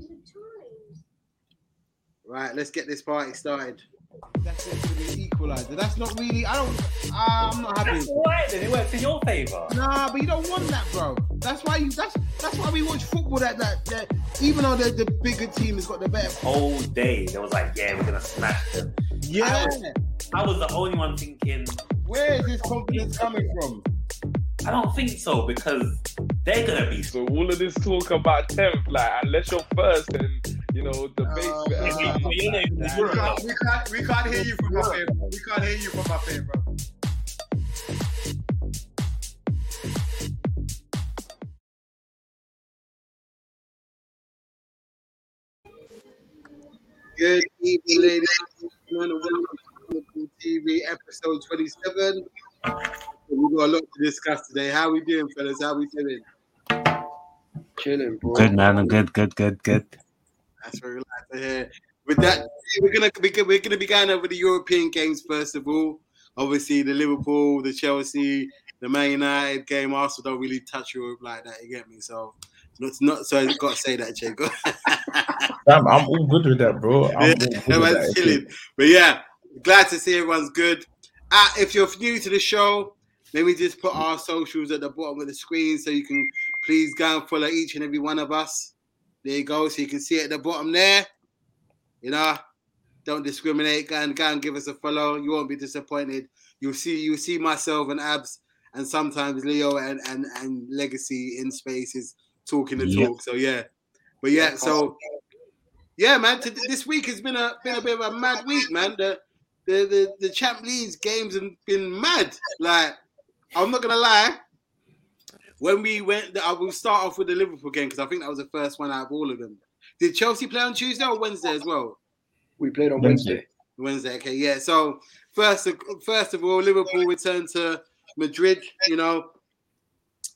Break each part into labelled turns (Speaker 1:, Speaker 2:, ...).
Speaker 1: times.
Speaker 2: Right, let's get this party started.
Speaker 3: That's it for the equalizer. That's not really. I don't. Uh, I'm not happy.
Speaker 4: That's alright then. It works in your favour.
Speaker 3: Nah, but you don't want that, bro. That's why you. That's that's why we watch football. That that, that even though the, the bigger team has got the better.
Speaker 4: Whole day, they was like, yeah, we're gonna smash them.
Speaker 3: Yeah.
Speaker 4: I was the only one thinking,
Speaker 3: Where is this confidence coming from?
Speaker 4: I don't think so because they're gonna be.
Speaker 5: So all of this talk about tenth, like unless you're first, then you know the
Speaker 2: Oh,
Speaker 5: base.
Speaker 2: man.
Speaker 5: better be-
Speaker 4: We ain't even in
Speaker 2: We
Speaker 4: Europe.
Speaker 2: can't, we can't, we can't hear you from up here. bro. We can't hear you from up here, bro. Good evening, ladies and gentlemen. Welcome to TV episode 27. We've got a lot to discuss today. How we doing, fellas? How we doing? Chilling, bro.
Speaker 6: Good man, I'm good, good, good, good.
Speaker 2: That's what we like to hear. With that, we're gonna be we're gonna be going over the European games first of all. Obviously, the Liverpool, the Chelsea, the Man United game. Arsenal don't really touch Europe like that. You get me? So not not so. I've got to say that, Jacob.
Speaker 7: I'm, I'm all good with that, bro. I'm all good with
Speaker 2: Everyone's
Speaker 7: that.
Speaker 2: chilling. But yeah, glad to see everyone's good. Uh, if you're new to the show, let me just put our socials at the bottom of the screen so you can please go and follow each and every one of us. There you go. So you can see it at the bottom there. You know, don't discriminate. Go and go and give us a follow. You won't be disappointed. You'll see you'll see myself and Abs and sometimes Leo and and, and Legacy in spaces talking the
Speaker 6: Yeah.
Speaker 2: talk. So yeah. But yeah, so yeah, man. To, this week has been a been a bit of a mad week, man. The the the, the Champ League's games have been mad. Like, I'm not gonna lie. When we went, I will start off with the Liverpool game because I think that was the first one out of all of them. Did Chelsea play on Tuesday or Wednesday as well?
Speaker 8: We played on
Speaker 7: Wednesday.
Speaker 8: Wednesday.
Speaker 2: Wednesday. Okay, yeah. So first, of- first of all, Liverpool returned to Madrid. You know,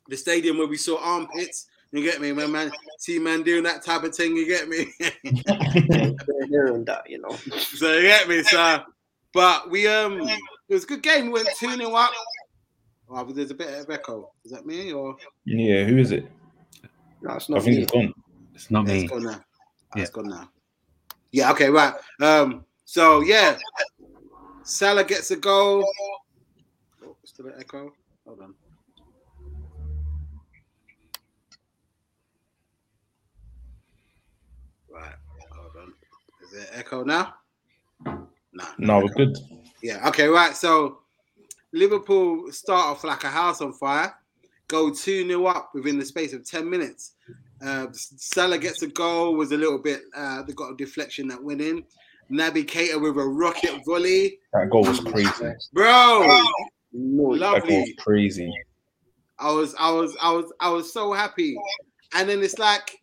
Speaker 2: the stadium where we saw armpits. You get me, man. man see, man, doing that type of thing. You get me.
Speaker 8: They're there and that, you know.
Speaker 2: so you get me, so. But we um, it was a good game. We went two 0 up. Oh, but there's a bit of echo. Is that me or
Speaker 7: Yeah, who is it?
Speaker 8: No, it's
Speaker 7: I
Speaker 8: not
Speaker 7: think
Speaker 8: me.
Speaker 7: it's gone.
Speaker 6: It's not
Speaker 2: it's
Speaker 6: me.
Speaker 2: gone now? Oh,
Speaker 6: Yeah.
Speaker 2: It's gone now. Yeah. Okay. Right. Um. So yeah, Salah gets a goal. Oh, still an echo. Hold on. Right. Hold on. Is it echo now? No.
Speaker 7: No, we're good.
Speaker 2: Yeah. Okay. Right. So Liverpool start off like a house on fire, go 2 0 up within the space of 10 minutes. Uh, Salah gets a goal, was a little bit, uh, they got a deflection that went in. Naby Keita with a rocket volley.
Speaker 7: That goal was crazy.
Speaker 2: Bro,
Speaker 8: No, it's-
Speaker 7: That goal was
Speaker 2: lovely.
Speaker 7: crazy.
Speaker 2: I was, I was, I was, I was so happy. And then it's like,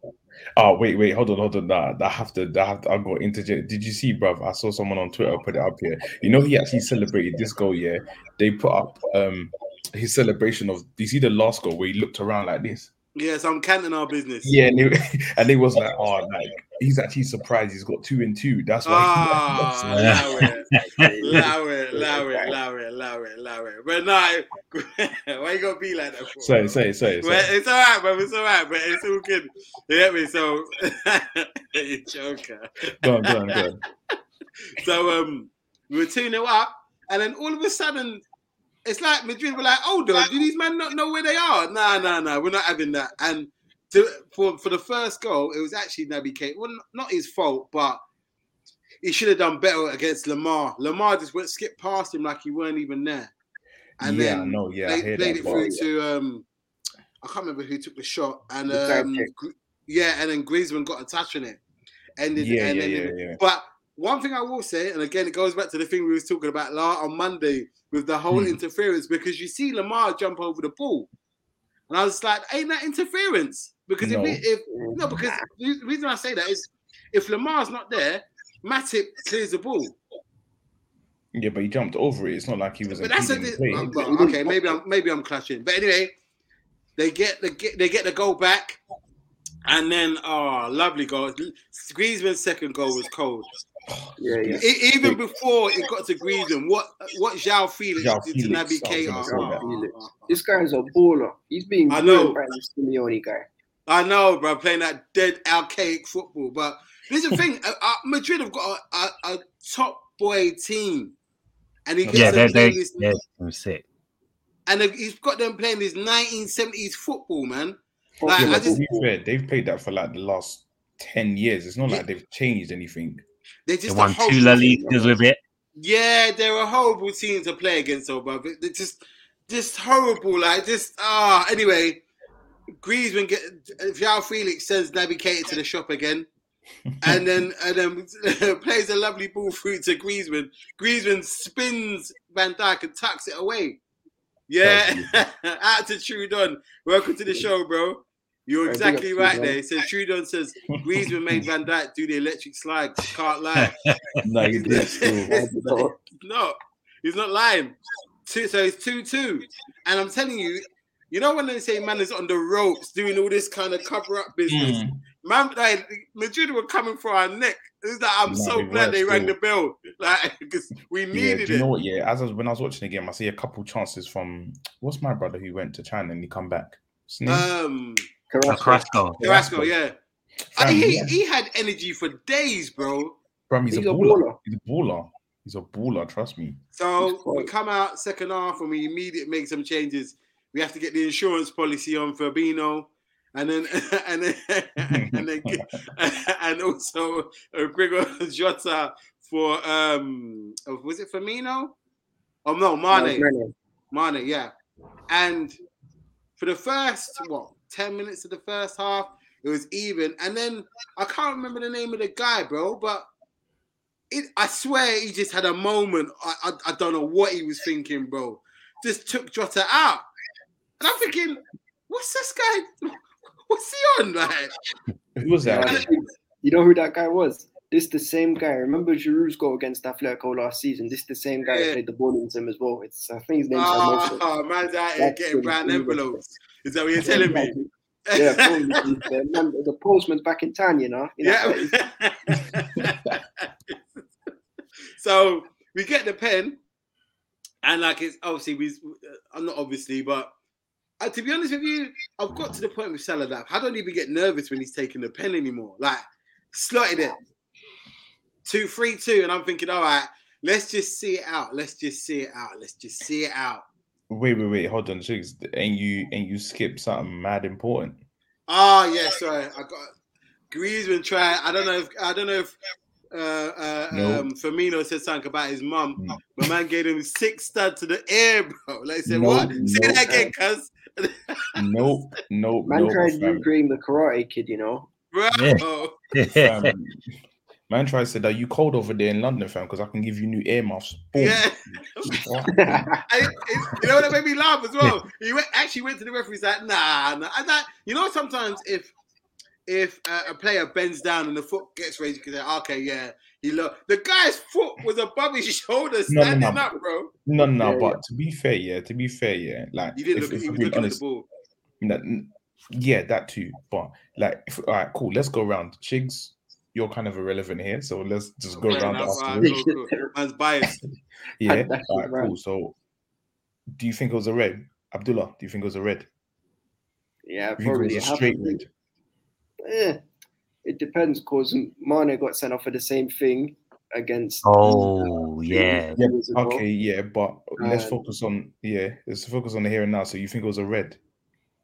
Speaker 7: Oh wait, wait, hold on, hold on. Nah, I have to, I have to. I got interject. Did you see, bruv? I saw someone on Twitter put it up here. You know, he actually celebrated this goal. Yeah, they put up um his celebration of. Do you see the last goal where he looked around like this?
Speaker 2: yeah, so I'm canting our business.
Speaker 7: Yeah, and they, and they was like, oh, like he's actually surprised. He's got two and two. That's why.
Speaker 2: Ah,
Speaker 7: he-
Speaker 2: allow it, allow it, allow it, allow it, allow it, allow it. But no, why you gonna be like that? For?
Speaker 7: Sorry, sorry, sorry. sorry.
Speaker 2: Well, it's all right, bro. It's all right, but it's all good. You get me? So, you joker.
Speaker 7: Go on, go on, go on.
Speaker 2: So, um, we were 2 0 up, and then all of a sudden, it's like Madrid were like, oh, do these men not know where they are? Nah, nah, nah, we're not having that. And to, for, for the first goal, it was actually Naby Keita. Well, not his fault, but he should have done better against Lamar. Lamar just went skip past him like he weren't even there. And
Speaker 7: yeah,
Speaker 2: then
Speaker 7: no, yeah, I
Speaker 2: played,
Speaker 7: hear
Speaker 2: played
Speaker 7: that.
Speaker 2: it
Speaker 7: but-
Speaker 2: through to um, I can't remember who took the shot, and
Speaker 8: The side
Speaker 2: um,
Speaker 8: kick.
Speaker 2: Gr- yeah, and then Griezmann got a touch on it, ended,
Speaker 7: yeah,
Speaker 2: and
Speaker 7: yeah,
Speaker 2: then
Speaker 7: yeah, yeah.
Speaker 2: but one thing I will say, and again, it goes back to the thing we was talking about la on Monday with the whole
Speaker 7: Hmm.
Speaker 2: interference because you see Lamar jump over the ball, and I was like, ain't that interference? Because
Speaker 7: No.
Speaker 2: if, it, if no, because the reason I say that is if Lamar's not there, Matip clears the ball.
Speaker 7: Yeah, but he jumped over it. It's not like he was.
Speaker 2: But that's a,
Speaker 7: impeding the play.
Speaker 2: well, well, okay. Maybe I'm maybe I'm clutching. But anyway, they get the get they get the goal back, and then oh, lovely goal. Griezmann's second goal was cold.
Speaker 8: yeah, yeah.
Speaker 2: E- even before it got to Griezmann, what what Zhao Felix
Speaker 7: Zhao
Speaker 2: did
Speaker 7: Felix,
Speaker 2: to Naby
Speaker 7: I was
Speaker 2: Keita.
Speaker 7: gonna say
Speaker 2: Oh,
Speaker 7: that.
Speaker 2: oh, oh, oh.
Speaker 8: This guy's a baller. He's being
Speaker 2: I know.
Speaker 8: groomed by the Simeone guy.
Speaker 2: I know, bro, playing that dead archaic football. But this is the thing: uh, uh, Madrid have got a, a, a top boy team, and he gets
Speaker 6: Yeah, they're,
Speaker 2: them
Speaker 6: they're,
Speaker 2: playing this,
Speaker 6: they're, they're sick.
Speaker 2: and he's got them playing this 1970s football, man. Like,
Speaker 7: Yeah,
Speaker 2: I
Speaker 7: but to
Speaker 2: just,
Speaker 7: be fair, they've played that for like the last ten years. It's not like they've changed anything.
Speaker 2: they're
Speaker 6: They
Speaker 2: just a
Speaker 6: won
Speaker 2: horrible
Speaker 6: two La
Speaker 2: team,
Speaker 6: Ligas
Speaker 2: bro.
Speaker 6: with it.
Speaker 2: Yeah, they're a horrible team to play against, though, bro. But They're just, just horrible. Like, just ah. anyway, Griezmann get Vial Felix sends Naby Keita to the shop again, and then and then plays a lovely ball through to Griezmann. Griezmann spins Van Dijk and tucks it away. Yeah, out to Trudon. Welcome to the show, bro. You're
Speaker 8: Hey, big up
Speaker 2: exactly right
Speaker 8: Trudon.
Speaker 2: there. So Trudon says Griezmann made Van Dijk do the electric slide. Can't lie.
Speaker 7: No, he did still.
Speaker 8: But
Speaker 2: No, he's not lying. Two, so it's two two, and I'm telling you, you know when they say man is on the ropes doing all this kind of cover up business,
Speaker 7: Mm.
Speaker 2: man, like Madrid were coming for our neck. It's like, I'm
Speaker 7: No,
Speaker 2: so
Speaker 7: we
Speaker 2: glad
Speaker 7: were
Speaker 2: they rang the
Speaker 7: still.
Speaker 2: bell, like because we
Speaker 7: Yeah, do
Speaker 2: needed
Speaker 7: you know
Speaker 2: it.
Speaker 7: what? Yeah, as I was, when I was watching the game, I see a couple chances from what's my brother who went to China and he come back. His name?
Speaker 2: Um,
Speaker 8: Carrasco,
Speaker 6: Carrasco.
Speaker 2: Carrasco,
Speaker 7: Carrasco.
Speaker 2: yeah,
Speaker 7: Fam,
Speaker 2: Uh, he,
Speaker 7: yeah.
Speaker 2: he had energy for days, bro.
Speaker 7: Fam, he's, a, baller. He's a baller. He's a baller. Trust me.
Speaker 2: So
Speaker 8: He's quite-
Speaker 2: we come out second half and we immediately make some changes. We have to get the insurance policy on Fabino, and then and then and then get- and also uh, Gregor Jota for um uh, was it Firmino? Oh no, Mane,
Speaker 8: Mane.
Speaker 2: Mane, yeah. And for the first what ten minutes of the first half, it was even, and then I can't remember the name of the guy, bro, but. It, I swear he just had a moment. I, I I don't know what he was thinking, bro. Just took Jota out. And I'm thinking, what's this guy? What's he on? Like,
Speaker 7: Who was that?
Speaker 8: Yeah. You know who that guy was? This the same guy. Remember Giroud's goal against Atletico last season? This the same guy
Speaker 2: Yeah.
Speaker 8: who played the ball into him as well. It's I think his name's
Speaker 2: Oh,
Speaker 8: Hermoso.
Speaker 2: man's out here
Speaker 8: That's
Speaker 2: getting
Speaker 8: what
Speaker 2: brown
Speaker 8: it is.
Speaker 2: envelopes. Is that what you're telling me?
Speaker 8: Yeah, probably. the, number- the postman's back in town, you know. You know,
Speaker 2: yeah. so we get the pen, and like it's obviously we, I'm not obviously, but uh, to be honest with you, I've got to the point with Salah that I don't even get nervous when he's taking the pen anymore. Like slotted it two, three, two, and I'm thinking, all right, let's just see it out. Let's just see it out. Let's just see it out.
Speaker 7: Wait, wait, wait. Hold on, Jigs. And you and you skip something mad important.
Speaker 2: Oh yeah, sorry. I got Griezmann trying. I don't know if I don't know if uh, uh,
Speaker 7: No.
Speaker 2: um, Firmino said something about his mum.
Speaker 7: No.
Speaker 2: My man gave him six stud to the air, bro. Like he said,
Speaker 7: No,
Speaker 2: what?
Speaker 7: no.
Speaker 2: Say that again, cuz
Speaker 7: Nope, nope,
Speaker 8: Man
Speaker 7: nope.
Speaker 8: tried
Speaker 7: fam.
Speaker 8: recreating the Karate Kid, you know.
Speaker 2: bro.
Speaker 7: Fam, Man tried said, "Are you cold over there in London, fam? Because I can give you new earmuffs." Boom.
Speaker 2: Yeah, And it- it- you know that made me laugh as well. He went, actually went to the referees like, nah, nah. And that, you know, sometimes if if uh, a player bends down and the foot gets raised, you can say, okay, yeah, he look. The guy's foot was above his shoulder,
Speaker 7: No, no,
Speaker 2: standing
Speaker 7: no.
Speaker 2: up, bro.
Speaker 7: No, no,
Speaker 8: Yeah,
Speaker 7: no. But to be fair, yeah, to be fair, yeah, like
Speaker 2: You didn't
Speaker 7: if-
Speaker 2: look.
Speaker 7: if
Speaker 2: He
Speaker 7: I'm
Speaker 2: was
Speaker 7: being
Speaker 2: looking at the
Speaker 7: honest,
Speaker 2: ball.
Speaker 7: No, n- yeah, that too. But like, if, all right, cool. Let's go around. Chigs, you're kind of irrelevant here, so let's just go
Speaker 2: Fair
Speaker 7: around.
Speaker 2: enough, uh,
Speaker 7: afterwards.
Speaker 2: alright, cool, cool. Man's biased.
Speaker 7: Yeah,
Speaker 8: That's
Speaker 7: all right,
Speaker 8: right.
Speaker 7: cool. So, do you think it was a red, Abdullah? Do you think it was a red?
Speaker 8: Yeah,
Speaker 7: Do you think
Speaker 8: probably.
Speaker 7: it was a
Speaker 8: Half-
Speaker 7: straight red?
Speaker 8: Eh, it depends, cause Mane got sent off for the same thing against.
Speaker 6: oh, yeah.
Speaker 7: Yeah,
Speaker 8: years ago.
Speaker 7: Okay, yeah, but
Speaker 2: Uh,
Speaker 7: let's
Speaker 8: Um,
Speaker 7: focus on yeah, let's focus on the here and now. So you think it was a red?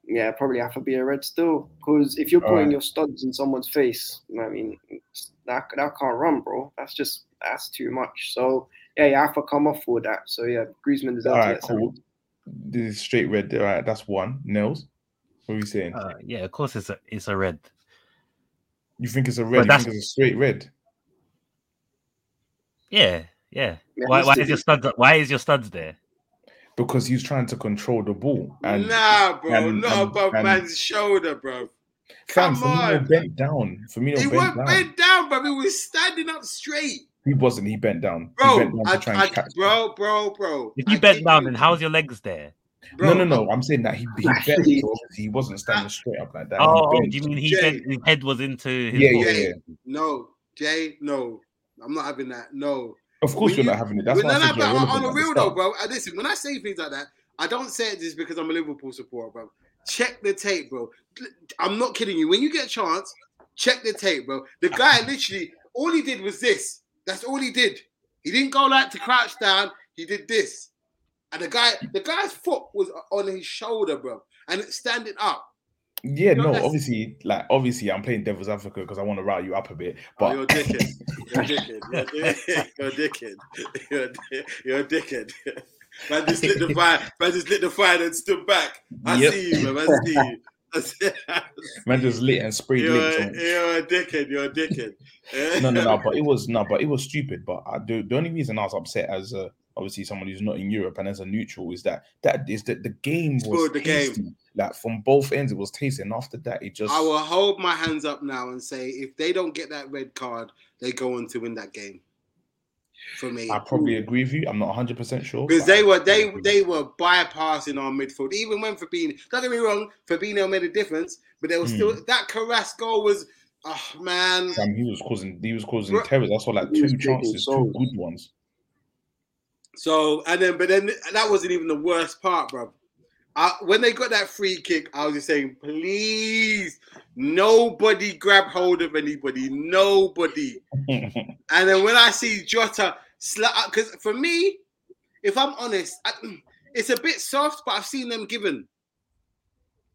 Speaker 8: Yeah, probably have to be a red still. Because if you're putting
Speaker 7: Alright.
Speaker 8: your studs in someone's face, I mean, it's- that, that can't run, bro. That's just, that's too much. So, yeah, you have to come off for that. So, yeah, Griezmann deserves
Speaker 7: All
Speaker 8: to
Speaker 7: right,
Speaker 8: get sent
Speaker 7: cool.
Speaker 8: off.
Speaker 7: This is straight red. All right, that's one. Nails. What are you saying?
Speaker 6: Uh, yeah, of course it's a it's a red.
Speaker 7: you think it's a red? You
Speaker 6: that's-
Speaker 7: think it's a straight red?
Speaker 6: Yeah, yeah.
Speaker 8: Yeah,
Speaker 6: Why,
Speaker 8: that's
Speaker 6: why
Speaker 8: the-
Speaker 6: is your studs why is your studs there?
Speaker 7: Because he's trying to control the ball. And
Speaker 2: nah, bro,
Speaker 7: and-
Speaker 2: not
Speaker 7: and-
Speaker 2: above
Speaker 7: and-
Speaker 2: man's shoulder, bro.
Speaker 7: Fam,
Speaker 2: Come
Speaker 7: Firmino
Speaker 2: on.
Speaker 7: bent down. Firmino
Speaker 2: He
Speaker 7: bent
Speaker 2: wasn't
Speaker 7: down.
Speaker 2: bent down, bro. He was standing up straight,
Speaker 7: He wasn't. He bent down. he
Speaker 2: bro.
Speaker 7: bent down
Speaker 2: I,
Speaker 7: to try and
Speaker 2: I,
Speaker 7: catch.
Speaker 2: bro, bro, bro.
Speaker 6: If you
Speaker 2: I
Speaker 6: bent
Speaker 2: give
Speaker 6: down,
Speaker 2: you-
Speaker 6: then how's your legs there?
Speaker 2: bro,
Speaker 7: no, no, no. I'm saying that he, he
Speaker 8: Nah,
Speaker 7: bent.
Speaker 8: he-
Speaker 7: so He wasn't standing straight up like that. He
Speaker 6: Oh, oh,
Speaker 7: bent.
Speaker 6: do you mean he
Speaker 2: Jay.
Speaker 6: bent, his head was into his
Speaker 7: yeah,
Speaker 6: body?
Speaker 7: yeah,
Speaker 2: Jay.
Speaker 7: yeah.
Speaker 2: No, Jay, no. I'm not having that. No.
Speaker 7: Of course,
Speaker 2: When
Speaker 7: you're
Speaker 2: you-
Speaker 7: not having it. That's
Speaker 2: Well,
Speaker 7: why
Speaker 2: no, no,
Speaker 7: I think
Speaker 2: but
Speaker 7: you're
Speaker 2: on, on the
Speaker 7: irrelevant at the
Speaker 2: real though,
Speaker 7: start.
Speaker 2: bro. uh, Listen, when I say things like that, I don't say it just because I'm a Liverpool supporter, bro. Check the tape, bro. I'm not kidding you. When you get a chance, check the tape, bro. The guy literally all he did was this. That's all he did. He didn't go like to crouch down. He did this, and the guy, the guy's foot was on his shoulder, bro, and it's standing up.
Speaker 7: Yeah,
Speaker 2: You're
Speaker 7: no,
Speaker 2: just-
Speaker 7: obviously, like obviously, I'm playing devil's advocate because I want to rile you up a bit.
Speaker 2: Oh,
Speaker 7: But
Speaker 2: you're a dickhead. You're a dickhead. You're a dickhead. You're a dickhead. You're a, di- you're a dickhead. Man just lit the fire. Man just lit the fire and stood back. I
Speaker 7: Yep.
Speaker 2: see you, man. I see you. I see-
Speaker 7: man just lit and sprayed
Speaker 2: You're,
Speaker 7: links.
Speaker 2: a,
Speaker 7: on-
Speaker 2: you're a dickhead. You're a dickhead.
Speaker 7: No, no, no. But it was no, but it was stupid. But I, the the only reason I was upset as uh, obviously someone who's not in Europe and as a neutral is that that is that the game was
Speaker 2: Scored the game.
Speaker 7: tasty. Like from both ends, it was tasty. And after that, it just
Speaker 2: I will hold my hands up now and say if they don't get that red card, they go on to win that game. For me,
Speaker 7: I probably agree with you. I'm not 100 percent sure
Speaker 2: Because
Speaker 7: but
Speaker 2: they
Speaker 7: I
Speaker 2: were
Speaker 7: probably
Speaker 2: they
Speaker 7: agree with
Speaker 2: they were bypassing our midfield, even when Fabinho. Don't get me wrong, Fabinho made a difference, but there was still that Carrasco was, oh man,
Speaker 7: you. Sam, he was causing he was causing
Speaker 2: Bro-
Speaker 7: terror. That's what like
Speaker 8: He was
Speaker 7: two
Speaker 8: taking
Speaker 7: chances, two
Speaker 8: souls.
Speaker 7: good ones.
Speaker 2: So and then, but then that wasn't even the worst part, bro. I, when they got that free kick, I was just saying, please, nobody grab hold of anybody, nobody. and then when I see Jota, because for me, if I'm honest, I- it's a bit soft, but I've seen them given.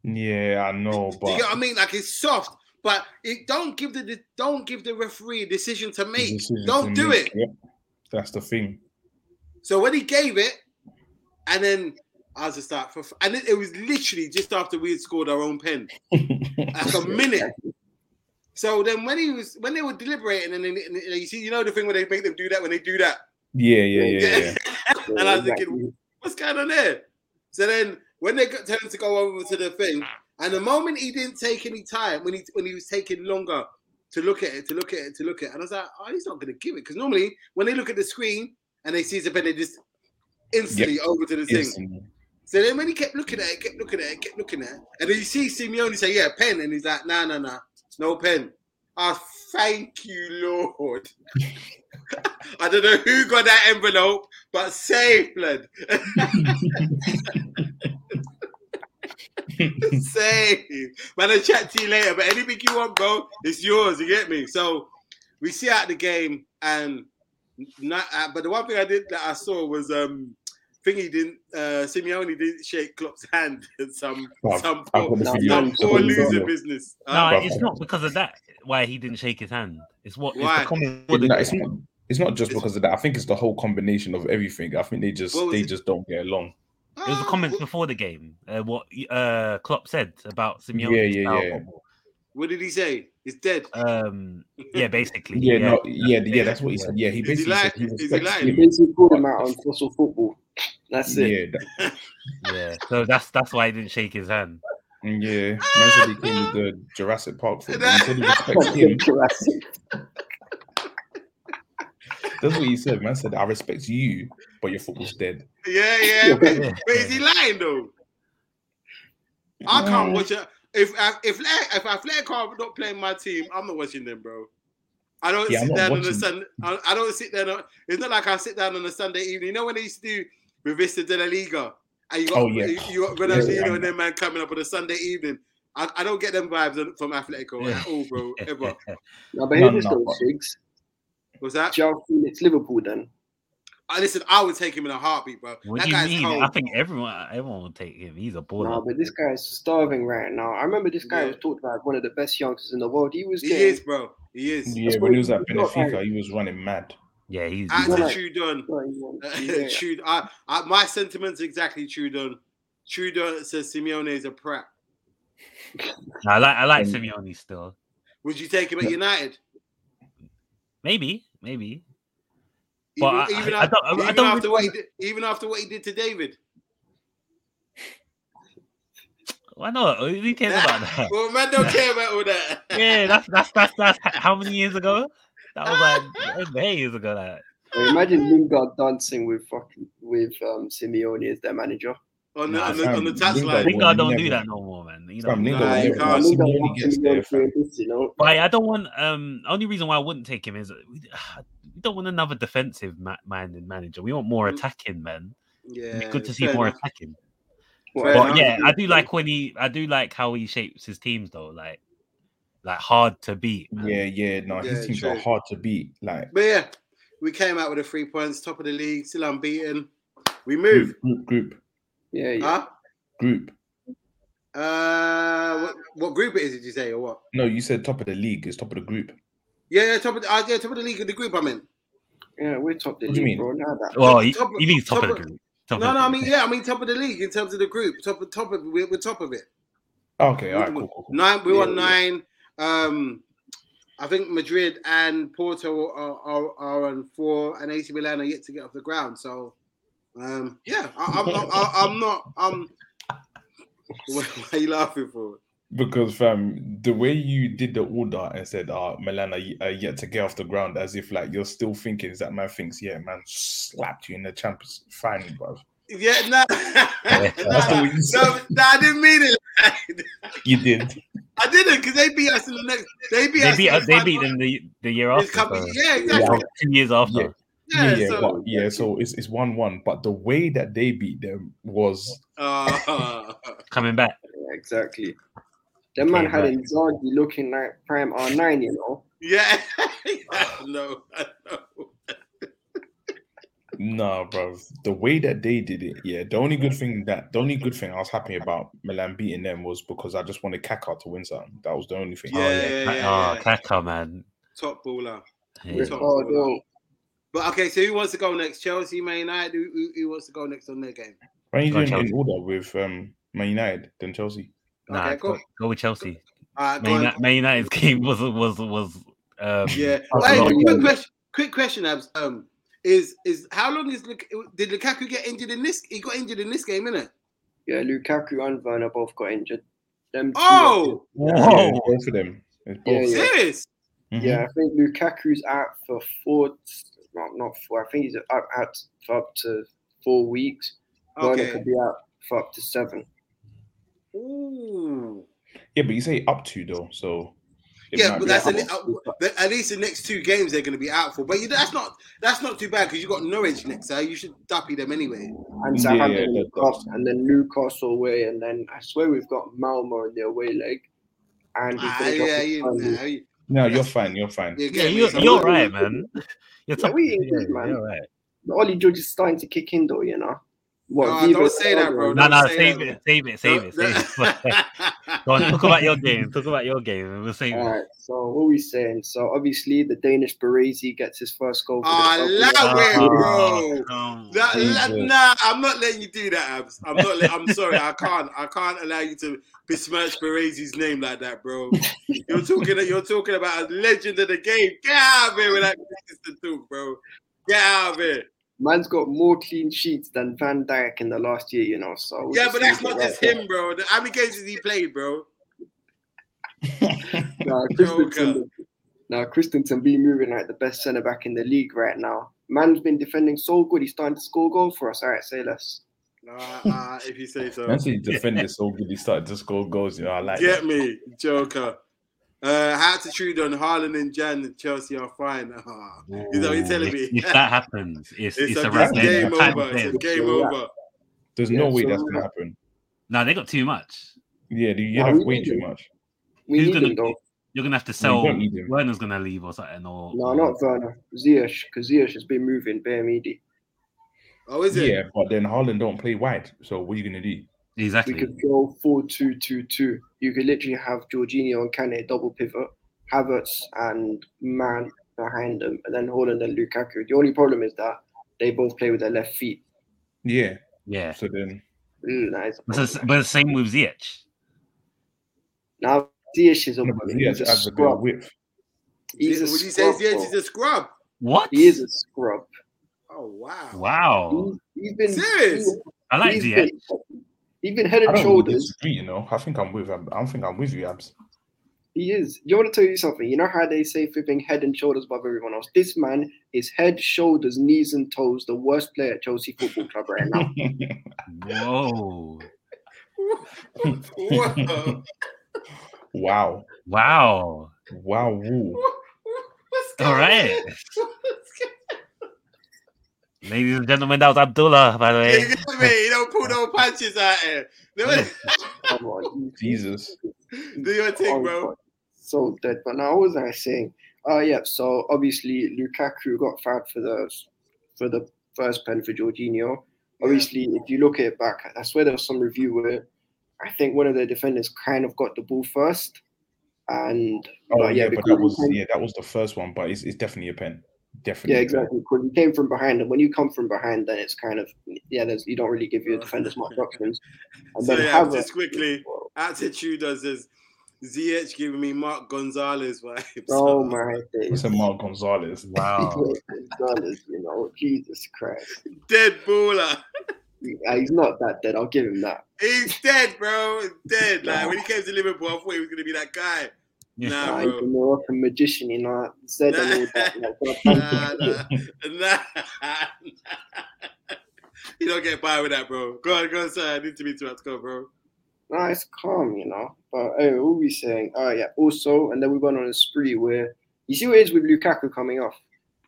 Speaker 7: yeah, I know,
Speaker 2: Do you
Speaker 7: but
Speaker 2: get what I mean? Like it's soft, but it don't give the don't give the referee a decision to
Speaker 7: the
Speaker 2: make.
Speaker 7: decision
Speaker 2: Don't
Speaker 7: to
Speaker 2: do
Speaker 7: make-
Speaker 2: it.
Speaker 7: Yep. That's the thing.
Speaker 2: So when he gave it, and then I was just like, for, and it, it was literally just after we had scored our own pen, like a minute. So then when he was when they were deliberating, and then and then you see, you know the thing when they make them do that when they do that,
Speaker 7: Yeah, yeah, yeah, yeah.
Speaker 2: and I was thinking, what's going on there? So then when they got turned to go over to the thing, and the moment he didn't take any time, when he when he was taking longer to look at it, to look at it, to look at it, and I was like, oh, he's not going to give it because normally when they look at the screen and they see the pen, they just instantly over to the thing.
Speaker 7: Instantly.
Speaker 2: So then when he kept looking at it, kept looking at it, kept looking at it, and then you see Simeone say, Yeah, pen. And he's like, Nah, nah, nah, no pen. Ah, thank you, Lord. I don't know who got that envelope, but safe, lad. safe. Man, I'll chat to you later. But anything you want, bro, it's yours. You get me? So we see out the game, and not, uh, but the one thing I did that I saw was um thingy didn't uh Simeone didn't shake Klopp's hand at some
Speaker 7: Bruv,
Speaker 2: some
Speaker 7: I've
Speaker 2: poor,
Speaker 7: got the
Speaker 8: No,
Speaker 2: some
Speaker 7: video. I've
Speaker 8: I'm
Speaker 7: got
Speaker 2: poor
Speaker 7: the
Speaker 2: loser
Speaker 7: video.
Speaker 2: business.
Speaker 6: No,
Speaker 2: Uh,
Speaker 7: Bruv.
Speaker 6: it's not because of that why he didn't shake his hand. It's what it's
Speaker 2: Why?
Speaker 6: the comment.
Speaker 7: It- no, it's not. It's not just
Speaker 2: It's-
Speaker 7: because of that. I think it's the whole combination of everything. I think they just
Speaker 2: What was
Speaker 7: they
Speaker 2: it?
Speaker 7: just don't get along.
Speaker 6: It was the comments before the game. Uh, what uh, Klopp said about Simeone.
Speaker 7: Yeah, yeah, yeah.
Speaker 2: What did he say? He's dead.
Speaker 6: Um, yeah, basically.
Speaker 7: Yeah,
Speaker 6: yeah.
Speaker 7: no, yeah, yeah. That's what he said. Yeah, he
Speaker 2: Is he
Speaker 7: basically
Speaker 2: lying?
Speaker 7: said he
Speaker 2: Is he
Speaker 7: respects
Speaker 2: lying?
Speaker 8: He
Speaker 7: him.
Speaker 8: basically called him out on fossil football. That's it.
Speaker 7: Yeah, that,
Speaker 6: yeah. So that's that's why he didn't shake his hand.
Speaker 7: yeah. Man said he came with the Jurassic Park football. He said he respects him.
Speaker 8: Jurassic.
Speaker 7: That's what he said. Man said, "I respect you, but your football's dead."
Speaker 2: Yeah, yeah. But,
Speaker 6: Yeah.
Speaker 2: but is he lying though? I
Speaker 7: Ah,
Speaker 2: can't watch it. If I- if Le- if Athletic are not playing my team, I'm not watching them, bro. I don't
Speaker 7: Yeah, I'm
Speaker 2: sit
Speaker 7: not
Speaker 2: down on a
Speaker 7: watching.
Speaker 2: Sunday. I I don't sit down. On, it's not like I sit down on a Sunday evening. You know when they used to do Revista de la Liga, and you got
Speaker 7: Oh, yeah.
Speaker 2: you, you got
Speaker 7: Yeah,
Speaker 2: Ronaldinho
Speaker 7: yeah.
Speaker 2: and them man coming up on a Sunday evening. I, I don't get them vibes on- from Atletico at all, bro. Ever
Speaker 8: No, but
Speaker 7: No,
Speaker 8: here's this
Speaker 7: no,
Speaker 8: though,
Speaker 7: but-
Speaker 8: Figs.
Speaker 2: was that?
Speaker 8: Joe Felix, Liverpool then.
Speaker 2: I listen. I would take him in a heartbeat, bro.
Speaker 6: What
Speaker 2: that
Speaker 6: do you
Speaker 2: guy's
Speaker 6: mean?
Speaker 2: cold.
Speaker 6: I think everyone everyone would take him. He's a baller.
Speaker 8: No, but this guy's starving right now. I remember this guy
Speaker 2: Yeah.
Speaker 8: was talked about as one of the best youngsters in the world. He was
Speaker 2: he
Speaker 8: getting
Speaker 2: is, bro. He is.
Speaker 7: Yeah,
Speaker 8: That's
Speaker 7: when
Speaker 8: what
Speaker 7: he was
Speaker 8: he-
Speaker 7: at
Speaker 8: he's not
Speaker 7: Benfica, he was running mad.
Speaker 6: yeah, he's.
Speaker 8: I-
Speaker 6: he's-
Speaker 2: Attitude done.
Speaker 8: what he wants. Yeah.
Speaker 2: Trud- I, I, my sentiments exactly Trudon. Trudon says Simeone is a prat.
Speaker 6: I like I like
Speaker 7: Um,
Speaker 6: Simeone still.
Speaker 2: Would you take him at
Speaker 7: Yeah.
Speaker 2: United?
Speaker 6: Maybe, maybe.
Speaker 2: Even
Speaker 6: But I-
Speaker 2: even
Speaker 6: I- I
Speaker 2: after
Speaker 6: don't- I- I
Speaker 2: even
Speaker 6: don't
Speaker 2: after
Speaker 6: really
Speaker 2: what he did- even after what he did to David.
Speaker 6: Why not? Who cares about that?
Speaker 2: Well, man, don't care about all that.
Speaker 6: Yeah, that's that's that's that's h- how many years ago? That was like eight years ago. That
Speaker 8: Well, imagine Lingard dancing with fucking with um, Simeone as their manager.
Speaker 2: on the
Speaker 6: Nah,
Speaker 2: on the, on the
Speaker 7: fam, Lingard-
Speaker 2: touchline.
Speaker 7: Well,
Speaker 6: Lingard don't
Speaker 7: never.
Speaker 6: do that no more, man. You know.
Speaker 7: Fam, Lingard,
Speaker 2: Nah,
Speaker 7: was
Speaker 2: you
Speaker 7: there,
Speaker 2: can't.
Speaker 7: like,
Speaker 8: Lingard
Speaker 7: Simeone
Speaker 8: wants
Speaker 7: gets there,
Speaker 8: Simeone
Speaker 7: fam.
Speaker 8: doing this, you know.
Speaker 6: But I don't want. Um, only reason why I wouldn't take him is we we don't want another defensive ma- minded manager. We want more
Speaker 2: Mm.
Speaker 6: attacking, man. It'd
Speaker 2: Yeah,
Speaker 6: be good to
Speaker 2: it's
Speaker 6: see
Speaker 2: fair
Speaker 6: more
Speaker 2: enough.
Speaker 6: attacking.
Speaker 2: Fair
Speaker 6: But
Speaker 2: enough.
Speaker 6: yeah, I do like when he, I do like how he shapes his teams though, like, like hard to beat. man.
Speaker 7: Yeah, yeah. No, his
Speaker 2: Yeah,
Speaker 7: teams are
Speaker 2: true.
Speaker 7: hard to beat. Like
Speaker 2: But yeah, we came out with the three points, top of the league, still unbeaten. We move.
Speaker 7: group, group,
Speaker 8: Yeah, yeah.
Speaker 2: Huh?
Speaker 7: group.
Speaker 2: Uh, what, what group it is? Did you say or what?
Speaker 7: No, you said top of the league. It's top of the group.
Speaker 2: Yeah, yeah, top of the, uh, yeah, top of the league of the group I'm in.
Speaker 8: yeah, we're top the
Speaker 7: What do you mean?
Speaker 8: league, bro. Now that
Speaker 6: Well, he,
Speaker 2: Top of-
Speaker 6: he leads top,
Speaker 2: top
Speaker 6: of the
Speaker 2: of-
Speaker 6: group. Top
Speaker 2: No,
Speaker 6: of
Speaker 2: no,
Speaker 6: the
Speaker 2: I
Speaker 6: group.
Speaker 2: mean, yeah, I mean, top of the league in terms of the group. Top of top of we're, we're top of it.
Speaker 7: Okay, all right, cool, cool, cool.
Speaker 2: Nine, we're on
Speaker 8: Yeah,
Speaker 2: nine. Um, I think Madrid and Porto are, are, are on four, and AC Milan are yet to get off the ground. So, um, yeah, I, I'm, I'm, I'm, I'm not. Um, what are you laughing for?
Speaker 7: Because fam, the way you did the order and said, "Ah, Milan are, y- are yet to get off the ground," as if like you're still thinking is that man thinks, yeah, man slapped you in the champions final, bro.
Speaker 2: Yeah, no,
Speaker 7: That's the
Speaker 2: no,
Speaker 7: way you
Speaker 2: no,
Speaker 7: said.
Speaker 2: no, I didn't mean it.
Speaker 7: You did.
Speaker 2: I didn't because they beat us in the next. They beat
Speaker 6: They
Speaker 2: us.
Speaker 6: beat,
Speaker 2: in
Speaker 6: uh,
Speaker 2: the
Speaker 6: they
Speaker 2: final
Speaker 6: beat them the, the year
Speaker 2: this
Speaker 6: after.
Speaker 2: couple-
Speaker 6: so-
Speaker 2: yeah,
Speaker 6: yeah,
Speaker 2: exactly.
Speaker 6: two years after.
Speaker 7: Yeah.
Speaker 2: Yeah,
Speaker 7: yeah,
Speaker 2: so,
Speaker 7: but, yeah. So it's it's one one, but the way that they beat them was
Speaker 2: uh,
Speaker 6: Coming back.
Speaker 8: yeah, exactly. That man had
Speaker 6: Amen.
Speaker 8: Inzaghi looking like prime R9, you know.
Speaker 2: yeah, I know, I know.
Speaker 7: nah, bro. The way that they did it, yeah. The only good thing that the only good thing I was happy about Milan beating them was because I just wanted Kaká to win something. That was the only thing.
Speaker 2: Yeah, yeah, yeah,
Speaker 6: oh,
Speaker 2: yeah.
Speaker 6: Kaka, man.
Speaker 2: top baller.
Speaker 6: Yeah.
Speaker 2: Top
Speaker 8: Oh,
Speaker 2: baller.
Speaker 8: no.
Speaker 2: But okay, so who wants to go next? Chelsea, Man United. Who, who, who wants to go next on their game?
Speaker 7: Why are you
Speaker 6: Go
Speaker 7: doing it
Speaker 6: Chelsea.
Speaker 7: in order with um Man United then Chelsea?
Speaker 6: Nah,
Speaker 2: Okay,
Speaker 6: go,
Speaker 2: cool.
Speaker 6: go with Chelsea.
Speaker 2: All right, go
Speaker 6: Man,
Speaker 2: on.
Speaker 6: Uni- Man United's game was was was um
Speaker 2: Yeah.
Speaker 7: That's
Speaker 2: Hey,
Speaker 7: a lot of
Speaker 2: quick
Speaker 7: money.
Speaker 2: question. Quick question, Abs. Um, is is how long is Luk- did Lukaku get injured in this? He got injured in this game, innit?
Speaker 8: Yeah, Lukaku and Werner both got injured. Them two-
Speaker 2: Oh,
Speaker 7: Yeah,
Speaker 6: Whoa.
Speaker 7: it's both of them. It's both.
Speaker 8: Yeah, yeah.
Speaker 2: serious?
Speaker 7: Mhm.
Speaker 8: Yeah, I think Lukaku's out for four, not not four. I think he's out, out for up to four weeks. Werner
Speaker 2: Okay.
Speaker 8: could be out for up to seven.
Speaker 2: Ooh.
Speaker 7: Yeah, but you say up to though, so it
Speaker 2: Yeah,
Speaker 7: might
Speaker 2: but
Speaker 7: be
Speaker 2: that's a
Speaker 7: up.
Speaker 2: li- uh, the- at least the next two games they're going to be out for. But you, that's not that's not too bad because you got Norwich next. So you should duppy them anyway.
Speaker 8: And
Speaker 7: Yeah, yeah,
Speaker 8: Southampton,
Speaker 7: that-
Speaker 8: and Newcastle, and then Newcastle away, and then I swear we've got Malmo in the away leg. And we
Speaker 2: Ah,
Speaker 8: finish off
Speaker 2: yeah,
Speaker 8: with
Speaker 2: you,
Speaker 8: Burnley.
Speaker 2: nah, you,
Speaker 7: No, you're fine. You're fine.
Speaker 2: you're
Speaker 6: Yeah,
Speaker 2: getting
Speaker 6: you're,
Speaker 2: me, so-
Speaker 6: you're right, man. You're
Speaker 8: Yeah,
Speaker 6: top,
Speaker 8: we ain't
Speaker 6: yeah,
Speaker 8: good, man.
Speaker 6: You're right.
Speaker 8: Ollie George is starting to kick in though, you know. What,
Speaker 2: Nah, don't say that, bro.
Speaker 6: No,
Speaker 2: Don't
Speaker 6: no,
Speaker 2: say
Speaker 6: save
Speaker 2: that.
Speaker 6: it, save it, save it, save it. Go on, talk about your game. Talk about your game, and we'll save
Speaker 8: All
Speaker 6: it.
Speaker 8: right, so what we saying? So obviously the Danish Baresi gets his first goal. For
Speaker 2: Ah,
Speaker 8: the
Speaker 2: love
Speaker 8: club.
Speaker 2: it,
Speaker 6: Oh,
Speaker 2: bro.
Speaker 6: come
Speaker 2: Nah,
Speaker 6: on.
Speaker 2: nah,
Speaker 7: Jesus.
Speaker 2: nah, I'm not letting you do that, Abs. I'm not. Let, I'm sorry. I can't. I can't allow you to besmirch Baresi's name like that, bro. You're talking. You're talking about a legend of the game. Get out of here with that consistent talk, bro. Get out of here.
Speaker 8: Man's got more clean sheets than Van Dijk in the last year, you know. So we
Speaker 2: Yeah,
Speaker 8: just
Speaker 2: but that's
Speaker 8: leave it
Speaker 2: not
Speaker 8: right
Speaker 2: just
Speaker 8: there.
Speaker 2: him, bro. How many games has he played, bro?
Speaker 8: Nah, Christensen, nah, Christensen be moving like the best centre back in the league right now. Man's been defending so good, he's starting to score goals for us. All right, say less.
Speaker 2: Uh, uh, if you say so.
Speaker 7: Nancy defended so good. He started to score goals. You know, I like. that.
Speaker 2: Get me, Joker. Uh, how to treat on Haaland and Jan and Chelsea are fine. Ah, Is that what you're telling
Speaker 6: If-
Speaker 2: me?
Speaker 6: If that happens,
Speaker 2: It's,
Speaker 6: it's it's
Speaker 2: a,
Speaker 6: a wrap.
Speaker 2: it's
Speaker 6: then.
Speaker 2: game
Speaker 6: The time
Speaker 2: over.
Speaker 6: is
Speaker 2: It's a
Speaker 6: in.
Speaker 2: game
Speaker 8: Yeah.
Speaker 2: over.
Speaker 7: There's
Speaker 8: Yeah,
Speaker 7: no way
Speaker 8: so-
Speaker 7: that's gonna happen.
Speaker 6: No, they got too much.
Speaker 7: Yeah, you
Speaker 8: Yeah,
Speaker 7: have
Speaker 8: we
Speaker 7: way
Speaker 8: need
Speaker 7: too
Speaker 8: him.
Speaker 7: much.
Speaker 8: We
Speaker 6: Who's
Speaker 8: need
Speaker 6: gonna-
Speaker 8: him though.
Speaker 6: You're gonna have to sell.
Speaker 7: don't need him.
Speaker 6: Werner's gonna leave or something. Or
Speaker 8: No, not Werner. Ziyech, because Ziyech has been moving bare meaty.
Speaker 2: Oh, is it?
Speaker 7: Yeah, but then Haaland don't play wide. So what are you gonna do?
Speaker 8: We
Speaker 6: exactly.
Speaker 8: could go 4 2 2 2. You could literally have Jorginho and Kane double pivot, Havertz and Man behind them, and then Holland and Lukaku. The only problem is that they both play with their left feet.
Speaker 7: Yeah.
Speaker 6: Yeah,
Speaker 7: So then
Speaker 8: Mm, that is a
Speaker 6: but it's-
Speaker 8: problem.
Speaker 6: but the same with Ziyech.
Speaker 8: now, Ziyech is a,
Speaker 7: no, but he
Speaker 8: he's
Speaker 7: has
Speaker 8: a
Speaker 7: adds a bit of
Speaker 8: scrub.
Speaker 7: width.
Speaker 8: He's a
Speaker 2: Would you say
Speaker 8: scrub.
Speaker 2: Ziyech
Speaker 8: bro.
Speaker 2: is a scrub?
Speaker 6: What?
Speaker 8: He is a scrub.
Speaker 2: Oh, wow.
Speaker 6: Wow,
Speaker 8: He's- he's been.
Speaker 2: Serious?
Speaker 6: I like
Speaker 8: he's
Speaker 6: Ziyech.
Speaker 8: been- He's been head
Speaker 7: I
Speaker 8: and
Speaker 7: don't really
Speaker 8: shoulders.
Speaker 7: disagree, you know. I think I'm with I don't think I'm with you, Abs.
Speaker 8: He is. You want to tell you something? You know how they say flipping head and shoulders above everyone else. This man is head, shoulders, knees, and toes the worst player at Chelsea Football Club right now.
Speaker 6: Whoa.
Speaker 2: Whoa.
Speaker 7: Wow.
Speaker 6: Wow.
Speaker 7: Wow. woo.
Speaker 2: What's
Speaker 6: All
Speaker 2: going
Speaker 6: right.
Speaker 2: on?
Speaker 6: Ladies and gentlemen, that was Abdullah, by the
Speaker 2: You
Speaker 6: way.
Speaker 2: get me? You don't pull no punches out here. Do your-
Speaker 8: Come on.
Speaker 7: Jesus.
Speaker 2: do your
Speaker 8: Oh,
Speaker 2: thing, bro.
Speaker 8: So dead. But now, what was I saying? Oh, yeah. So obviously, Lukaku got fouled for the for the first pen for Jorginho. Obviously, if you look at it back, I swear there was some review where I think one of the defenders kind of got the ball first, and
Speaker 7: Oh
Speaker 8: But yeah,
Speaker 7: yeah, but
Speaker 8: because
Speaker 7: that
Speaker 8: he
Speaker 7: was
Speaker 8: came-
Speaker 7: yeah, that was the first one, but it's, it's definitely a pen. Definitely.
Speaker 8: yeah,
Speaker 7: a pen.
Speaker 8: exactly. Because you came from behind, and when you come from behind, then it's kind of yeah, there's you don't really give your defenders much options. And
Speaker 2: Oh, So
Speaker 8: then
Speaker 2: yeah,
Speaker 8: Havertz-
Speaker 2: just quickly, attitude does this. ZH giving me Mark Gonzalez vibes.
Speaker 8: Oh my
Speaker 7: It's
Speaker 8: days.
Speaker 7: a Mark Gonzalez.
Speaker 6: Wow.
Speaker 8: Dollars, you know, Jesus Christ.
Speaker 2: Dead baller.
Speaker 8: Uh, He's not that dead. I'll give him that.
Speaker 2: He's dead, bro. Dead. Like when he came to Liverpool, I thought he was gonna be that guy.
Speaker 6: Yeah.
Speaker 2: Nah,
Speaker 8: Nah,
Speaker 2: bro.
Speaker 8: he's a Moroccan magician, you know. Zed and all that. Like, God,
Speaker 2: Nah, nah, nah, nah. You don't get by with that, bro. Go on, go on, sir. I need to be interrupted. Go, on, bro.
Speaker 8: nah, it's calm, you know. But anyway, what were we saying? Oh yeah. Also, and then we went on a spree where you see what it is with Lukaku coming off.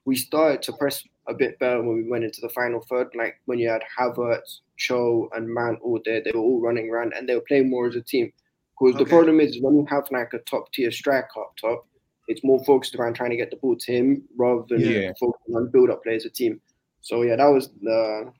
Speaker 8: We started to press a bit better when we went into the final third. Like when you had Havertz, Cho, and Man all there, they were all running around and they were playing more as a team. Because the
Speaker 2: Okay.
Speaker 8: problem is when you have like a top tier striker up top, it's more focused around trying to get the ball to him rather than
Speaker 7: Yeah.
Speaker 8: focusing on build up play as a team. So yeah, that was the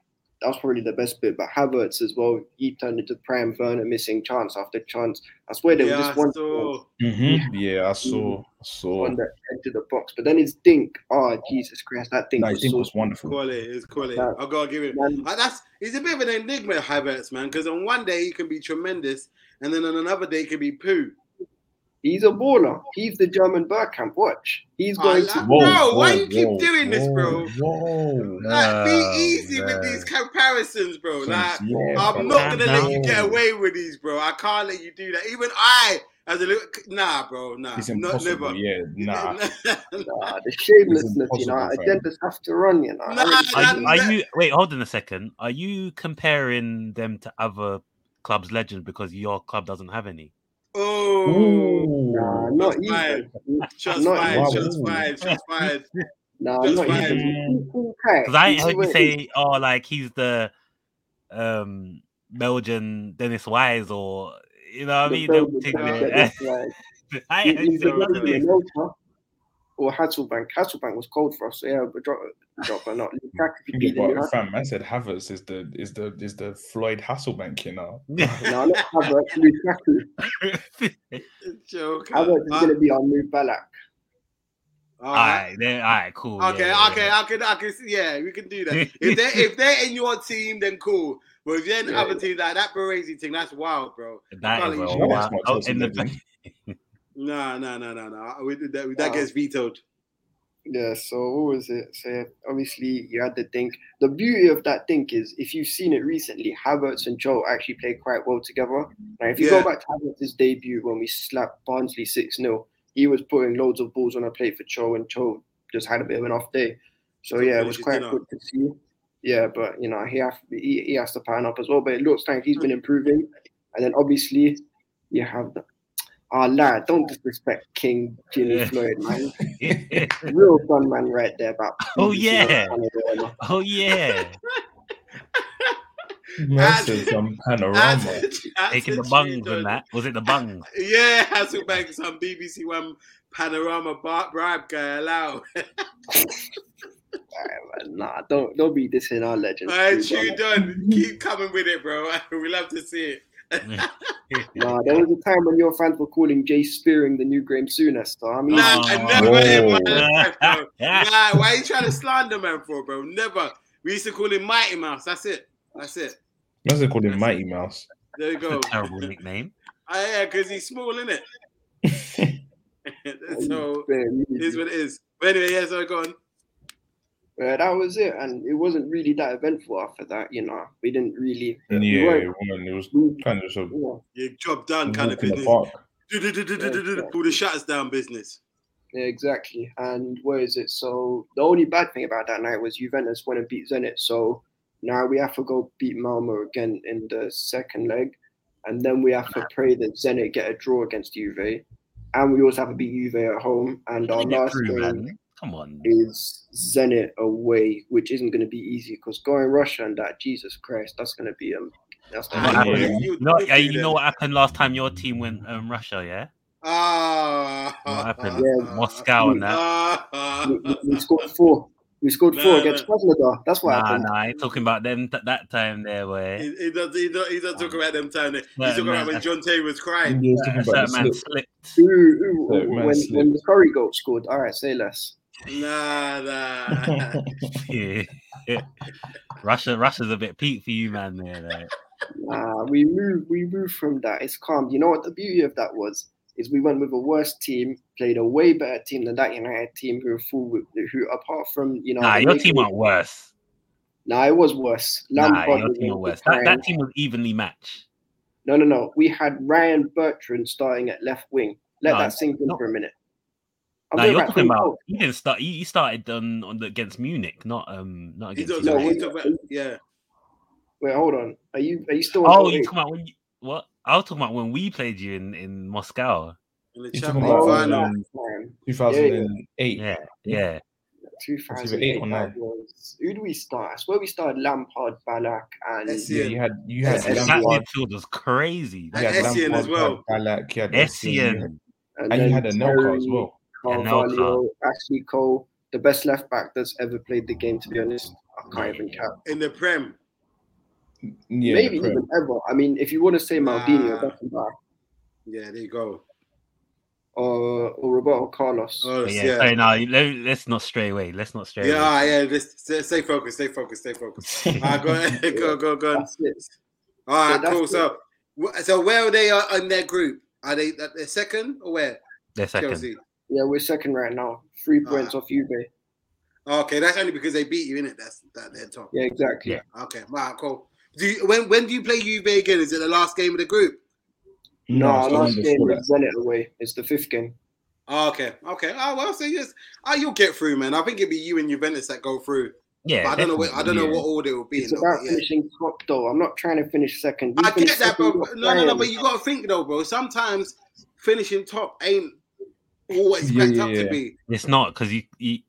Speaker 8: that was probably the best bit. But Havertz as well, he turned into prime Werner missing chance after chance. I swear there
Speaker 2: Yeah,
Speaker 8: was just one,
Speaker 2: so
Speaker 7: Mhm. Yeah, I saw. I saw.
Speaker 8: Mm-hmm. one that entered the box, but then his dink. Oh Jesus Christ, that thing
Speaker 7: No, I
Speaker 8: was
Speaker 7: think
Speaker 8: so.
Speaker 7: it was wonderful.
Speaker 2: call it. It's call it.
Speaker 8: Nah.
Speaker 2: I'll go give it.
Speaker 8: Man,
Speaker 2: Uh, that's he's a bit of an enigma, Havertz, man. Because on one day he can be tremendous, and then on another day he can be poo.
Speaker 8: he's a baller. He's the German Bergkamp. Watch, he's
Speaker 2: I
Speaker 8: going
Speaker 2: like-
Speaker 8: to.
Speaker 2: Bro, why you keep doing this, bro?
Speaker 7: Whoa,
Speaker 2: Like,
Speaker 6: Oh,
Speaker 2: be easy with
Speaker 6: man.
Speaker 2: these comparisons, bro. Like,
Speaker 7: Yeah,
Speaker 2: I'm
Speaker 7: bro.
Speaker 2: not gonna let you
Speaker 6: Nah.
Speaker 2: get away with these, bro. I can't let you do that. Even I, as a little, nah, bro, nah,
Speaker 7: It's
Speaker 2: not
Speaker 7: impossible.
Speaker 2: never.
Speaker 7: Yeah, nah.
Speaker 8: Nah, the shamelessness, you know.
Speaker 7: impossible, fam.
Speaker 8: Agendas have to run, you know. I
Speaker 2: Nah,
Speaker 8: really-
Speaker 6: Are,
Speaker 2: nah,
Speaker 6: you- are you wait? Hold on a second. Are you comparing them to other clubs' legends because your club doesn't have any?
Speaker 2: oh,
Speaker 8: Nah,
Speaker 2: Shots
Speaker 8: not even.
Speaker 2: fired. shots
Speaker 8: Not
Speaker 2: fired,
Speaker 7: wow.
Speaker 2: shots fired, shots fired.
Speaker 8: Nah,
Speaker 2: Shots
Speaker 8: not
Speaker 2: fired.
Speaker 8: even. Okay,
Speaker 6: Because I
Speaker 8: see
Speaker 6: heard
Speaker 8: what
Speaker 6: you
Speaker 8: it is.
Speaker 6: say, "Oh, like he's the um Belgian Dennis Wise," or you know what I mean? They
Speaker 8: The
Speaker 6: would take
Speaker 8: Belgian
Speaker 6: the-
Speaker 8: guy, like,
Speaker 6: I
Speaker 8: he-
Speaker 6: heard you
Speaker 8: he's
Speaker 6: say
Speaker 8: the
Speaker 6: about the
Speaker 8: Belgian
Speaker 6: list.
Speaker 8: Anelka Or Hasselbank. Hasselbank was cold for us. So yeah, but drop, drop or not. Lukaku could beat him.
Speaker 7: But fam, man said Havertz is the is the is the Floyd Hasselbank, you know.
Speaker 8: No, not Havertz. Lukaku.
Speaker 2: Joker.
Speaker 8: Havertz is
Speaker 2: Uh,
Speaker 8: going to be our new Balak.
Speaker 2: all
Speaker 6: all
Speaker 2: right.
Speaker 6: right, then, all right, cool. yeah,
Speaker 2: Okay,
Speaker 6: yeah,
Speaker 2: okay,
Speaker 6: yeah.
Speaker 2: I can, I can, yeah, we can do that. If they, if they're in your team, then cool. But if they're in
Speaker 8: Yeah.
Speaker 2: other teams, like that Baresi team, that's wild, bro.
Speaker 6: That is
Speaker 2: Probably
Speaker 6: a
Speaker 2: should
Speaker 7: have
Speaker 6: wild-
Speaker 7: smart
Speaker 6: oh,
Speaker 7: Chelsea
Speaker 6: in the
Speaker 7: legend.
Speaker 6: back-
Speaker 2: No, no, no, no, no. We, that, that
Speaker 8: Wow.
Speaker 2: gets vetoed.
Speaker 8: Yeah, so what was it? So yeah, obviously you had the think. The beauty of that think is if you've seen it recently, Havertz and Joe actually played quite well together. Now if you
Speaker 2: Yeah.
Speaker 8: go back to Havertz's debut when we slapped Barnsley 6 0, he was putting loads of balls on a plate for Joe and Joe just had a bit of an off day. So
Speaker 2: Don't
Speaker 8: yeah, it
Speaker 2: finish
Speaker 8: was
Speaker 2: his
Speaker 8: quite
Speaker 2: dinner.
Speaker 8: good to see. Yeah, but you know, he has he, he has to pan up as well. But it looks like he's been improving. And then obviously you have the Ah lad, don't disrespect King Jimmy
Speaker 6: Yeah.
Speaker 8: Floyd, man real fun man right there about
Speaker 6: Oh,
Speaker 8: BBC
Speaker 6: yeah.
Speaker 8: West Ham and all that.
Speaker 6: oh yeah,
Speaker 7: Man said some panorama.
Speaker 6: taking the
Speaker 2: bung
Speaker 6: bungs and that. Was it the bungs?
Speaker 2: Yeah, Hasselbank, some BBC One panorama bar- bribe guy allowed.
Speaker 8: But nah don't don't be dissing our legends
Speaker 2: Alright,
Speaker 8: too,
Speaker 2: chew
Speaker 8: bro.
Speaker 2: done. Keep coming with it, bro. We love to see it.
Speaker 8: nah there was a time when your fans were calling Jay Spearing the new Graham Souness so I mean
Speaker 2: Nah, I never in my
Speaker 7: Whoa.
Speaker 2: life, bro.
Speaker 6: Yeah.
Speaker 2: Nah, why you trying to slander man for, bro? Never. We used to call him Mighty Mouse. That's it. That's it.
Speaker 7: Man said called him Mighty Mouse.
Speaker 2: There you
Speaker 6: That's
Speaker 2: go.
Speaker 6: a terrible nickname.
Speaker 2: Ah, yeah, because he's small, innit? so
Speaker 8: man,
Speaker 2: it is what it is. But anyway, yeah, so go on.
Speaker 8: uh, that was it and it wasn't really that eventful after that you know we didn't really
Speaker 7: Yeah,
Speaker 8: weren't-
Speaker 7: it was- it was
Speaker 8: we-
Speaker 7: kind of just a
Speaker 8: yeah,
Speaker 2: Your job done kind of
Speaker 7: walk in the
Speaker 2: business.
Speaker 7: park.
Speaker 2: Do-do-do-do-do-do-do, Pull the shutters down business.
Speaker 8: yeah, exactly and where is it so the only bad thing about that night was Juventus went and beat Zenit so now we have to go beat Malmo again in the second leg and then we have to pray that Zenit get a draw against Juve, and we also have to beat Juve at home. And our
Speaker 6: Get
Speaker 8: last
Speaker 6: through,
Speaker 8: game,
Speaker 6: man. Come on.
Speaker 8: is Zenit away, which isn't going to be easy because going Russia and that, Jesus Christ, that's going to be um, that's
Speaker 6: What
Speaker 8: gonna
Speaker 7: Ah,
Speaker 8: be
Speaker 6: happened?
Speaker 7: yeah.
Speaker 2: You-
Speaker 6: You
Speaker 2: you-
Speaker 6: know,
Speaker 2: you
Speaker 6: yeah,
Speaker 2: see
Speaker 6: you
Speaker 2: them.
Speaker 6: know what happened last time your team went um, Russia, yeah?
Speaker 2: Ah,
Speaker 6: What happened?
Speaker 8: Yeah.
Speaker 6: Moscow and that.
Speaker 2: Ah,
Speaker 8: we, we- we scored four. We scored
Speaker 2: No,
Speaker 8: four
Speaker 2: no.
Speaker 8: against Krasnodar. That's what
Speaker 6: Nah,
Speaker 8: happened.
Speaker 6: nah, I ain't talking about them t- that time there, where
Speaker 2: he, he does. He does. He does talk about them time. He's
Speaker 6: Yeah,
Speaker 2: talking about
Speaker 6: man.
Speaker 2: when John Terry was crying.
Speaker 7: He was
Speaker 8: uh,
Speaker 7: talking
Speaker 6: a
Speaker 7: about the
Speaker 6: certain man
Speaker 7: slip.
Speaker 6: slipped.
Speaker 8: Ooh, ooh,
Speaker 7: Yeah,
Speaker 8: ooh,
Speaker 7: man,
Speaker 8: when,
Speaker 7: slip.
Speaker 8: when the Curry goal scored, all right, say less.
Speaker 2: Nah, nah.
Speaker 6: Yeah. Russia, Russia's a bit peak for you, man. There, like.
Speaker 8: Nah, we moved, we moved from that. It's calm. You know what the beauty of that was is we went with a worse team, played a way better team than that United team who were full with who apart from you know.
Speaker 6: nah,
Speaker 8: the
Speaker 6: your
Speaker 8: make-
Speaker 6: team went worse.
Speaker 8: Nah, it was worse.
Speaker 6: Nah,
Speaker 8: Lampard
Speaker 6: your
Speaker 8: was
Speaker 6: team
Speaker 8: in
Speaker 6: went worse.
Speaker 8: the
Speaker 6: That, that
Speaker 8: prime.
Speaker 6: team was evenly matched.
Speaker 8: No, no, no. We had Ryan Bertrand starting at left wing. Let
Speaker 6: No,
Speaker 8: that sink in
Speaker 6: no.
Speaker 8: for a minute.
Speaker 6: Now
Speaker 8: going
Speaker 6: you're
Speaker 8: back
Speaker 6: talking
Speaker 8: three
Speaker 6: about
Speaker 8: goals.
Speaker 6: you didn't start. You, you started on, on the, against Munich, not um not
Speaker 2: he does.
Speaker 6: against.
Speaker 8: No,
Speaker 6: United.
Speaker 2: he
Speaker 8: we-
Speaker 2: talk about, yeah.
Speaker 8: Wait, hold on. Are you are you still? on
Speaker 6: oh,
Speaker 8: the
Speaker 6: you
Speaker 8: way?
Speaker 6: talking about when you, what? I was talking about when we played you in in Moscow.
Speaker 2: In the
Speaker 7: He's
Speaker 2: Champions
Speaker 7: talking
Speaker 8: about-
Speaker 2: final.
Speaker 7: about um,
Speaker 8: Man,
Speaker 7: 2008.
Speaker 6: Yeah, yeah.
Speaker 7: eight
Speaker 8: 2008.
Speaker 7: or
Speaker 8: that
Speaker 7: nine?
Speaker 8: was- Who do we start? I swear we started Lampard, Balak, and
Speaker 2: Let's see.
Speaker 7: Yeah, you had you had
Speaker 2: Yeah.
Speaker 6: That
Speaker 7: Lampard,
Speaker 6: midfield was crazy.
Speaker 7: you
Speaker 2: And
Speaker 7: had
Speaker 2: Essien as
Speaker 7: Lampard, you had
Speaker 2: well.
Speaker 7: Ballack, you had Essien, you had-
Speaker 6: Essien,
Speaker 8: and,
Speaker 7: and
Speaker 8: then
Speaker 7: you had Anelka as
Speaker 8: Terry,
Speaker 7: well.
Speaker 6: Anelka.
Speaker 8: Carvalho, Ashley Cole, the best left back that's ever played the game. To be honest, I can't even count.
Speaker 2: In the Prem.
Speaker 7: Yeah,
Speaker 8: Maybe
Speaker 7: the Prem.
Speaker 8: even ever. I mean, if you want to say Maldini
Speaker 2: Nah.
Speaker 8: or Beckenbauer
Speaker 2: Yeah, there you go.
Speaker 8: or, or Roberto Carlos,
Speaker 2: Oh,
Speaker 6: But yeah,
Speaker 2: yeah.
Speaker 6: sorry, no, let, let's not stray away. Let's not stray
Speaker 2: Yeah, ah,
Speaker 6: away.
Speaker 2: yeah. Just stay, stay focused. Stay focused. Stay focused. Ah, go, ahead, go, go, go.
Speaker 8: that's it.
Speaker 2: All
Speaker 8: Yeah,
Speaker 2: right,
Speaker 8: that's
Speaker 2: cool.
Speaker 8: it.
Speaker 2: So, wh- so where are they uh, on their group? Are they at their second or where?
Speaker 6: They're second.
Speaker 2: Chelsea.
Speaker 8: Yeah, we're second right now. Three points off Juve.
Speaker 2: Ah, Okay, that's only because they beat you, innit? That's that they're top.
Speaker 8: Yeah, exactly.
Speaker 6: Yeah.
Speaker 2: Okay, all right, cool. Do you, when when do you play Juve again? Is it the last game of the group?
Speaker 8: No,
Speaker 7: it's
Speaker 8: our
Speaker 7: the
Speaker 8: last
Speaker 7: one
Speaker 8: game
Speaker 7: before
Speaker 8: is Zenit away. It's the fifth game.
Speaker 2: Oh, okay, okay. Oh well, so yes, oh, you'll get through, man. I think it'll be you and Juventus that go through.
Speaker 6: Yeah,
Speaker 2: but I don't know. What, I
Speaker 6: definitely,
Speaker 2: don't know
Speaker 6: yeah.
Speaker 2: what order it will be.
Speaker 8: It's
Speaker 2: though, but
Speaker 8: about
Speaker 2: yeah.
Speaker 8: finishing top, though. I'm not trying to finish second. We
Speaker 2: I
Speaker 8: finished
Speaker 2: get that, bro.
Speaker 8: second,
Speaker 2: but
Speaker 8: we're
Speaker 2: No, no, no.
Speaker 8: flying.
Speaker 2: But you got to think though, bro. Sometimes finishing top ain't all it's
Speaker 7: Yeah,
Speaker 2: cracked
Speaker 7: yeah,
Speaker 2: up
Speaker 7: yeah.
Speaker 2: to be.
Speaker 6: It's not because you, you.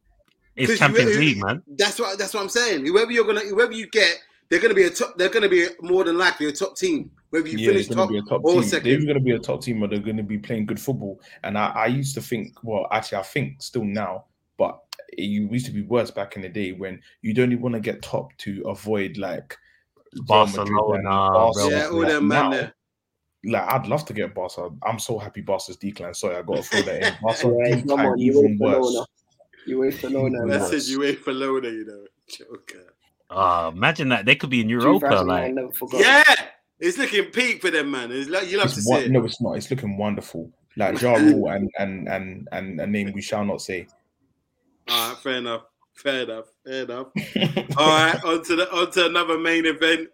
Speaker 6: It's
Speaker 2: 'Cause you-
Speaker 6: Champions League, man.
Speaker 2: That's what that's what I'm saying. Whoever you're gonna, whoever you get, they're gonna be a top. They're gonna be more than likely a top team. Whether you
Speaker 7: yeah, they're
Speaker 2: finish
Speaker 7: going
Speaker 2: top,
Speaker 7: to be a top
Speaker 2: or
Speaker 7: team.
Speaker 2: second.
Speaker 7: They're either going to be a top team, or they're going to be playing good football. And I, I used to think, well, actually, I think still now, but it used to be worse back in the day when you'd only want to get top to avoid like Real Madrid and
Speaker 6: Barcelona,
Speaker 2: Um,
Speaker 7: Barca.
Speaker 6: Real
Speaker 2: yeah, all them
Speaker 7: Like,
Speaker 2: man.
Speaker 7: now,
Speaker 2: there.
Speaker 7: Like I'd love to get Barca. I'm so happy Barca's decline. Sorry, I got to throw that in. Barca
Speaker 8: Yeah, come
Speaker 7: decline
Speaker 8: on, you
Speaker 7: even
Speaker 8: wait for
Speaker 7: worse.
Speaker 8: Lona. You oh. wait for
Speaker 7: Even
Speaker 8: Lona.
Speaker 2: That's
Speaker 7: worse.
Speaker 2: it. You ain't for Lona, you know. Joker.
Speaker 6: Ah, imagine that they could be in Europa. Like,
Speaker 8: 2009, never forgot.
Speaker 2: Yeah, it's looking peak for them, man. It's like you love to
Speaker 7: It's
Speaker 2: see
Speaker 7: won-
Speaker 2: it.
Speaker 7: no, it's not. It's looking wonderful. Like Ja Rule and and and and a name we shall not say.
Speaker 2: All right, fair enough. Fair enough. Fair enough. All right, on to the on to another main event.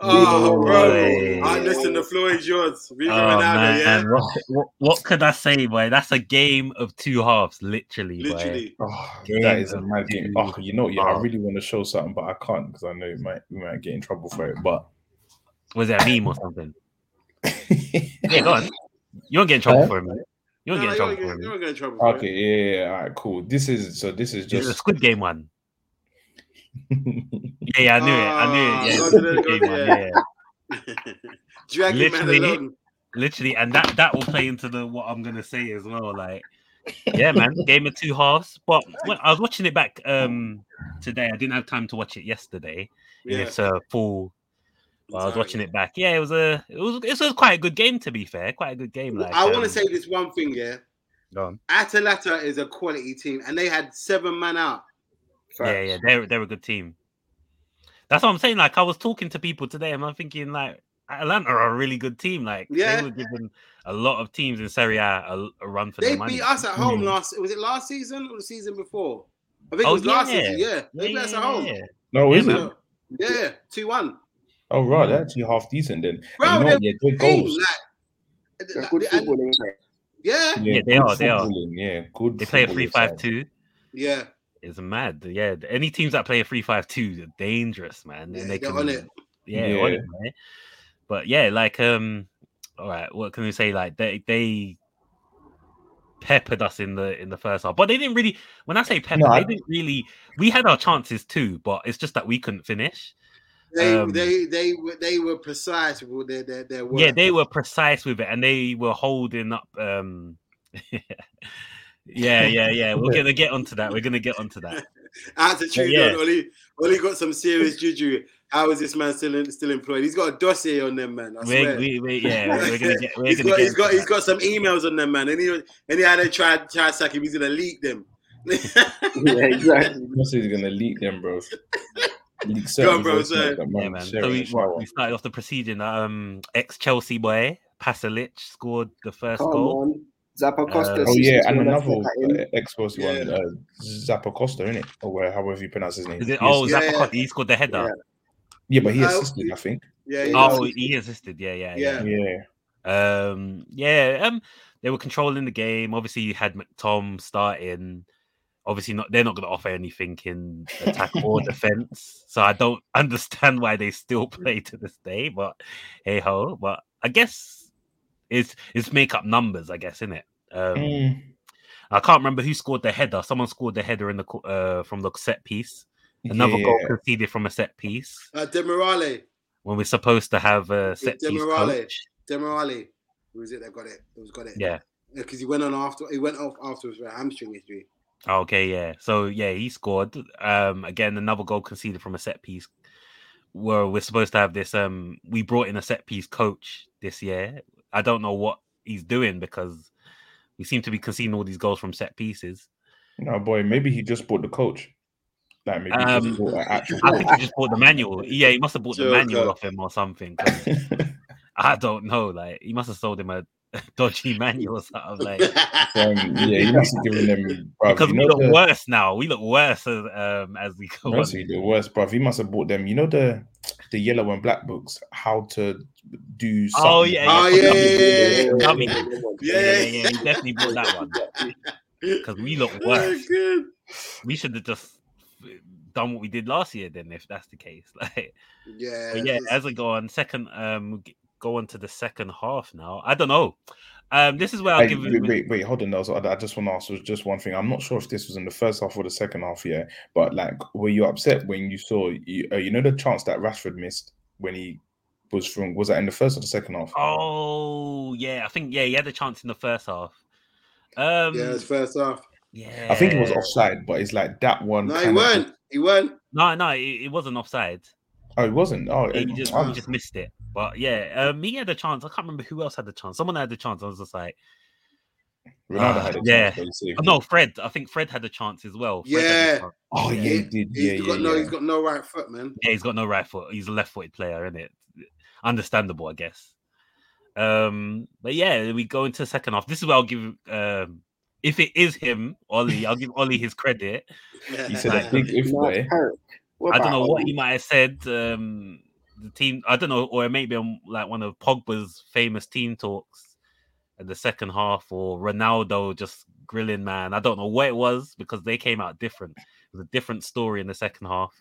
Speaker 2: Oh,
Speaker 8: Leave
Speaker 2: bro.
Speaker 6: it alone.
Speaker 2: All right, listen, the floor is yours. Viva
Speaker 6: oh
Speaker 2: Ronaldo,
Speaker 6: man,
Speaker 2: yeah?
Speaker 6: what, what, what could I say, boy? That's a game of two halves, literally. boy.
Speaker 2: Literally.
Speaker 7: Oh,
Speaker 6: Game
Speaker 7: that is a
Speaker 6: of
Speaker 7: mad game.
Speaker 6: two.
Speaker 7: Oh, you know, yeah,
Speaker 6: Oh.
Speaker 7: I really want to show something, but I can't because I know it might we might get in trouble for it. But
Speaker 6: Was that a meme or something? Yeah, go on. You won't get in trouble
Speaker 7: Huh?
Speaker 6: for it, man. You
Speaker 2: No, no,
Speaker 6: won't get in
Speaker 2: you
Speaker 6: trouble
Speaker 2: won't
Speaker 6: for it.
Speaker 2: get- you
Speaker 6: man.
Speaker 2: won't get in trouble. for it.
Speaker 7: okay, yeah, yeah, yeah, all right, cool. This is so. This is
Speaker 6: It's the
Speaker 7: just.
Speaker 6: Squid Game one. Yeah, yeah, I knew it. I knew it. Yeah,
Speaker 2: Ah,
Speaker 6: it's the
Speaker 2: go
Speaker 6: Squid
Speaker 2: to the-
Speaker 6: Game
Speaker 2: go to
Speaker 6: one.
Speaker 2: the-
Speaker 6: Yeah,
Speaker 2: Dragging
Speaker 6: Literally.
Speaker 2: man along.
Speaker 6: literally, and that that will play into the what I'm gonna say as well. Like, yeah, man, game of two halves. But when I was watching it back um today, I didn't have time to watch it yesterday. in
Speaker 2: Yeah.
Speaker 6: It's a full. But I was watching it back. Yeah, it was a it was it was quite a good game to be fair. Quite a good game. Like
Speaker 2: I want
Speaker 6: um,
Speaker 2: to say this one thing, yeah.
Speaker 6: go on.
Speaker 2: Atalanta is a quality team, and they had seven man out.
Speaker 6: Yeah, yeah, they're they're a good team. That's what I'm saying. Like I was talking to people today, and I'm thinking like Atlanta are a really good team. Like
Speaker 2: Yeah.
Speaker 6: they were given a lot of teams in Serie A a, a run for
Speaker 2: They
Speaker 6: their
Speaker 2: beat
Speaker 6: money.
Speaker 2: us at home
Speaker 7: Mm.
Speaker 2: last. Was it last season or the season before? I think it
Speaker 6: Oh,
Speaker 2: was last
Speaker 6: yeah.
Speaker 2: season. Yeah, they beat us at home.
Speaker 6: Yeah.
Speaker 7: no,
Speaker 6: Yeah,
Speaker 7: is
Speaker 6: man.
Speaker 7: it?
Speaker 2: So, yeah, two one.
Speaker 7: Oh, right, they're actually half decent then.
Speaker 2: Bro,
Speaker 7: And you know,
Speaker 2: they're
Speaker 7: what, yeah, good goals.
Speaker 8: They're good
Speaker 2: yeah,
Speaker 8: footballing.
Speaker 2: yeah,
Speaker 6: Yeah, they
Speaker 7: good
Speaker 6: are, they are.
Speaker 7: footballing, Yeah, good.
Speaker 6: They play a
Speaker 7: footballing side.
Speaker 6: 3-5-2.
Speaker 2: yeah.
Speaker 6: It's mad. Yeah, any teams that play a 3-5-2 are dangerous, man.
Speaker 2: Yeah,
Speaker 6: and they
Speaker 2: they're
Speaker 6: can,
Speaker 2: on it.
Speaker 6: Yeah, on
Speaker 7: Yeah.
Speaker 6: it, man. But yeah, like um all right, what can we say like they they peppered us in the in the first half. But they didn't really. When I say pepper,
Speaker 7: No, I-
Speaker 6: they didn't really. We had our chances too, but it's just that we couldn't finish.
Speaker 2: They,
Speaker 6: Um,
Speaker 2: they, they, were, they were precise with their, their, their work.
Speaker 6: Yeah, they were precise with it, and they were holding up. um Yeah, yeah, yeah. We're gonna get onto that. We're gonna get onto that.
Speaker 2: Attitude
Speaker 6: Yeah.
Speaker 2: on Oli. Oli got some serious juju. How is this man still in, still employed? He's got a dossier on them, man. I
Speaker 6: We're,
Speaker 2: swear.
Speaker 6: we, we, yeah, we're gonna get. We're
Speaker 2: he's
Speaker 6: gonna
Speaker 2: got,
Speaker 6: get
Speaker 2: he's got,
Speaker 6: into
Speaker 2: he's got some emails on them, man. Any, any other try, try to sack him, he's gonna leak them.
Speaker 8: yeah, exactly.
Speaker 7: Messi's gonna leak them, bro. Leak
Speaker 2: Go on,
Speaker 7: certain
Speaker 2: bro,
Speaker 7: voice
Speaker 2: so-
Speaker 7: notes that
Speaker 6: that.
Speaker 7: man
Speaker 6: Yeah, man.
Speaker 7: share
Speaker 6: So
Speaker 7: in the
Speaker 6: we,
Speaker 7: shower.
Speaker 6: we started off the proceeding. Um, ex Chelsea boy Pasalic scored the first
Speaker 8: Come
Speaker 6: goal.
Speaker 8: on. Zappa
Speaker 6: Uh,
Speaker 8: Costa.
Speaker 7: Oh yeah, and another
Speaker 8: That
Speaker 7: uh, ex-boss one, uh, Zappa Costa, innit? Or where- however you pronounce his name.
Speaker 6: Is it?
Speaker 7: He
Speaker 6: Oh,
Speaker 7: assisted-
Speaker 2: Yeah,
Speaker 6: Zappa
Speaker 2: yeah.
Speaker 6: Costa, he scored the header.
Speaker 7: yeah, but he
Speaker 2: Oh.
Speaker 7: assisted, I think.
Speaker 2: Yeah,
Speaker 8: Yeah.
Speaker 2: yeah.
Speaker 6: Oh, he assisted. Yeah, yeah, yeah.
Speaker 2: Yeah.
Speaker 7: Yeah,
Speaker 6: Um, yeah, um, they were controlling the game. Obviously, you had McTom starting. Obviously, not they're not going to offer anything in attack or defense. So I don't understand why they still
Speaker 7: Mm.
Speaker 6: play to this day. But hey ho, but I guess it's it's make up numbers. I guess in it. Um,
Speaker 7: Mm,
Speaker 6: I can't remember who scored the header. Someone scored the header in the co- uh, from the set piece. Another
Speaker 7: yeah.
Speaker 6: goal conceded from a set piece
Speaker 2: Uh, Demirale.
Speaker 6: when we're supposed to have a set piece
Speaker 2: Demirale.
Speaker 6: coach.
Speaker 2: Demirale. Who is it that got it? Who's got it?
Speaker 6: Yeah.
Speaker 2: Because he went on after he went off afterwards with a hamstring injury.
Speaker 6: Okay, yeah. So yeah, he scored. Um, again, another goal conceded from a set piece. Where we're supposed to have this. Um, we brought in a set piece coach this year. I don't know what he's doing because we seem to be conceding all these goals from set pieces.
Speaker 7: no boy, maybe he just bought the coach. Like maybe he
Speaker 6: Um,
Speaker 7: just bought an actual
Speaker 6: I think
Speaker 7: coach.
Speaker 6: he just bought the manual. Yeah, he must have bought the
Speaker 2: Joker.
Speaker 6: manual off him or something. 'cause I don't know. Like he must have sold him a dodgy manual or something. Like
Speaker 7: um, yeah, he must have given them. Bruv,
Speaker 6: because
Speaker 7: you
Speaker 6: we
Speaker 7: know
Speaker 6: look
Speaker 7: the-
Speaker 6: worse now. We look worse as um as we go on.
Speaker 7: Honestly, the worst, bruv. He must have bought them. You know the the yellow and black books, how to do something.
Speaker 6: Oh yeah,
Speaker 2: Oh, yeah,
Speaker 6: yeah, yeah,
Speaker 2: yeah, yeah,
Speaker 6: dummy.
Speaker 8: yeah,
Speaker 6: yeah, yeah,
Speaker 2: yeah,
Speaker 6: yeah. He definitely bought that one because we look
Speaker 2: Oh,
Speaker 6: worse.
Speaker 2: good.
Speaker 6: We should have just done what we did last year then, if that's the case. Like,
Speaker 2: Yeah.
Speaker 6: but yeah. As I go on, second, um, g- go on to the second half now. I don't know. Um, this is where I'll
Speaker 7: Hey,
Speaker 6: give
Speaker 7: wait,
Speaker 6: it.
Speaker 7: wait, wait, hold on. though. So I I just want to ask was just one thing. I'm not sure if this was in the first half or the second half, yeah. But like, were you upset when you saw you, uh, you know the chance that Rashford missed when he was from was that in the first or the second half?
Speaker 6: Oh yeah, I think yeah, he had a chance in the first half. Um,
Speaker 2: yeah, it's first off.
Speaker 6: yeah,
Speaker 7: I think it was offside, but it's like that one.
Speaker 2: No, he
Speaker 7: kinda-
Speaker 2: weren't. He weren't.
Speaker 6: No, no, it, it wasn't offside.
Speaker 7: Oh, it wasn't. Oh,
Speaker 6: He
Speaker 7: it-
Speaker 6: just,
Speaker 7: oh,
Speaker 6: he just missed it. But yeah, um, he had a chance. I can't remember who else had the chance. Someone had the chance. I was just like,
Speaker 7: Ronaldo
Speaker 6: Ah,
Speaker 7: had a
Speaker 6: yeah.
Speaker 7: chance, but he saved
Speaker 6: oh,
Speaker 7: it.
Speaker 8: Mm.
Speaker 6: no, Fred. I think Fred had a chance as well. Fred had a
Speaker 2: Yeah.
Speaker 6: chance.
Speaker 7: Oh, yeah, he
Speaker 2: He-
Speaker 7: did.
Speaker 2: He's
Speaker 7: Yeah, yeah,
Speaker 2: got no.
Speaker 7: yeah.
Speaker 2: He's got no right foot, man.
Speaker 6: yeah, he's got no right foot. He's a left-footed player, isn't it? Understandable, I guess. Um, but yeah, we go into the second half. This is where I'll give um, if it is him, Ollie. I'll give Ollie his credit.
Speaker 7: He said a big if
Speaker 8: Mark
Speaker 7: there.
Speaker 8: Carrick. What
Speaker 6: I don't
Speaker 8: about
Speaker 6: know what
Speaker 8: Oli?
Speaker 6: he might have said. Um, the team, I don't know, or it may be on like one of Pogba's famous team talks in the second half, or Ronaldo just grilling man. I don't know what it was because they came out different. It was a different story in the second half.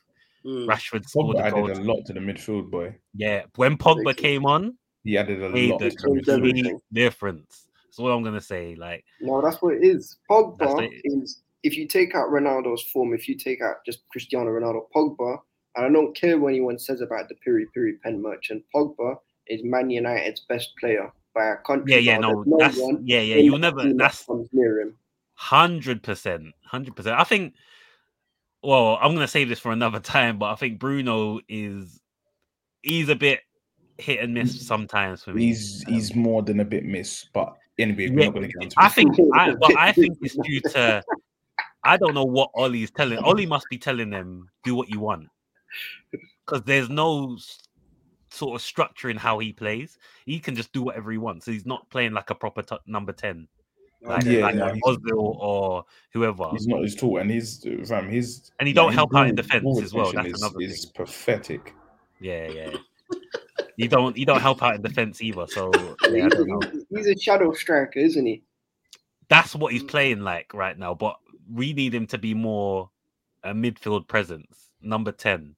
Speaker 2: Mm.
Speaker 6: Rashford scored
Speaker 7: Pogba
Speaker 6: a goal.
Speaker 7: added a lot to the midfield, boy.
Speaker 6: Yeah, when Pogba
Speaker 8: Ridiculous.
Speaker 6: came on,
Speaker 7: He added a
Speaker 6: made
Speaker 7: lot.
Speaker 6: the
Speaker 7: To the
Speaker 8: Ridiculous.
Speaker 7: midfield.
Speaker 6: complete difference. That's what I'm gonna say. Like,
Speaker 8: No, that's what it is.
Speaker 6: That's
Speaker 8: Pogba
Speaker 6: what it
Speaker 8: is. If you take out Ronaldo's form, if you take out just Cristiano Ronaldo, Pogba, and I don't care what anyone says about the Piri Piri pen merchant, Pogba is Man United's best player by a country.
Speaker 6: yeah, yeah,
Speaker 8: mile.
Speaker 6: no,
Speaker 8: There's no
Speaker 6: that's
Speaker 8: one
Speaker 6: yeah, yeah.
Speaker 8: in
Speaker 6: You'll
Speaker 8: that
Speaker 6: never.
Speaker 8: team that
Speaker 6: That's
Speaker 8: comes near him.
Speaker 6: Hundred percent, hundred percent. I think. Well, I'm gonna save this for another time, but I think Bruno is he's a bit hit and miss sometimes for me.
Speaker 7: He's he's more than a bit miss, but anyway, we're
Speaker 6: Yeah,
Speaker 7: not going to get into
Speaker 6: I
Speaker 7: it.
Speaker 6: think, I, but I think it's due to. I don't know what Ollie's telling. Ollie must be telling them do what you want, because there's no s- sort of structure in how he plays. He can just do whatever he wants. he's not playing like a proper t- number ten, like,
Speaker 7: Yeah,
Speaker 6: like
Speaker 7: yeah,
Speaker 6: a
Speaker 7: he's-
Speaker 6: Ozil or whoever.
Speaker 7: He's not as tall, and he's fam. He's
Speaker 6: And he don't
Speaker 7: his
Speaker 6: help out in
Speaker 7: ball-
Speaker 6: defence
Speaker 7: ball
Speaker 6: as well,
Speaker 7: retention
Speaker 6: that's
Speaker 7: is,
Speaker 6: another
Speaker 7: is pathetic.
Speaker 6: Yeah, yeah. You don't you don't help out in defense either. So yeah, I
Speaker 8: he's,
Speaker 6: don't know.
Speaker 8: he's a shadow striker, isn't he?
Speaker 6: That's what
Speaker 7: Mm.
Speaker 6: he's playing like right now. But we need him to be more a midfield presence, number ten,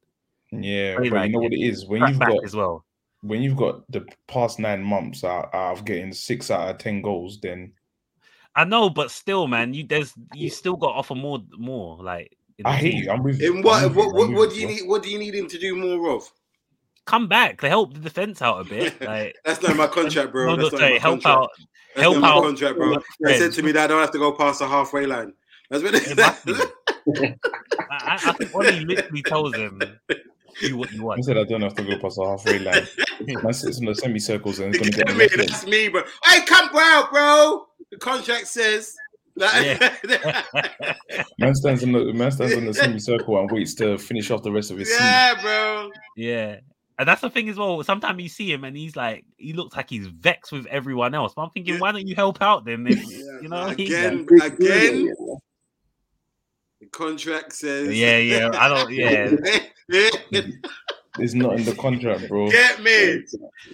Speaker 7: Yeah, but
Speaker 6: Really like
Speaker 7: you know
Speaker 6: it.
Speaker 7: what it is when
Speaker 6: Track
Speaker 7: you've
Speaker 6: back
Speaker 7: got
Speaker 6: as well.
Speaker 7: when you've got the past nine months out, out of getting six out of ten goals, then
Speaker 6: I know, but still, man, you there's you still got to offer more, more. Like in
Speaker 7: I
Speaker 6: the
Speaker 7: hear
Speaker 6: team.
Speaker 7: you. I'm with you.
Speaker 2: In what,
Speaker 7: I'm with
Speaker 2: what,
Speaker 7: you, I'm
Speaker 2: what,
Speaker 7: with
Speaker 2: what do you
Speaker 7: bro.
Speaker 2: need? What do you need him to do more of?
Speaker 6: Come back, to help the defense out a bit. Like
Speaker 2: That's not in my contract, bro.
Speaker 6: no,
Speaker 2: That's
Speaker 6: no,
Speaker 2: not in my
Speaker 6: sorry, help
Speaker 2: contract.
Speaker 6: out.
Speaker 2: That's
Speaker 6: help
Speaker 2: not in my
Speaker 6: out.
Speaker 2: contract, bro. They said to me that I don't have to go past the halfway line. That's what they
Speaker 6: It must be.
Speaker 2: said.
Speaker 6: I, I I think Ollie literally tells him, "Do what you
Speaker 7: I
Speaker 6: want."
Speaker 7: said I don't have to go past the halfway line. Man sits on the semicircles and is going to
Speaker 2: Get
Speaker 7: get the
Speaker 2: me,
Speaker 7: left leg.
Speaker 2: that's me, bro. Hey, come out, bro. The contract says. Like, yeah.
Speaker 7: Man stands in the man stands in the semicircle and waits to finish off the rest of his yeah.
Speaker 2: bro.
Speaker 6: Yeah, and that's the thing as well. Sometimes you see him and he's like, he looks like he's vexed with everyone else. But I'm thinking,
Speaker 2: Yeah.
Speaker 6: why don't you help out then? if-
Speaker 2: Yeah.
Speaker 6: You know, what I mean?
Speaker 2: again, again, the contract says.
Speaker 6: Yeah, yeah. I don't. Yeah,
Speaker 7: It's not in the contract, bro.
Speaker 2: Get me.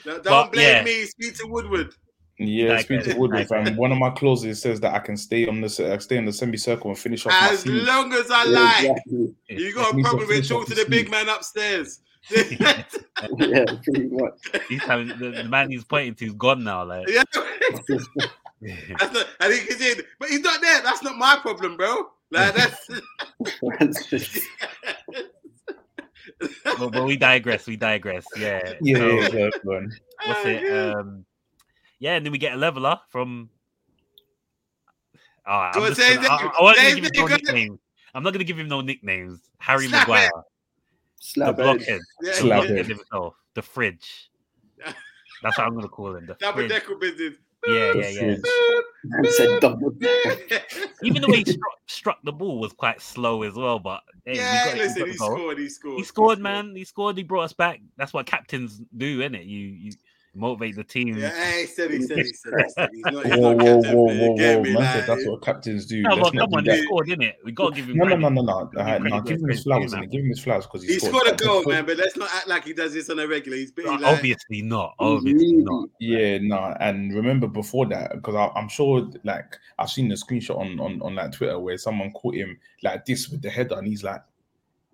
Speaker 2: Don't
Speaker 6: But,
Speaker 2: blame
Speaker 6: yeah.
Speaker 2: me. Speak to Woodward.
Speaker 7: Yeah,
Speaker 6: Like
Speaker 7: speak to
Speaker 6: that.
Speaker 7: Woodward,
Speaker 6: Like
Speaker 7: fam. One of my clauses says that I can stay on the se- uh, stay in the semicircle and finish off my
Speaker 2: As
Speaker 7: team.
Speaker 2: long as I
Speaker 8: Yeah,
Speaker 2: like.
Speaker 8: exactly.
Speaker 2: You got a
Speaker 7: Need to
Speaker 2: problem with
Speaker 7: finish
Speaker 2: talk
Speaker 7: off
Speaker 2: to the
Speaker 7: this
Speaker 2: big
Speaker 7: week.
Speaker 2: man upstairs.
Speaker 8: yeah, pretty much.
Speaker 6: he's having, the, the man he's pointing to is gone now. Like,
Speaker 2: yeah. That's not, and he can say, but he's not there. That's not my problem, bro. Like that's
Speaker 8: That's just-
Speaker 6: but, but we digress. We digress. Yeah.
Speaker 7: Yeah,
Speaker 6: so,
Speaker 7: yeah, yeah, man.
Speaker 2: Oh,
Speaker 6: What's it? Um, yeah, and then we get a leveler from. Ah,
Speaker 2: Go
Speaker 6: I'm
Speaker 2: on,
Speaker 6: just
Speaker 2: say
Speaker 6: gonna- I,
Speaker 2: it,
Speaker 6: I- I wasn't
Speaker 2: say
Speaker 6: gonna
Speaker 2: it,
Speaker 6: give him
Speaker 2: go
Speaker 6: no
Speaker 2: on.
Speaker 6: nicknames. I'm not going to give him no nicknames. Harry
Speaker 2: Slap it.
Speaker 6: Maguire, the
Speaker 8: Slap it.
Speaker 6: blockhead,
Speaker 2: yeah,
Speaker 6: the
Speaker 7: Slap
Speaker 6: blockhead
Speaker 7: it.
Speaker 6: himself, the fridge. That's what I'm going to call him. The
Speaker 2: double
Speaker 6: fridge.
Speaker 2: decker business.
Speaker 6: Yeah,
Speaker 7: The
Speaker 6: yeah, yeah.
Speaker 7: fridge.
Speaker 8: I said double.
Speaker 6: Even the way he struck, struck the ball was quite slow as well. But hey, we
Speaker 2: yeah,
Speaker 6: got it, we got
Speaker 2: listen,
Speaker 6: the
Speaker 2: he
Speaker 6: goal.
Speaker 2: scored, he scored.
Speaker 6: He scored, man. He scored. He brought us back. That's what captains do, innit? You you motivate the team.
Speaker 2: Yeah, hey, he said, he said, he said, he said. He's not, he's
Speaker 7: Whoa,
Speaker 2: not
Speaker 7: whoa,
Speaker 2: captain.
Speaker 7: whoa,
Speaker 2: man.
Speaker 7: whoa,
Speaker 2: You get
Speaker 7: whoa,
Speaker 2: me?
Speaker 7: man!
Speaker 2: Like,
Speaker 7: said That's what captains do.
Speaker 6: No,
Speaker 7: Let's
Speaker 6: but
Speaker 7: not
Speaker 6: come
Speaker 7: do
Speaker 6: on,
Speaker 7: that.
Speaker 6: he scored, innit? We got to give him
Speaker 7: No, no,
Speaker 6: credit.
Speaker 7: no, no, no.
Speaker 6: Give him
Speaker 7: Alright, nah,
Speaker 6: credit
Speaker 7: give him
Speaker 6: where
Speaker 7: his
Speaker 6: credit's due
Speaker 7: flowers
Speaker 6: now.
Speaker 7: and give him his flowers because he,
Speaker 2: he scored a
Speaker 7: That's
Speaker 2: goal,
Speaker 7: the
Speaker 2: man, but let's not act like he does this on a regular. He's been
Speaker 6: Well,
Speaker 2: like,
Speaker 6: obviously not. Obviously
Speaker 8: Really?
Speaker 6: not.
Speaker 7: Yeah, no, and remember before that because I'm sure like I've seen the screenshot on on on that Twitter where someone caught him like this with the header, and he's like,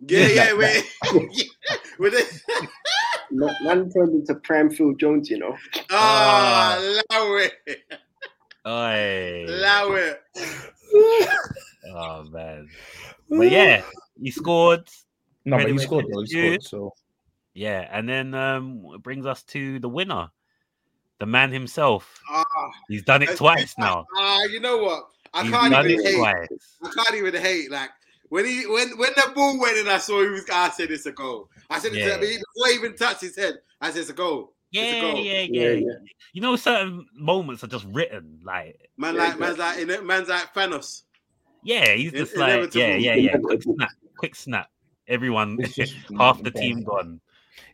Speaker 2: yeah, yeah,
Speaker 7: Yeah,
Speaker 2: wait. With it-
Speaker 8: Man man turned into Prime Phil Jones, you know.
Speaker 2: Ah, allow it,
Speaker 6: Aye.
Speaker 2: allow it.
Speaker 6: Oh man. But yeah, he scored.
Speaker 7: "No, but
Speaker 6: Credit
Speaker 7: he
Speaker 6: where
Speaker 7: scored, though. He
Speaker 6: credit's
Speaker 7: scored." So
Speaker 6: Yeah, and then um it brings us to the winner, the man himself.
Speaker 2: Ah,
Speaker 6: He's done it twice now.
Speaker 2: ah, you know what? I
Speaker 6: He's
Speaker 2: can't
Speaker 6: done
Speaker 2: even
Speaker 6: it
Speaker 2: hate.
Speaker 6: twice.
Speaker 2: I can't even hate. Like when he when when the ball went and I saw he was I said it's a goal. I said it's
Speaker 6: Yeah.
Speaker 2: a, before he even touched his head, I said it's a goal. it's a
Speaker 6: Yeah,
Speaker 2: goal.
Speaker 6: yeah,
Speaker 8: Yeah,
Speaker 6: yeah.
Speaker 8: yeah.
Speaker 6: You know, certain moments are just written. Like,
Speaker 2: Man
Speaker 8: Yeah,
Speaker 2: like man's like in it, man's like Thanos.
Speaker 6: yeah, he's just
Speaker 2: In-
Speaker 6: like, yeah,
Speaker 2: inevitable.
Speaker 6: yeah, yeah. Quick snap, quick snap. Everyone,
Speaker 7: it's just
Speaker 6: half the team gone.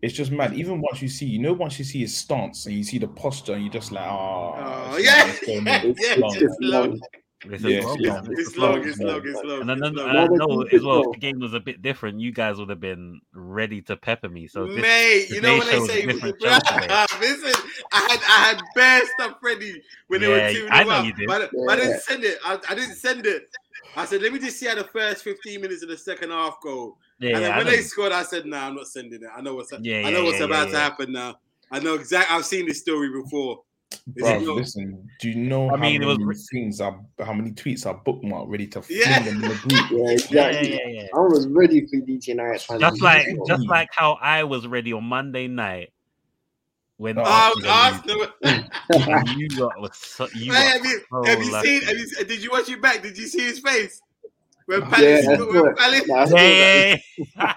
Speaker 7: It's just mad. Even once you see, you know, once you see his stance and you see the posture, and you're just like, "Oh,
Speaker 2: Oh,
Speaker 7: it's
Speaker 2: yeah,
Speaker 7: not going
Speaker 2: yeah,
Speaker 7: on."
Speaker 8: It's
Speaker 2: yeah,
Speaker 8: long.
Speaker 2: it's long,
Speaker 6: This
Speaker 7: Yeah,
Speaker 6: is wrong,
Speaker 7: yeah.
Speaker 6: man. This
Speaker 2: it's
Speaker 6: is
Speaker 2: long,
Speaker 6: wrong.
Speaker 2: it's long, it's
Speaker 6: And then,
Speaker 2: long. it's
Speaker 6: and I
Speaker 2: long.
Speaker 8: Well, they
Speaker 6: know
Speaker 8: keep
Speaker 6: as
Speaker 8: it
Speaker 6: well, if
Speaker 8: low.
Speaker 6: the game was a bit different, you guys would have been ready to pepper me. So this,
Speaker 2: Mate, you know
Speaker 6: today
Speaker 2: what they
Speaker 6: shows
Speaker 2: say. Listen,
Speaker 6: different show today.
Speaker 2: I had I had bad stuff ready when they
Speaker 6: Yeah,
Speaker 2: were two
Speaker 6: I know
Speaker 2: up,
Speaker 6: you did.
Speaker 2: but, I- but I
Speaker 8: Yeah.
Speaker 2: didn't send it. I, I didn't send it. I said, let me just see how the first 15 minutes of the second half go.
Speaker 6: yeah,
Speaker 2: and
Speaker 6: yeah,
Speaker 2: then
Speaker 6: I
Speaker 2: when
Speaker 6: know
Speaker 2: they
Speaker 6: you-
Speaker 2: scored, I said, "Nah, I'm not sending it. I know what's
Speaker 6: Yeah,
Speaker 2: I
Speaker 6: yeah,
Speaker 2: know what's
Speaker 6: yeah,
Speaker 2: about
Speaker 6: yeah,
Speaker 2: to
Speaker 6: yeah.
Speaker 2: happen now. I know exactly. I've seen this story before. Is
Speaker 7: Bro,
Speaker 2: it your-
Speaker 7: listen, do you know
Speaker 6: I mean, it
Speaker 7: how
Speaker 6: was
Speaker 7: many
Speaker 6: re-
Speaker 7: things are how many tweets are bookmarked ready to fling
Speaker 2: Yeah.
Speaker 7: them in the group?
Speaker 8: Yeah,
Speaker 6: yeah, yeah,
Speaker 8: exactly.
Speaker 6: yeah, yeah.
Speaker 8: I was ready for DT United. fans.
Speaker 6: Just like, just
Speaker 7: Mm.
Speaker 6: like how I was ready on Monday night when
Speaker 7: Oh,
Speaker 2: Oh,
Speaker 6: Arsenal
Speaker 2: Arsenal.
Speaker 6: lose, and you lot was so, you
Speaker 2: Hey,
Speaker 6: lot
Speaker 2: have you,
Speaker 6: so
Speaker 2: have you
Speaker 6: lucky.
Speaker 2: seen? Have you, did you watch it back? Did you see his face when
Speaker 8: yeah,
Speaker 2: Palace?
Speaker 8: that's
Speaker 2: when
Speaker 8: good.
Speaker 2: Palace
Speaker 8: That's
Speaker 6: yeah,
Speaker 8: good.
Speaker 6: yeah,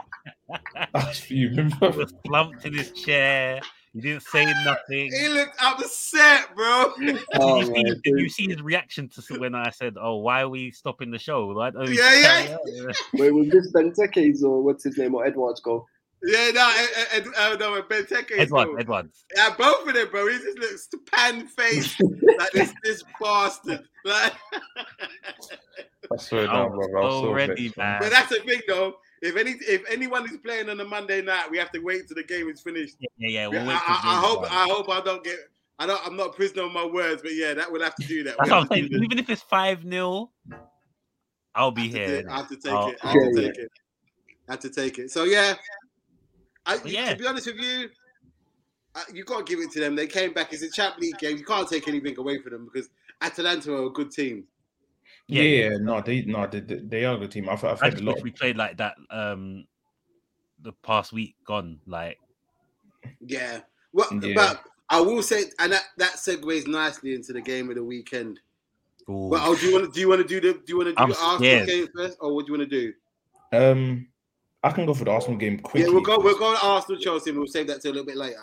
Speaker 6: yeah.
Speaker 7: That's for you,
Speaker 6: He was slumped in his chair. He didn't say nothing.
Speaker 2: he looked upset, bro.
Speaker 8: Oh,
Speaker 6: did, you see,
Speaker 8: man,
Speaker 6: did you see his reaction to s- when I said, "Oh, why are we stopping the show?" Why don't we
Speaker 2: Yeah, yeah.
Speaker 6: carry on?"
Speaker 8: Wait, was this Benteke's or what's his name or Edwards goal?
Speaker 2: Yeah, no, and, and, no, and Ben Teke. is
Speaker 6: Edward,
Speaker 2: cool.
Speaker 6: Edward.
Speaker 2: Yeah, both of them, bro. He just looks pan faced like this, this bastard. Like,
Speaker 7: I swear
Speaker 6: I
Speaker 7: down,
Speaker 6: was
Speaker 7: bro. I was so
Speaker 6: already
Speaker 7: vexed, man.
Speaker 2: But that's the thing, though. If any, if anyone is playing on a Monday night, we have to wait till the game is finished.
Speaker 6: Yeah, yeah, yeah.
Speaker 2: I,
Speaker 6: We'll wait till
Speaker 2: I- I
Speaker 6: James
Speaker 2: hope,
Speaker 6: Bond.
Speaker 2: I hope I don't get. I don't. I'm not a prisoner of my words, but yeah, that will have to do that. We
Speaker 6: That's what I'm
Speaker 2: have to
Speaker 6: saying.
Speaker 2: do
Speaker 6: Even if it's five 0 I'll be
Speaker 2: that.
Speaker 6: here.
Speaker 2: I have to take
Speaker 6: Oh,
Speaker 2: it. I have to
Speaker 8: okay.
Speaker 2: take it. I have to take it. So yeah, I,
Speaker 6: yeah.
Speaker 2: to be honest with you, I, you got to give it to them. They came back. It's a Champ League game. You can't take anything away from them because Atalanta are a good team.
Speaker 7: Yeah,
Speaker 6: Yeah.
Speaker 7: yeah, no, they no, they, they they are a good team. I've, I've heard a
Speaker 6: Imagine
Speaker 7: lot.
Speaker 6: if we played like that um the past week gone, like
Speaker 2: Yeah. Well,
Speaker 7: Yeah.
Speaker 2: but I will say, and that, that segues nicely into the game of the weekend.
Speaker 6: ooh,
Speaker 2: Well, oh, do you want to do you want to do the do you want to do
Speaker 6: I'm
Speaker 2: the Arsenal
Speaker 6: scared.
Speaker 2: game first, or what do you want to do?
Speaker 7: Um, I can go for the Arsenal game quickly.
Speaker 2: Yeah, we'll go we'll go to Arsenal Chelsea, and we'll save that to a little bit later.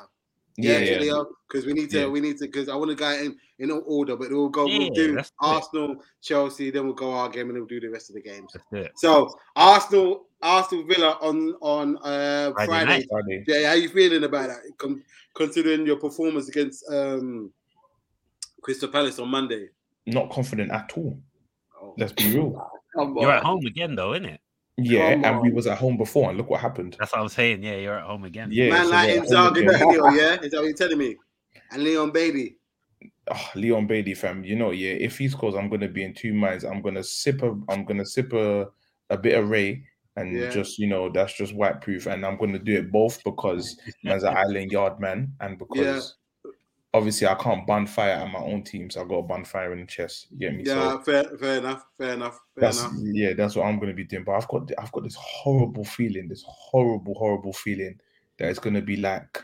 Speaker 7: Yeah,
Speaker 2: Yeah,
Speaker 7: yeah, yeah.
Speaker 2: because we need to
Speaker 7: Yeah.
Speaker 2: we need to because I want to go in in order, but we'll go we'll
Speaker 6: Yeah,
Speaker 2: do
Speaker 6: that's great.
Speaker 2: Arsenal Chelsea, then we'll go our game, and then we'll do the rest of the games.
Speaker 6: let's do it.
Speaker 2: So Arsenal Arsenal Villa on on uh,
Speaker 6: Friday
Speaker 2: Friday.
Speaker 6: night.
Speaker 7: Friday.
Speaker 2: Yeah, yeah, how you feeling about that? Con- considering your performance against um, Crystal Palace on Monday.
Speaker 7: Not confident at all.
Speaker 2: Oh.
Speaker 7: Let's be real.
Speaker 8: Come
Speaker 6: You're
Speaker 8: on.
Speaker 6: at home again though, isn't it?
Speaker 7: Yeah,
Speaker 8: Come
Speaker 7: and we
Speaker 8: on.
Speaker 7: was at home before, and look what happened.
Speaker 6: That's what I was saying. Yeah, you're at home again.
Speaker 7: Yeah,
Speaker 2: Man
Speaker 7: so
Speaker 2: like
Speaker 7: we're at home
Speaker 2: Inzaghi
Speaker 7: again.
Speaker 2: Danilo, yeah? Is that what you're telling me? And Leon Bailey.
Speaker 7: Ah, Leon Bailey, fam. You know, yeah. If he scores, I'm gonna be in two minds. I'm gonna sip a, I'm gonna sip a, a bit of Ray, and
Speaker 2: Yeah.
Speaker 7: just you know, that's just white proof. And I'm gonna do it both because man's an island yard man, and because obviously I can't ban fire at my own team, so I got a ban fire in the chest. You get me? So-
Speaker 2: Yeah, fair, fair enough. Fair enough. Fair
Speaker 7: That's
Speaker 2: enough.
Speaker 7: yeah, that's what I'm gonna be doing. But I've got I've got this horrible feeling, this horrible, horrible feeling that it's gonna be like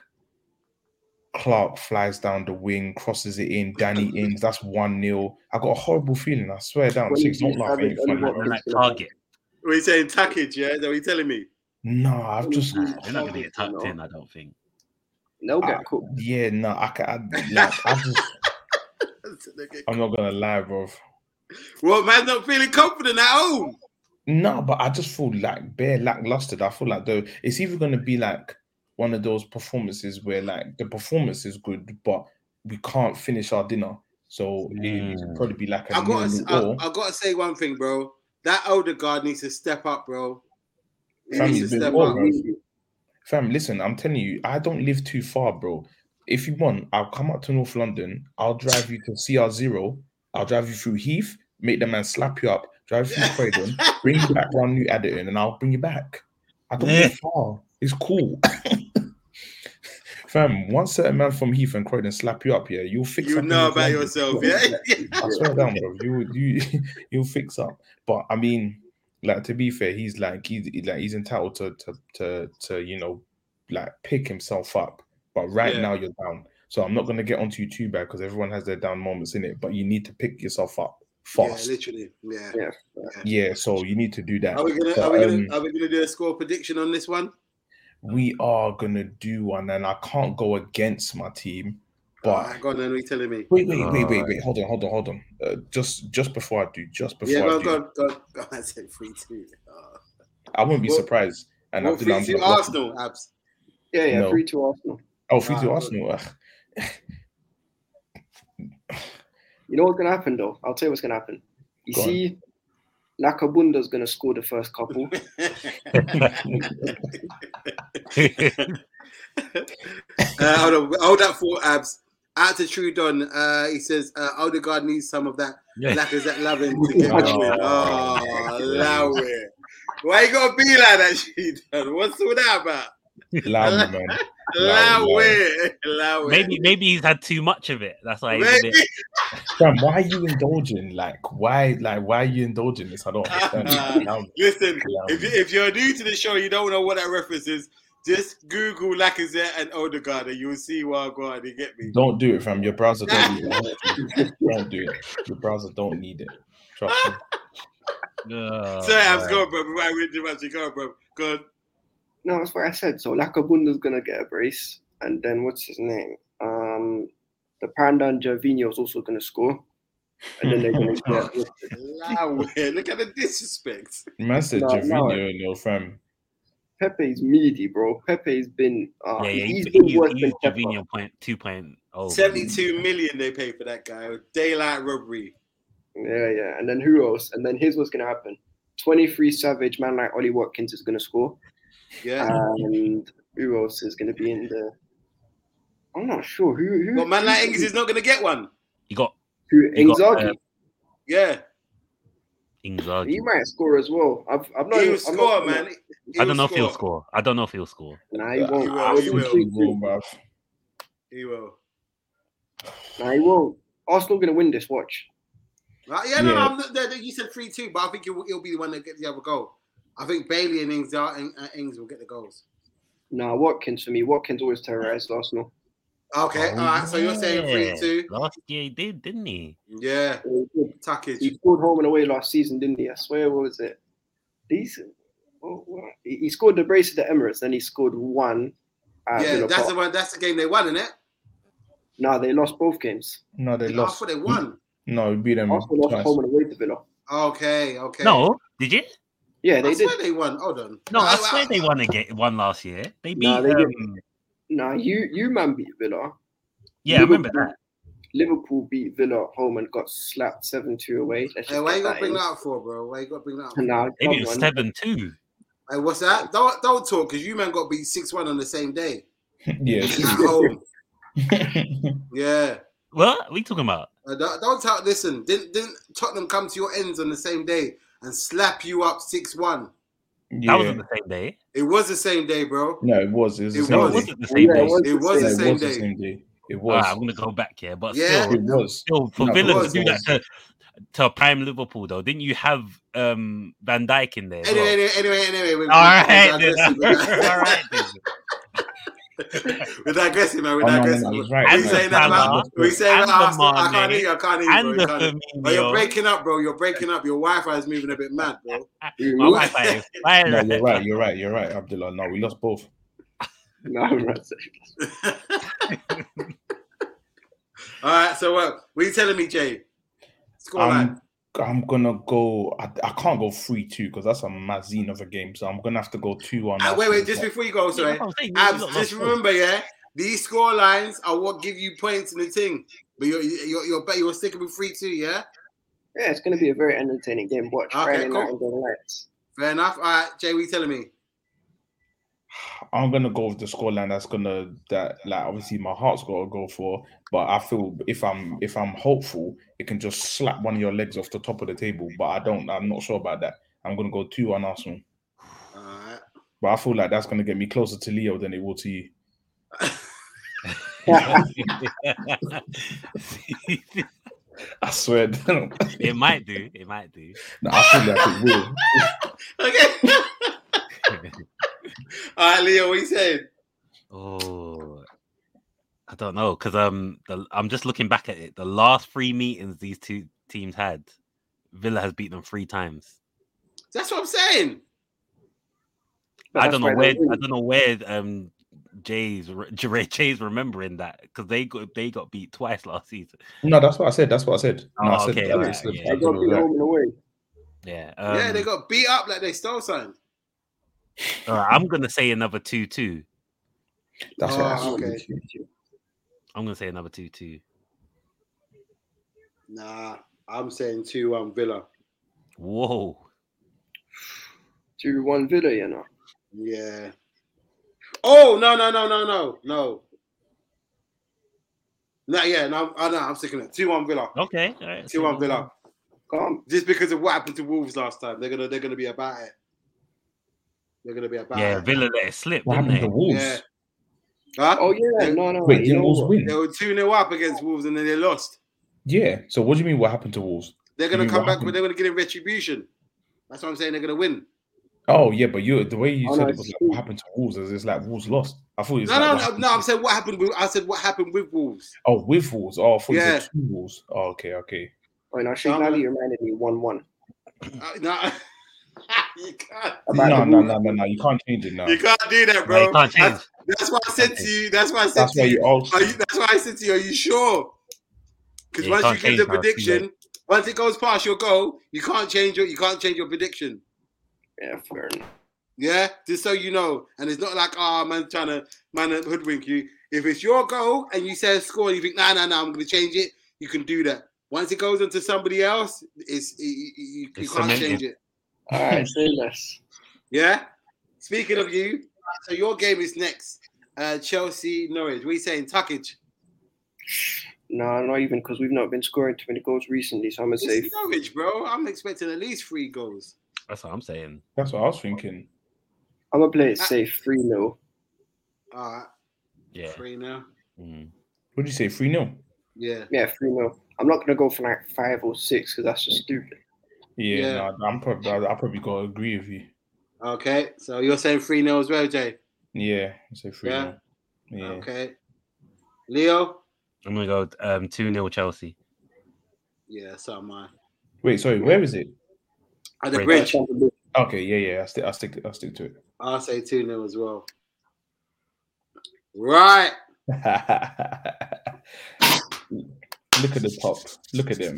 Speaker 7: Clark flies down the wing, crosses it in, Danny ins, that's one nil. I got a horrible feeling, I swear down.
Speaker 8: Well,
Speaker 7: Six,
Speaker 8: you
Speaker 7: don't laugh
Speaker 8: haven't
Speaker 7: ain't
Speaker 8: done
Speaker 7: funny,
Speaker 8: what
Speaker 7: bro.
Speaker 6: You're like target.
Speaker 2: What are you saying? Tackage, yeah? Is that what you're telling me?
Speaker 7: No, I've just
Speaker 6: Nah, they're not gonna get
Speaker 8: You know?
Speaker 6: tucked in, I don't think.
Speaker 8: They'll get
Speaker 7: Ah.
Speaker 8: cooked.
Speaker 7: yeah, no, I can I, like, I just I'm not gonna lie, bro.
Speaker 2: well, man's not feeling confident at all.
Speaker 7: No, but I just feel like bare lackluster. I feel like though it's either gonna be like one of those performances where like the performance is good, but we can't finish our dinner. So it'd
Speaker 6: Mm.
Speaker 7: probably be like a
Speaker 2: I got
Speaker 7: nil-nil or-
Speaker 2: I, I gotta say one thing, bro. That older guard needs to step up, bro. He
Speaker 7: Fam,
Speaker 2: needs
Speaker 7: he's
Speaker 2: to
Speaker 7: been
Speaker 2: step
Speaker 7: poor,
Speaker 2: up.
Speaker 7: bro. Fam, listen, I'm telling you, I don't live too far, bro. If you want, I'll come up to North London. I'll drive you to CR0. I'll drive you through Heath, make the man slap you up, drive you through Croydon, bring you back round New Adderton, and I'll bring you back. I don't live far. It's cool. Fam, once certain man from Heath and Croydon slap you up, yeah, you'll fix
Speaker 2: You
Speaker 7: up in
Speaker 2: know
Speaker 7: North
Speaker 2: about
Speaker 7: London.
Speaker 2: yourself, yeah?
Speaker 7: I swear down, bro. You you you'll fix up. But I mean, like to be fair, he's like he's like he's entitled to to to, to you know like pick himself up. But right
Speaker 2: Yeah.
Speaker 7: now you're down. So I'm not gonna get onto you too bad because everyone has their down moments in it, but you need to pick yourself up fast.
Speaker 2: Yeah,
Speaker 7: Yeah,
Speaker 2: literally. Yeah.
Speaker 7: so you need to do that.
Speaker 2: Are we gonna
Speaker 7: But,
Speaker 2: are we gonna
Speaker 7: um,
Speaker 2: are we gonna do a score prediction on this one?
Speaker 7: we are gonna do one and I can't go against my team, but
Speaker 2: Alright, go on then, what are you telling me?
Speaker 7: Wait, wait, wait, wait, wait. Hold on, hold on, hold on. Uh, just, just before I do, just before
Speaker 2: Yeah,
Speaker 7: I
Speaker 2: go on,
Speaker 7: do,
Speaker 2: go on, go on, go on. I said three two. Oh.
Speaker 7: I wouldn't be
Speaker 2: Well-
Speaker 7: surprised. And
Speaker 2: Well,
Speaker 7: I've been
Speaker 2: three two Arsenal abs.
Speaker 8: Yeah, yeah,
Speaker 7: No.
Speaker 8: three to Arsenal.
Speaker 7: Oh, three
Speaker 2: Ah,
Speaker 7: to
Speaker 2: good.
Speaker 7: Arsenal. Ugh.
Speaker 8: You know what's gonna happen though? I'll tell you what's gonna happen. You
Speaker 7: Go on.
Speaker 8: see, Lakabunda's gonna score the first couple.
Speaker 2: Uh, hold on, hold that four abs. Out to Trudon, uh, he says uh, Odegaard needs some of that
Speaker 6: Yeah.
Speaker 2: Lacazette loving to get
Speaker 7: Oh.
Speaker 2: going. Oh, allow it. Why you gotta be like that, Trudon? What's all that about?
Speaker 7: Lowry, man.
Speaker 2: Allow
Speaker 7: Allow
Speaker 2: it, allow it.
Speaker 6: Maybe maybe he's had too much of it. That's why he's a
Speaker 2: Maybe.
Speaker 6: bit
Speaker 7: Fam, why are you indulging? Like, why, like, why are you indulging this? I don't understand. Lowry.
Speaker 2: Listen,
Speaker 7: Allow
Speaker 2: if, you, if you're new to the show, you don't know what that reference is. Just Google Lacazette and Odegaard, and you'll see why I go on. You get me?
Speaker 7: Don't do it, fam. Your browser don't need it. don't do it. Your browser don't need it. Trust me.
Speaker 6: uh,
Speaker 2: Sorry, I'm just going, bro. I really do actually go, bro. Go. on.
Speaker 8: No, that's what I said. So Lakabunda's gonna get a brace, and then what's his name? Um, the Panda and Gervinho's also gonna score, and then they're gonna get.
Speaker 2: Allow it. Look at the disrespect.
Speaker 7: Man said
Speaker 8: No, no.
Speaker 7: Gervinho and your fam.
Speaker 8: Pepe's meaty, bro. Pepe's been. Uh,
Speaker 6: Yeah, yeah,
Speaker 8: he's
Speaker 6: he's,
Speaker 8: been
Speaker 6: he's,
Speaker 8: worse
Speaker 6: he's
Speaker 8: than Pepe.
Speaker 6: Jorginho point two point oh.
Speaker 2: 72 million they paid for that guy. Daylight robbery.
Speaker 8: Yeah, yeah. And then who else? And then here's what's gonna happen. 23 Savage, man like Ollie Watkins is gonna score.
Speaker 6: Uh,
Speaker 2: Yeah.
Speaker 8: And who else is gonna be in there? I'm not sure. Who who
Speaker 2: But man like Ings is not going to get one.
Speaker 6: He got
Speaker 8: who
Speaker 6: you got, uh,
Speaker 8: Inzaghi.
Speaker 2: Yeah.
Speaker 6: Inzaghi.
Speaker 8: He might score as well. I've, I've not.
Speaker 2: He will
Speaker 8: I'm
Speaker 2: score,
Speaker 8: not-
Speaker 2: man. He
Speaker 6: I don't know
Speaker 2: will
Speaker 6: if he'll score. I don't know if he'll score.
Speaker 8: Nah, he won't.
Speaker 2: He
Speaker 7: Ah,
Speaker 2: will,
Speaker 8: I was
Speaker 2: he
Speaker 8: in
Speaker 2: will.
Speaker 8: three,
Speaker 7: Bro,
Speaker 8: three.
Speaker 7: bruv.
Speaker 2: He will.
Speaker 8: Nah, he won't. Arsenal gonna win this. Watch.
Speaker 2: Right? Uh, Yeah, no,
Speaker 7: Yeah.
Speaker 2: I'm not, that- that- you said three two, but I think he'll, he'll be the one that gets the other goal. I think Bailey and Ings, are, and, uh, Ings will get the goals.
Speaker 8: Nah, Watkins for me. Watkins always terrorized Arsenal.
Speaker 2: Okay, all right. So you're saying
Speaker 6: Oh, Yeah.
Speaker 2: three two?
Speaker 6: Last year he did, didn't he?
Speaker 2: Yeah,
Speaker 8: He
Speaker 2: Tuckage.
Speaker 8: scored home and away last season, didn't he? I swear, what was it? Decent. Oh, what? He he scored the brace at the Emirates, then he scored one. At
Speaker 2: Yeah,
Speaker 8: Villa
Speaker 2: that's the
Speaker 8: Park.
Speaker 2: one. That's the game they won, isn't it?
Speaker 8: Nah, they lost both games.
Speaker 7: No, they
Speaker 2: I
Speaker 7: lost.
Speaker 2: thought they won.
Speaker 7: No, we
Speaker 6: Mm,
Speaker 7: beat them
Speaker 8: Arsenal lost
Speaker 7: twice.
Speaker 8: home and away to Villa.
Speaker 2: Okay, okay.
Speaker 6: No, did you?
Speaker 8: Yeah,
Speaker 2: I
Speaker 8: they
Speaker 2: swear
Speaker 8: did.
Speaker 2: they won. Hold on.
Speaker 6: No, I
Speaker 2: Wow.
Speaker 6: swear they won again. Won last year. They beat.
Speaker 8: No, they didn't.
Speaker 6: um,
Speaker 8: Nah, you you man beat Villa.
Speaker 6: yeah, I remember that.
Speaker 8: Liverpool beat Villa at home and got slapped seven two away. Let's
Speaker 2: Hey,
Speaker 8: just
Speaker 2: why you
Speaker 8: get
Speaker 2: gotta
Speaker 8: that
Speaker 2: bring
Speaker 8: in.
Speaker 2: that up for, bro? Why you gotta bring that up?
Speaker 8: Nah,
Speaker 6: They
Speaker 8: come
Speaker 6: beat
Speaker 8: on.
Speaker 6: seven two.
Speaker 2: Hey, what's that? Don't don't talk, cause you man got beat six one on the same day at
Speaker 7: Yes.
Speaker 2: home. Yeah.
Speaker 6: What? What are you talking about?
Speaker 2: Uh, don't, don't tell. Listen, didn't didn't Tottenham come to your ends on the same day and slap you up six one?
Speaker 6: That
Speaker 7: yeah.
Speaker 6: wasn't the same day.
Speaker 2: It was the same day, bro.
Speaker 7: No, it was. It was. the
Speaker 2: It
Speaker 7: same
Speaker 6: No, it
Speaker 2: was.
Speaker 7: day.
Speaker 6: wasn't the same
Speaker 8: Yeah,
Speaker 6: day.
Speaker 8: it was.
Speaker 2: It was
Speaker 7: Yeah,
Speaker 2: the
Speaker 7: it
Speaker 2: same
Speaker 7: was the
Speaker 2: day.
Speaker 7: same day. It was.
Speaker 6: Alright, I'm gonna go back here, but
Speaker 2: Yeah.
Speaker 6: still,
Speaker 7: it was.
Speaker 6: still for
Speaker 7: No, it
Speaker 6: Villa to
Speaker 2: was.
Speaker 6: do that to, to prime Liverpool though. Didn't you have um Van Dijk in there? as
Speaker 2: Anyway,
Speaker 6: well?
Speaker 2: anyway, anyway, anyway. We're,
Speaker 6: All right,
Speaker 2: we're
Speaker 6: then.
Speaker 2: digressing.
Speaker 6: all right. then.
Speaker 2: We're digressing, man. We're
Speaker 7: Oh, no, no,
Speaker 2: digressing.
Speaker 7: no, he's
Speaker 2: What
Speaker 7: right.
Speaker 2: are you
Speaker 6: And
Speaker 2: saying
Speaker 6: the
Speaker 2: that about?
Speaker 6: Salah,
Speaker 2: What are you saying
Speaker 6: and
Speaker 2: about
Speaker 6: the
Speaker 2: Arsenal? I can't
Speaker 6: Mane,
Speaker 2: hear you. I can't hear you,
Speaker 6: And
Speaker 2: bro.
Speaker 6: the
Speaker 2: You can't hear. Oh,
Speaker 6: Firmino.
Speaker 2: you're breaking up, bro. You're breaking up. Your Wi-Fi is moving a bit mad, bro.
Speaker 8: You
Speaker 6: My
Speaker 8: know-
Speaker 6: Wi-Fi is fine.
Speaker 7: No, you're right. You're right. You're right, Abdullah. No, we lost both.
Speaker 8: No, I'm not saying-
Speaker 2: All right. So what? What are you telling me, Jay? Scoreline.
Speaker 7: I'm, Um, I'm gonna go. I, I can't go three two because that's a mazine of a game. So I'm gonna have to go two one.
Speaker 2: Ah, wait, wait. Just before you go,
Speaker 6: Yeah,
Speaker 2: sorry.
Speaker 6: that's what I'm saying, you
Speaker 2: Abs,
Speaker 6: lot lost
Speaker 2: just
Speaker 6: both.
Speaker 2: remember, yeah, these score lines are what give you points in the thing. But you're you're you're, bet- you're sticking with three two, yeah.
Speaker 8: Yeah, it's going to be a very entertaining game. Watch
Speaker 2: Okay,
Speaker 8: Friday
Speaker 2: cool.
Speaker 8: night and the lights.
Speaker 2: Fair enough. All right, Jay, what you telling me?
Speaker 7: I'm gonna go with the scoreline. That's gonna that like obviously my heart's gotta go for, but I feel if I'm if I'm hopeful, it can just slap one of your legs off the top of the table. But I don't. I'm not sure about that. I'm gonna go two one Arsenal.
Speaker 2: All right.
Speaker 7: But I feel like that's gonna get me closer to Leo than it will to you. I swear. no,
Speaker 6: it might do. It might do.
Speaker 7: I feel like it will.
Speaker 2: Okay. All right, Leo, what you saying?
Speaker 6: Oh, I don't know because um, the, I'm just looking back at it. The last three meetings these two teams had, Villa has beaten them three times.
Speaker 2: That's what I'm saying.
Speaker 8: But
Speaker 6: I
Speaker 8: that's
Speaker 6: don't know
Speaker 8: why
Speaker 6: where
Speaker 8: they're
Speaker 6: I
Speaker 8: winning.
Speaker 6: don't know where um Jay's re- Jay- Jay's remembering that because they got they got beat twice last season.
Speaker 7: No, that's what I said. That's what I said. No, I
Speaker 6: Oh,
Speaker 7: said
Speaker 6: okay,
Speaker 7: that. I
Speaker 6: alright,
Speaker 7: said
Speaker 6: yeah.
Speaker 7: that
Speaker 8: They got
Speaker 7: was
Speaker 8: beat
Speaker 7: right.
Speaker 8: home and away.
Speaker 6: Yeah,
Speaker 2: yeah, they
Speaker 6: um,
Speaker 2: got beat up like they stole something.
Speaker 6: alright, I'm gonna say another two two.
Speaker 7: That's what I
Speaker 2: Oh,
Speaker 7: said.
Speaker 2: okay.
Speaker 6: I'm gonna say another two two.
Speaker 2: Nah, I'm saying two one Villa.
Speaker 6: Whoa,
Speaker 8: Two one Villa, you know.
Speaker 2: Yeah. Oh no no no no no no. No, yeah, no, I know. I'm sticking it. Two one Villa.
Speaker 6: okay, all right,
Speaker 2: Two one Villa.
Speaker 8: Come.
Speaker 2: Just because of what happened to Wolves last time, they're gonna they're gonna be about it. They're gonna be about
Speaker 6: Yeah,
Speaker 2: it.
Speaker 6: Villa let it slip,
Speaker 7: What
Speaker 6: didn't
Speaker 7: happened
Speaker 6: they?
Speaker 7: to Wolves?
Speaker 2: Yeah. Huh?
Speaker 8: Oh yeah, no, no.
Speaker 7: Wait,
Speaker 8: you
Speaker 7: didn't
Speaker 8: know
Speaker 7: Wolves
Speaker 8: what?
Speaker 7: win?
Speaker 2: They were two 0 up against Wolves and then they lost.
Speaker 7: Yeah. So what do you mean? What happened to Wolves?
Speaker 2: They're gonna
Speaker 7: mean
Speaker 2: come
Speaker 7: what
Speaker 2: back,
Speaker 7: happened?
Speaker 2: but they're gonna get in retribution. That's what I'm saying. They're gonna win.
Speaker 7: Oh yeah, but you the way you
Speaker 8: Oh, no,
Speaker 7: said it
Speaker 8: it's
Speaker 7: was like
Speaker 8: true.
Speaker 7: what happened to Wolves is it's like Wolves lost. I thought it was
Speaker 2: No,
Speaker 7: like,
Speaker 2: no,
Speaker 7: what
Speaker 2: no,
Speaker 7: happened
Speaker 2: no.
Speaker 7: to-
Speaker 2: I'm saying what happened. With, I said what happened with Wolves.
Speaker 7: oh with Wolves. Oh, I thought you
Speaker 2: Yeah.
Speaker 7: said two Wolves. Oh, okay, okay.
Speaker 8: Oh, no, Sheikh
Speaker 2: No,
Speaker 8: Ali
Speaker 2: no.
Speaker 8: reminded me one one.
Speaker 2: Uh, no, you can't.
Speaker 7: No,
Speaker 8: About the
Speaker 7: no,
Speaker 8: Wolves.
Speaker 7: no, no, no. You can't change it now.
Speaker 2: You can't do that,
Speaker 6: No,
Speaker 2: bro.
Speaker 6: you can't change.
Speaker 2: That's, that's what I said to you. That's what I said
Speaker 7: That's
Speaker 2: to
Speaker 7: why
Speaker 2: you.
Speaker 7: you asked.
Speaker 2: Are you. That's why I said to you, are you sure? Because
Speaker 6: Yeah, you can't
Speaker 2: once you give
Speaker 6: change
Speaker 2: the
Speaker 6: now, it's too late.
Speaker 2: prediction, once it goes past your goal, you can't change your you can't change your prediction.
Speaker 8: Yeah, fair enough.
Speaker 2: Yeah, just so you know. And it's not like ah man trying to man hoodwink you. If it's your goal and you say a score, and you think nah nah nah, I'm gonna change it. You can do that. Once it goes into somebody else, it's you, you, you
Speaker 6: It's
Speaker 2: can't
Speaker 6: cemented.
Speaker 2: change it.
Speaker 8: All right, say less.
Speaker 2: Yeah. Speaking of you, so your game is next. Uh, Chelsea, Norwich. What are you saying, Tuckage?
Speaker 8: No, not even because we've not been scoring too many goals recently. So I'm gonna say
Speaker 2: It's Norwich, bro. I'm expecting at least three goals.
Speaker 6: That's what I'm saying.
Speaker 7: That's what I was thinking.
Speaker 8: I'm gonna play it safe, three 0
Speaker 2: All right,
Speaker 6: Yeah.
Speaker 2: three now.
Speaker 6: Mm.
Speaker 7: What did you say? Three 0
Speaker 2: Yeah.
Speaker 8: Yeah, three 0 I'm not going to go for like five or six because that's just stupid.
Speaker 7: Yeah,
Speaker 2: Yeah.
Speaker 7: nah, I'm probably I probably gotta agree with you.
Speaker 2: Okay, so you're saying 3 0 as well, Jay?
Speaker 7: Yeah, I'd say three.
Speaker 2: Yeah.
Speaker 7: Yeah. yeah.
Speaker 2: Okay. Leo?
Speaker 6: I'm gonna go um two 0 Chelsea.
Speaker 2: Yeah, so am I.
Speaker 7: Wait, sorry, where is it?
Speaker 2: At the
Speaker 6: Great.
Speaker 2: bridge,
Speaker 7: Okay, yeah, yeah. I stick I stick I stick to
Speaker 2: I'll say 2 0 as well. Right.
Speaker 7: it. Look at the top. Look at them.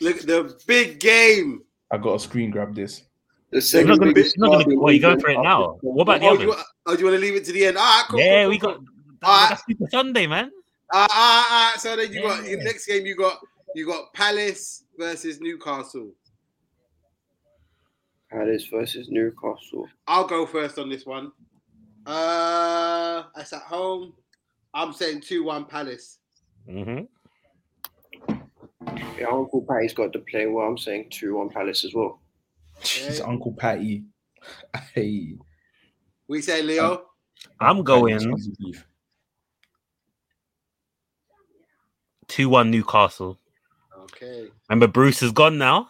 Speaker 2: Look, the big game.
Speaker 7: I got a screen grab this.
Speaker 8: The
Speaker 6: You're
Speaker 8: second
Speaker 6: not gonna, be,
Speaker 8: biggest
Speaker 6: you're not gonna,
Speaker 8: derby
Speaker 6: well, you're going
Speaker 8: weekend
Speaker 6: for it
Speaker 8: after
Speaker 6: now.
Speaker 8: Christmas.
Speaker 6: What about the
Speaker 2: oh, do you, wa-
Speaker 6: others?
Speaker 2: oh, do you want to leave it to the end? All right, cool.
Speaker 6: Yeah,
Speaker 2: cool,
Speaker 6: we
Speaker 2: cool,
Speaker 6: got
Speaker 2: cool. Alright.
Speaker 6: that's Super Sunday, man.
Speaker 2: Ah, ah, ah, So then you got
Speaker 6: Yeah.
Speaker 2: your next game. You got you got Palace versus Newcastle.
Speaker 8: Palace versus Newcastle.
Speaker 2: I'll go first on this one. Uh, that's at home. I'm saying two one Palace.
Speaker 6: Mm-hmm.
Speaker 8: Yeah, Uncle Patty's got to play well. I'm saying 2 1 Palace as well.
Speaker 7: Jeez, Uncle Patty. Hey.
Speaker 2: We say
Speaker 6: Um,
Speaker 2: Leo.
Speaker 6: I'm going
Speaker 7: Cheesy beef.
Speaker 6: two one uh, Newcastle.
Speaker 2: Okay.
Speaker 6: Remember, Bruce is gone now.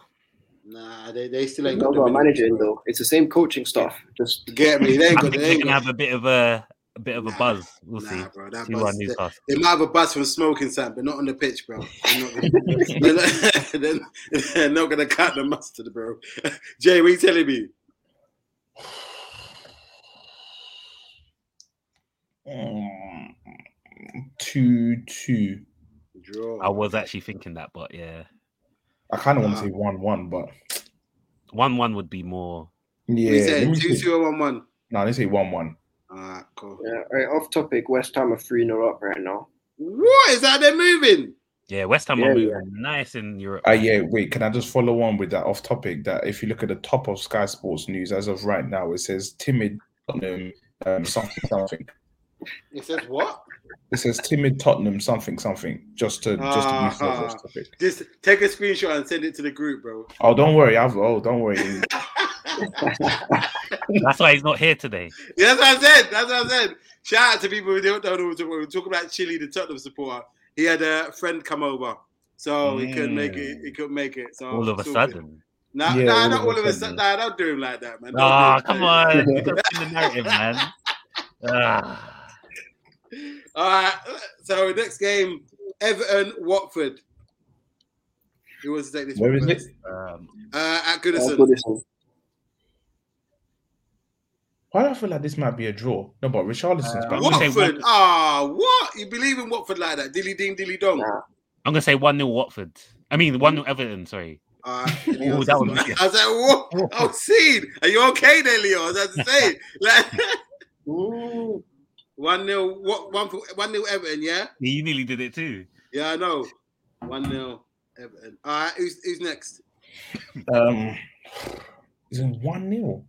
Speaker 2: Nah, they, they still
Speaker 8: They've
Speaker 2: ain't
Speaker 8: not
Speaker 2: got
Speaker 8: got a
Speaker 2: the
Speaker 8: manager in, though. It's the same coaching staff. Just
Speaker 2: Get me? They ain't got.
Speaker 6: I think
Speaker 2: They
Speaker 6: they're
Speaker 2: ain't
Speaker 6: gonna
Speaker 2: got.
Speaker 6: have a bit of a a bit of a
Speaker 2: Nah,
Speaker 6: buzz. We'll see.
Speaker 2: Nah, bro. That
Speaker 6: Two one
Speaker 2: buzz, they,
Speaker 6: Newcastle.
Speaker 2: they might have a buzz from smoking something, but not on the pitch, bro. They're not gonna, they're not, they're not- they're not gonna cut the mustard, bro. Jay, what you telling me?
Speaker 7: Mm, two two.
Speaker 2: Draw.
Speaker 6: I was actually thinking that, but yeah,
Speaker 7: I kind of want to say one one, but
Speaker 6: one one would be more.
Speaker 7: yeah.
Speaker 2: we
Speaker 7: let
Speaker 2: said
Speaker 7: me
Speaker 2: two
Speaker 7: say,
Speaker 2: two or one one.
Speaker 7: no, they say one one.
Speaker 2: All right, cool.
Speaker 8: yeah, right, off topic, West Ham are 3 0 up right now.
Speaker 2: What is that? They're moving.
Speaker 6: Yeah, West Ham
Speaker 8: Yeah,
Speaker 6: are moving nice in Europe.
Speaker 7: Uh,
Speaker 6: man.
Speaker 7: yeah, wait, can I just follow on with that off topic? That if you look at the top of Sky Sports News as of right now, it says timid Tottenham um, something something.
Speaker 2: It says what?
Speaker 7: It says timid Tottenham something something. Just to just to be fair to this
Speaker 6: Ah.
Speaker 7: topic.
Speaker 2: Just take a screenshot and send it to the group, bro.
Speaker 7: Oh, don't worry, I've oh don't worry.
Speaker 6: That's why he's not here today.
Speaker 2: Yeah, that's what I said. That's what I said. Shout out to people who don't know. what we're talking about Chile, the Tottenham supporter. He had a friend come over, so he couldn't make it. He couldn't make it. So
Speaker 6: All of a
Speaker 2: it's all Oh, good.
Speaker 6: sudden.
Speaker 2: Nah,
Speaker 7: Yeah,
Speaker 2: nah,
Speaker 7: all
Speaker 2: not
Speaker 7: of a
Speaker 2: all of a sudden.
Speaker 7: sudden.
Speaker 2: Nah, don't do him like that, man. Don't do
Speaker 6: Ah,
Speaker 2: him
Speaker 6: come
Speaker 2: like
Speaker 6: on. You gotta spin the narrative, man. Ah.
Speaker 2: that. All right. So next game, Everton Watford. Who wants to take this?
Speaker 7: Where
Speaker 2: one
Speaker 7: is it?
Speaker 2: first?
Speaker 6: Um,
Speaker 2: Uh, at
Speaker 8: That's
Speaker 2: Goodison.
Speaker 8: good, isn't it?
Speaker 7: Why do I feel like this might be a draw? No, but Richarlison's
Speaker 6: Uh,
Speaker 7: back.
Speaker 6: I'm gonna say
Speaker 2: Watford.
Speaker 6: Watford.
Speaker 2: Ah, what? You believe in Watford like that? Dilly ding, dilly dong.
Speaker 8: Nah.
Speaker 6: I'm gonna say one 0 Watford. I mean one 0 Everton. Sorry.
Speaker 2: Uh,
Speaker 6: Ooh, that was-
Speaker 2: I was like, "Whoa, oh, seen. Are you okay there, Leo? I was about to say, like, one nil, what one for one nil Everton, yeah,
Speaker 6: You nearly did it too.
Speaker 2: yeah, I know, one nil Everton. All right, who's who's next?
Speaker 7: Um, is it one 0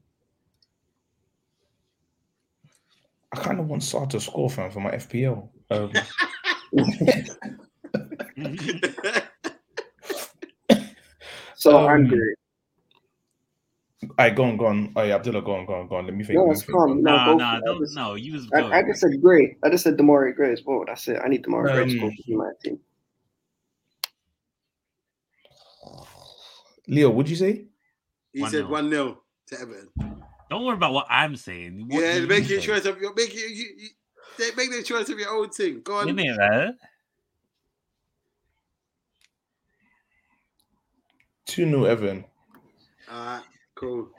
Speaker 7: I kind of want Sar to score, fam, for my FPL. Um,
Speaker 8: So,
Speaker 7: Um,
Speaker 8: Andrew,
Speaker 7: I go on, go on. Oh yeah, Abdullah, go on, go on, go on. Let me think.
Speaker 8: no,
Speaker 7: let me
Speaker 8: it's
Speaker 7: think.
Speaker 8: calm. No,
Speaker 6: No,
Speaker 8: go
Speaker 6: no,
Speaker 8: for it. I
Speaker 6: don't.
Speaker 8: just-
Speaker 6: No, you was going.
Speaker 8: I, I just said Gray. I just said Demari Gray as well. That's it. I need Demari Gray to
Speaker 7: Um,
Speaker 8: score for my team.
Speaker 7: Leo, would you say?
Speaker 2: He
Speaker 6: One
Speaker 2: said
Speaker 6: nil.
Speaker 2: one nil to Everton.
Speaker 6: Don't worry about what I'm saying. What
Speaker 2: yeah,
Speaker 6: do you
Speaker 2: make your
Speaker 6: say?
Speaker 2: choice of your make your, you, you, they- make the choice of your own thing. Go on.
Speaker 6: Isn't it, man?
Speaker 7: Two 0 Everton.
Speaker 2: All right, cool.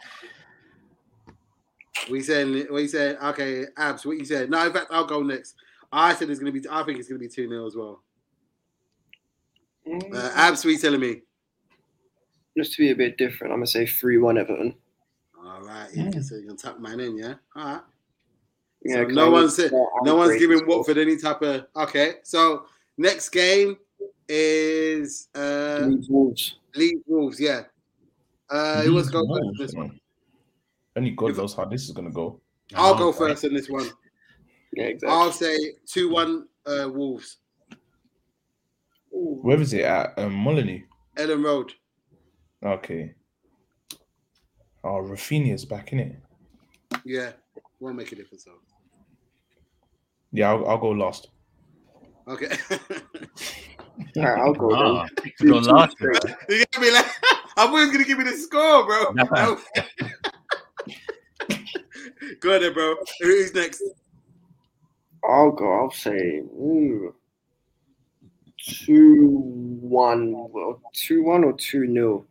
Speaker 2: We saying we saying okay, abs. What you said? No, in fact, I'll go next. I said it's gonna be. I think it's gonna be two 0 as well. Uh, abs, what you telling me?
Speaker 8: Just to be a bit different, I'm going to say 3 1 Everton.
Speaker 2: All right, you can, so you can tuck mine in, yeah. All right.
Speaker 8: Yeah,
Speaker 2: So
Speaker 8: 'cause
Speaker 2: no
Speaker 8: I need
Speaker 2: one's said-
Speaker 8: Demari
Speaker 2: No one's
Speaker 8: Gray to
Speaker 2: giving
Speaker 8: score.
Speaker 2: Watford any type of okay. So next game is uh
Speaker 8: Leeds Wolves.
Speaker 2: Leeds Wolves. Yeah. Uh, who wants to go first on this one?
Speaker 7: Only God knows how this is gonna go.
Speaker 2: I'll
Speaker 6: Oh,
Speaker 2: go
Speaker 6: right.
Speaker 2: first on this one.
Speaker 8: Yeah, exactly.
Speaker 2: I'll say two one uh, Wolves.
Speaker 7: Where is it at? Um, Molyneux.
Speaker 2: Ellen Road.
Speaker 7: Okay. Oh, Rafinha's back in it.
Speaker 2: Yeah, won't make a difference though.
Speaker 7: Yeah, I'll, I'll go last.
Speaker 2: Okay.
Speaker 8: Alright, I'll go.
Speaker 6: Ah,
Speaker 8: then.
Speaker 6: to go last.
Speaker 2: You get me? Like, I was gonna give you the score, bro. No. Go ahead, then, bro. Who's next?
Speaker 8: I'll go. I'll say ooh, two one. Well, two one or two nil.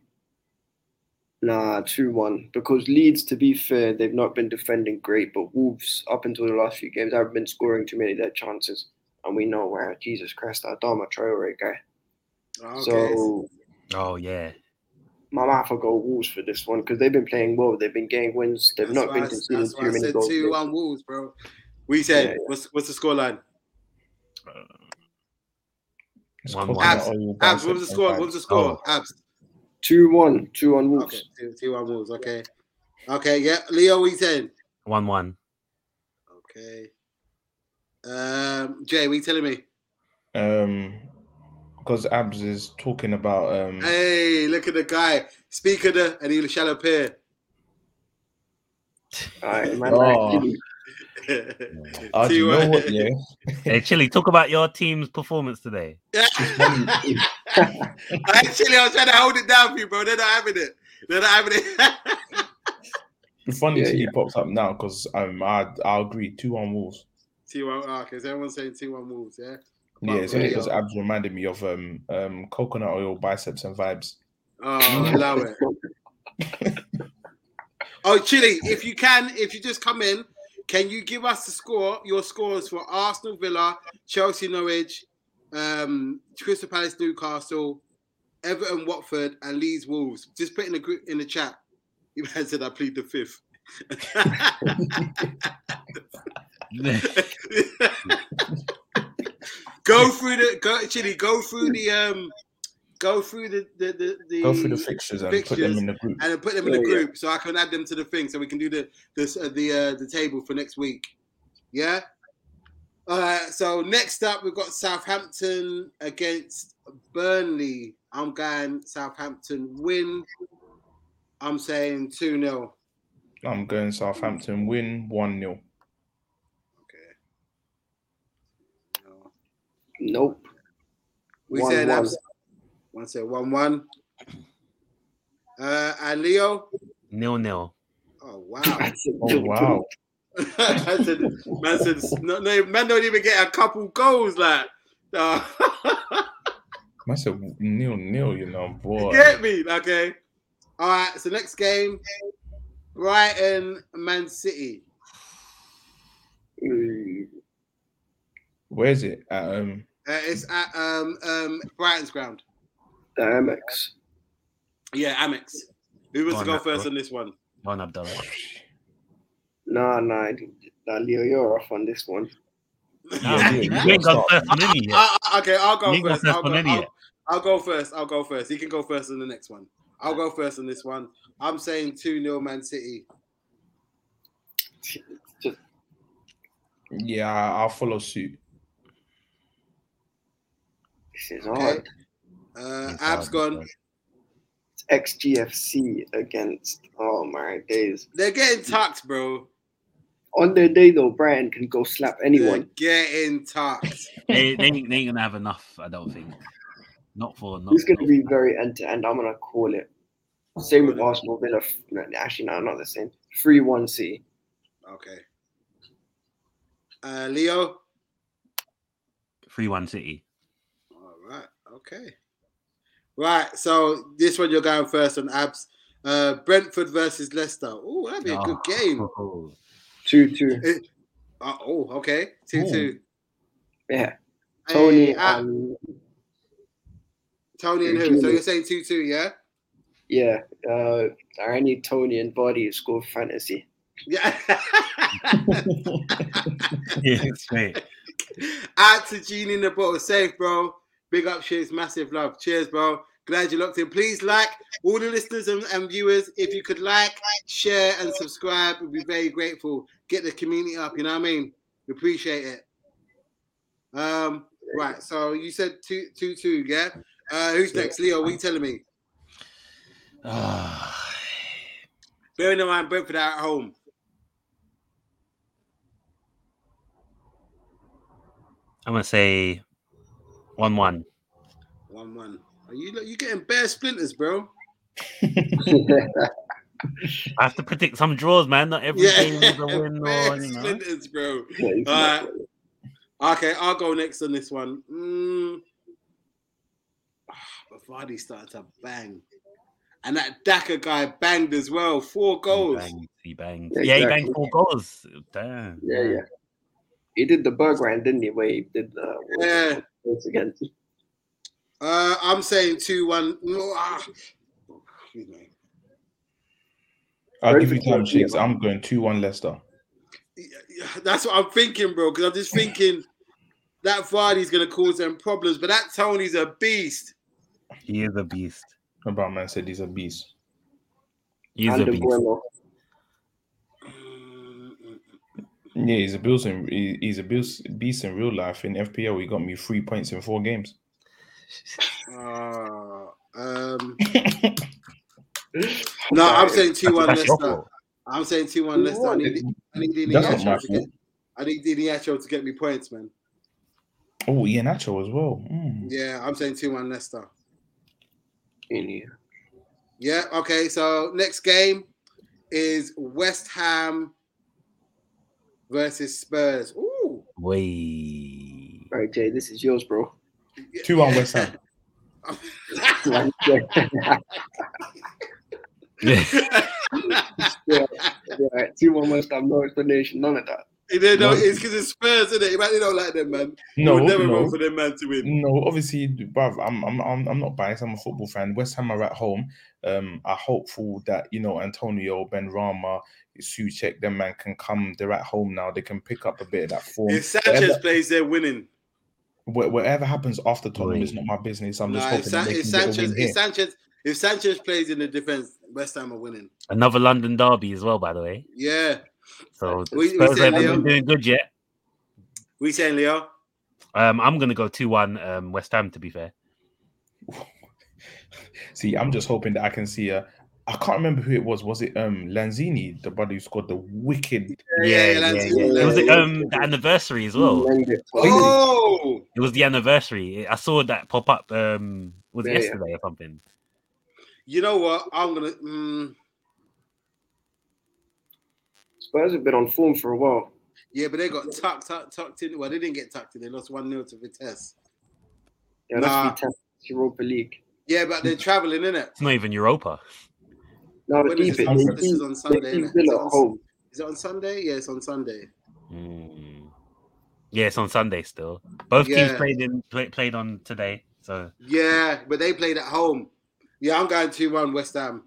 Speaker 8: Nah, two one. Because Leeds, to be fair, they've not been defending great, but Wolves up until the last few games haven't been scoring too many of their chances, and we know where. Jesus Christ, that Dharma Traore guy.
Speaker 2: Okay.
Speaker 8: So
Speaker 6: Oh yeah,
Speaker 8: my mouth will go Wolves for this one because they've been playing well. They've been getting wins. They've
Speaker 2: that's
Speaker 8: not
Speaker 2: why
Speaker 8: been
Speaker 2: I-
Speaker 8: conceding
Speaker 2: that's why
Speaker 8: too
Speaker 2: I
Speaker 8: many
Speaker 2: said
Speaker 8: goals.
Speaker 2: two one Wolves, bro. We said
Speaker 8: Yeah, yeah.
Speaker 2: what's what's the scoreline?
Speaker 7: It's
Speaker 6: One,
Speaker 7: called-
Speaker 6: one.
Speaker 7: Abs-
Speaker 2: Abs, what was the score? What was the score?
Speaker 8: Oh.
Speaker 2: Abs.
Speaker 8: Two one, two on Wolves.
Speaker 2: Okay, two, two one Wolves. Okay, okay, yeah. Leo, we saying?
Speaker 6: one one.
Speaker 2: Okay. Um, Jay, we telling me?
Speaker 7: Um, because Abs is talking about
Speaker 8: Mm.
Speaker 7: um.
Speaker 2: Hey, look at the guy. Speak of the, and he shall appear.
Speaker 8: All right, man.
Speaker 7: Oh.
Speaker 8: Like,
Speaker 7: Ah, do you know
Speaker 2: T1.
Speaker 7: what? Yeah,
Speaker 6: Hey, Chili, talk about your team's performance today.
Speaker 2: Actually, I was trying to hold it down for you, bro. They're not having it. They're not having it.
Speaker 7: it's funny
Speaker 8: Yeah,
Speaker 7: till he pops up now because um, I I agree two on Wolves.
Speaker 2: T one. Oh, okay, so everyone's saying T one Wolves. Yeah.
Speaker 7: Yeah, it's
Speaker 8: Wow,
Speaker 7: only
Speaker 8: yeah.
Speaker 7: because Abs reminded me of um um coconut oil biceps and vibes.
Speaker 2: Oh, allow it. oh, Chili, if you can, if you just come in, can you give us the score, your scores for Arsenal, Villa, Chelsea, Norwich, um, Crystal Palace, Newcastle, Everton, Watford, and Leeds, Wolves? Just put in the group in the chat. You man said I plead the fifth. go through the go, Chili. Go through the um, go through the the the, the
Speaker 7: Go through the fixtures and put them in the group.
Speaker 2: and then put them in
Speaker 8: Yeah,
Speaker 2: the
Speaker 8: yeah.
Speaker 2: group so I can add them to the thing so we can do the this uh, the uh, the table for next week. Yeah. Uh, so next up we've got Southampton against Burnley. I'm going Southampton win. I'm saying 2 0.
Speaker 7: I'm going Southampton win one 0
Speaker 2: Okay. No.
Speaker 8: nope.
Speaker 2: We
Speaker 8: One,
Speaker 2: said
Speaker 8: one.
Speaker 2: abs- one said 1 1. Uh, and Leo.
Speaker 6: Nil nil.
Speaker 2: Oh, wow.
Speaker 7: Oh wow!
Speaker 2: man said, man said, no, no, man don't even get a couple goals. Like, uh,
Speaker 7: I said nil nil. You know, boy.
Speaker 2: get me, okay? All right. So next game, Brighton, Man City.
Speaker 8: Mm,
Speaker 7: Where is it? At, um,
Speaker 2: Uh, it's at um, um, Brighton's ground.
Speaker 8: The Amex.
Speaker 2: Yeah, Amex. Who wants to
Speaker 6: Go on,
Speaker 2: go
Speaker 6: Matt,
Speaker 2: first
Speaker 6: go.
Speaker 2: on this one?
Speaker 6: Go on, Abdullah.
Speaker 8: Nah, nah, nah, Leo, you're off on this one.
Speaker 7: yeah,
Speaker 6: you
Speaker 7: yeah,
Speaker 6: ain't gone
Speaker 7: start.
Speaker 6: first on any yet.
Speaker 2: Uh, uh, okay, I'll go
Speaker 6: You go
Speaker 2: first.
Speaker 6: first
Speaker 2: I'll go,
Speaker 6: on any
Speaker 2: I'll-
Speaker 6: yet.
Speaker 2: I'll go first. I'll go first. He can go first on the next one. I'll go first on this one. I'm saying 2 0 Man City.
Speaker 7: yeah, I- I'll follow suit.
Speaker 8: This is
Speaker 2: Okay.
Speaker 8: hard.
Speaker 2: Uh,
Speaker 6: It's
Speaker 2: Ab's
Speaker 6: hard,
Speaker 2: gone.
Speaker 8: It's XGFC against. Oh my days.
Speaker 2: They're getting tucked, bro.
Speaker 8: On their day though, Brian can go slap anyone.
Speaker 2: Getting tucked.
Speaker 6: They, they, ain't- they ain't gonna have enough. I don't think. Not for not.
Speaker 8: It's going to
Speaker 6: not-
Speaker 8: be very end to end. I'm going to call it. Same with Arsenal Villa. No, Actually, no, not the same. Three one C.
Speaker 2: Okay. Uh, Leo.
Speaker 6: three one City.
Speaker 2: All right. Okay. Right. So this one you're going first on abs. Uh, Brentford versus Leicester. Oh, that'd be a good game.
Speaker 6: Oh.
Speaker 8: Two two.
Speaker 2: Uh, oh, okay. Two
Speaker 7: Ooh.
Speaker 2: two.
Speaker 8: Yeah.
Speaker 2: Hey,
Speaker 8: Tony.
Speaker 2: uh,
Speaker 8: um,
Speaker 2: Tony and who? So you're saying two two, yeah?
Speaker 8: yeah. Uh, are any Tony and Body score fantasy?
Speaker 2: Yeah.
Speaker 6: Yeah, straight.
Speaker 2: Out to Gene in the bottle. Safe, bro. Big up, cheers, massive love. Cheers, bro. Glad you locked in. Please like all the listeners and, and viewers. If you could like, share, and subscribe, we'd be very grateful. Get the community up, you know what I mean? We appreciate it. Um, right, so you said two two two, yeah? Uh who's next? Leo, what you telling me?
Speaker 6: Ah.
Speaker 2: Bearing in mind Brentford are at home.
Speaker 6: I'm gonna say one one.
Speaker 2: One one. Are you you getting bare splinters, bro?
Speaker 6: I have to predict some draws, man. Not every
Speaker 2: Yeah,
Speaker 6: game is a win or
Speaker 2: bare
Speaker 6: you know.
Speaker 2: splinters, bro.
Speaker 8: Yeah, he's
Speaker 2: Alright.
Speaker 8: not-
Speaker 2: Okay, I'll go next on this one. Mm. Ah, But Vardy started to bang. And that Daka guy banged as well. Four goals.
Speaker 6: He banged. He banged. Yeah,
Speaker 8: Yeah,
Speaker 6: he
Speaker 8: exactly.
Speaker 6: banged four goals. Damn.
Speaker 8: Yeah, yeah. He did the bird grind, didn't he? Where he did the
Speaker 2: Yeah.
Speaker 8: once again.
Speaker 2: Uh, I'm saying 2 1. No, ah. Excuse me.
Speaker 7: I'll give you
Speaker 8: Brentford
Speaker 7: time,
Speaker 8: can't
Speaker 7: Shakes.
Speaker 8: beat
Speaker 7: I'm going 2 1 Leicester.
Speaker 2: Yeah, yeah, That's what I'm thinking, bro, because I'm just thinking that Vardy's going to cause them problems. But that Tony's a beast.
Speaker 6: He is a beast.
Speaker 7: About man said he's a beast.
Speaker 6: He is
Speaker 8: and
Speaker 6: a
Speaker 8: the
Speaker 6: beast.
Speaker 8: Bueno.
Speaker 2: Mm,
Speaker 7: Yeah, he's a beast in he- he's a beast beast in real life. In FPL, he got me three points in four games.
Speaker 2: ah, um, no, I'm saying 2 1
Speaker 6: That's
Speaker 2: Leicester.
Speaker 6: your fault.
Speaker 2: I'm saying 2 1 Leicester. I need, I need Dini
Speaker 7: That's not my
Speaker 2: Acho to get,
Speaker 7: fault.
Speaker 2: I need Dini Acho to get me points, man.
Speaker 7: Oh, yeah, Nacho as well. Mm.
Speaker 2: Yeah, I'm saying 2 1 Leicester.
Speaker 8: In here.
Speaker 2: Yeah, okay. So next game is West Ham versus Spurs. Ooh.
Speaker 6: Way.
Speaker 8: All right, Jay, this is yours, bro.
Speaker 7: Two one West Ham.
Speaker 8: Like, yeah.
Speaker 6: yeah,
Speaker 8: Right, Two one West Ham, no explanation, none of that.
Speaker 2: You know,
Speaker 7: No.
Speaker 2: It's because it's Spurs, isn't it? You might they don't like them, man.
Speaker 7: No,
Speaker 2: you would never roll
Speaker 7: no,
Speaker 2: for them, man, to win.
Speaker 7: no. Obviously, bruv, I'm, I'm I'm I'm not biased. I'm a football fan. West Ham are at home. Um, are hopeful that you know Antonio, Ben Rama, Suchek, them man can come. They're at home now. They can pick up a bit of that form.
Speaker 2: If Sanchez
Speaker 7: Whatever-
Speaker 2: plays, they're winning.
Speaker 7: wha- Whatever happens after Tottenham
Speaker 6: Oi.
Speaker 7: is not my business. I'm
Speaker 2: No,
Speaker 7: just
Speaker 2: if,
Speaker 7: hoping
Speaker 2: San-
Speaker 7: that
Speaker 2: if
Speaker 7: they can get a
Speaker 2: Sanchez,
Speaker 7: win
Speaker 2: if
Speaker 7: here.
Speaker 2: Sanchez, if Sanchez plays in the defense, West Ham are winning.
Speaker 6: another London derby as well, by the way.
Speaker 2: Yeah,
Speaker 6: So
Speaker 2: We- we
Speaker 6: Spurs
Speaker 2: said
Speaker 6: haven't
Speaker 2: Leo.
Speaker 6: been doing good yet.
Speaker 2: we saying Leo.
Speaker 6: Um, I'm gonna go two one um, West Ham. To be fair,
Speaker 7: See, I'm just hoping that I can see a. I can't remember who it was. Was it um Lanzini, the brother who scored the wicked?
Speaker 2: Yeah, yeah, yeah, yeah.
Speaker 6: It was
Speaker 8: yeah,
Speaker 6: um
Speaker 8: yeah.
Speaker 6: the anniversary as well.
Speaker 8: Lend it.
Speaker 2: Oh,
Speaker 6: It was the anniversary. I saw that pop up. Um, was it
Speaker 8: Yeah, yeah.
Speaker 6: yesterday or something?
Speaker 2: you know what? I'm gonna. Mm,
Speaker 8: Spurs have been on form for a while.
Speaker 2: yeah, but they got tucked, tucked, tucked in. Well, they didn't get tucked in. They lost one 0 to Vitesse.
Speaker 8: Yeah,
Speaker 2: Nah.
Speaker 8: that's the Europa League.
Speaker 2: Yeah, but they're traveling in it.
Speaker 6: It's not even Europa.
Speaker 8: Now the
Speaker 2: When is
Speaker 8: deep
Speaker 2: this,
Speaker 8: it. They
Speaker 2: this is
Speaker 8: beat-
Speaker 2: on
Speaker 8: they
Speaker 2: Sunday.
Speaker 8: beat
Speaker 2: Isn't it?
Speaker 8: Villa at home.
Speaker 2: is it on Sunday? Yeah, it's on Sunday.
Speaker 6: Mm. Yeah, it's on Sunday still. Both teams
Speaker 2: Yeah.
Speaker 6: played in play, played on today. So
Speaker 2: Yeah, but they played at home. Yeah, I'm going two one West Ham.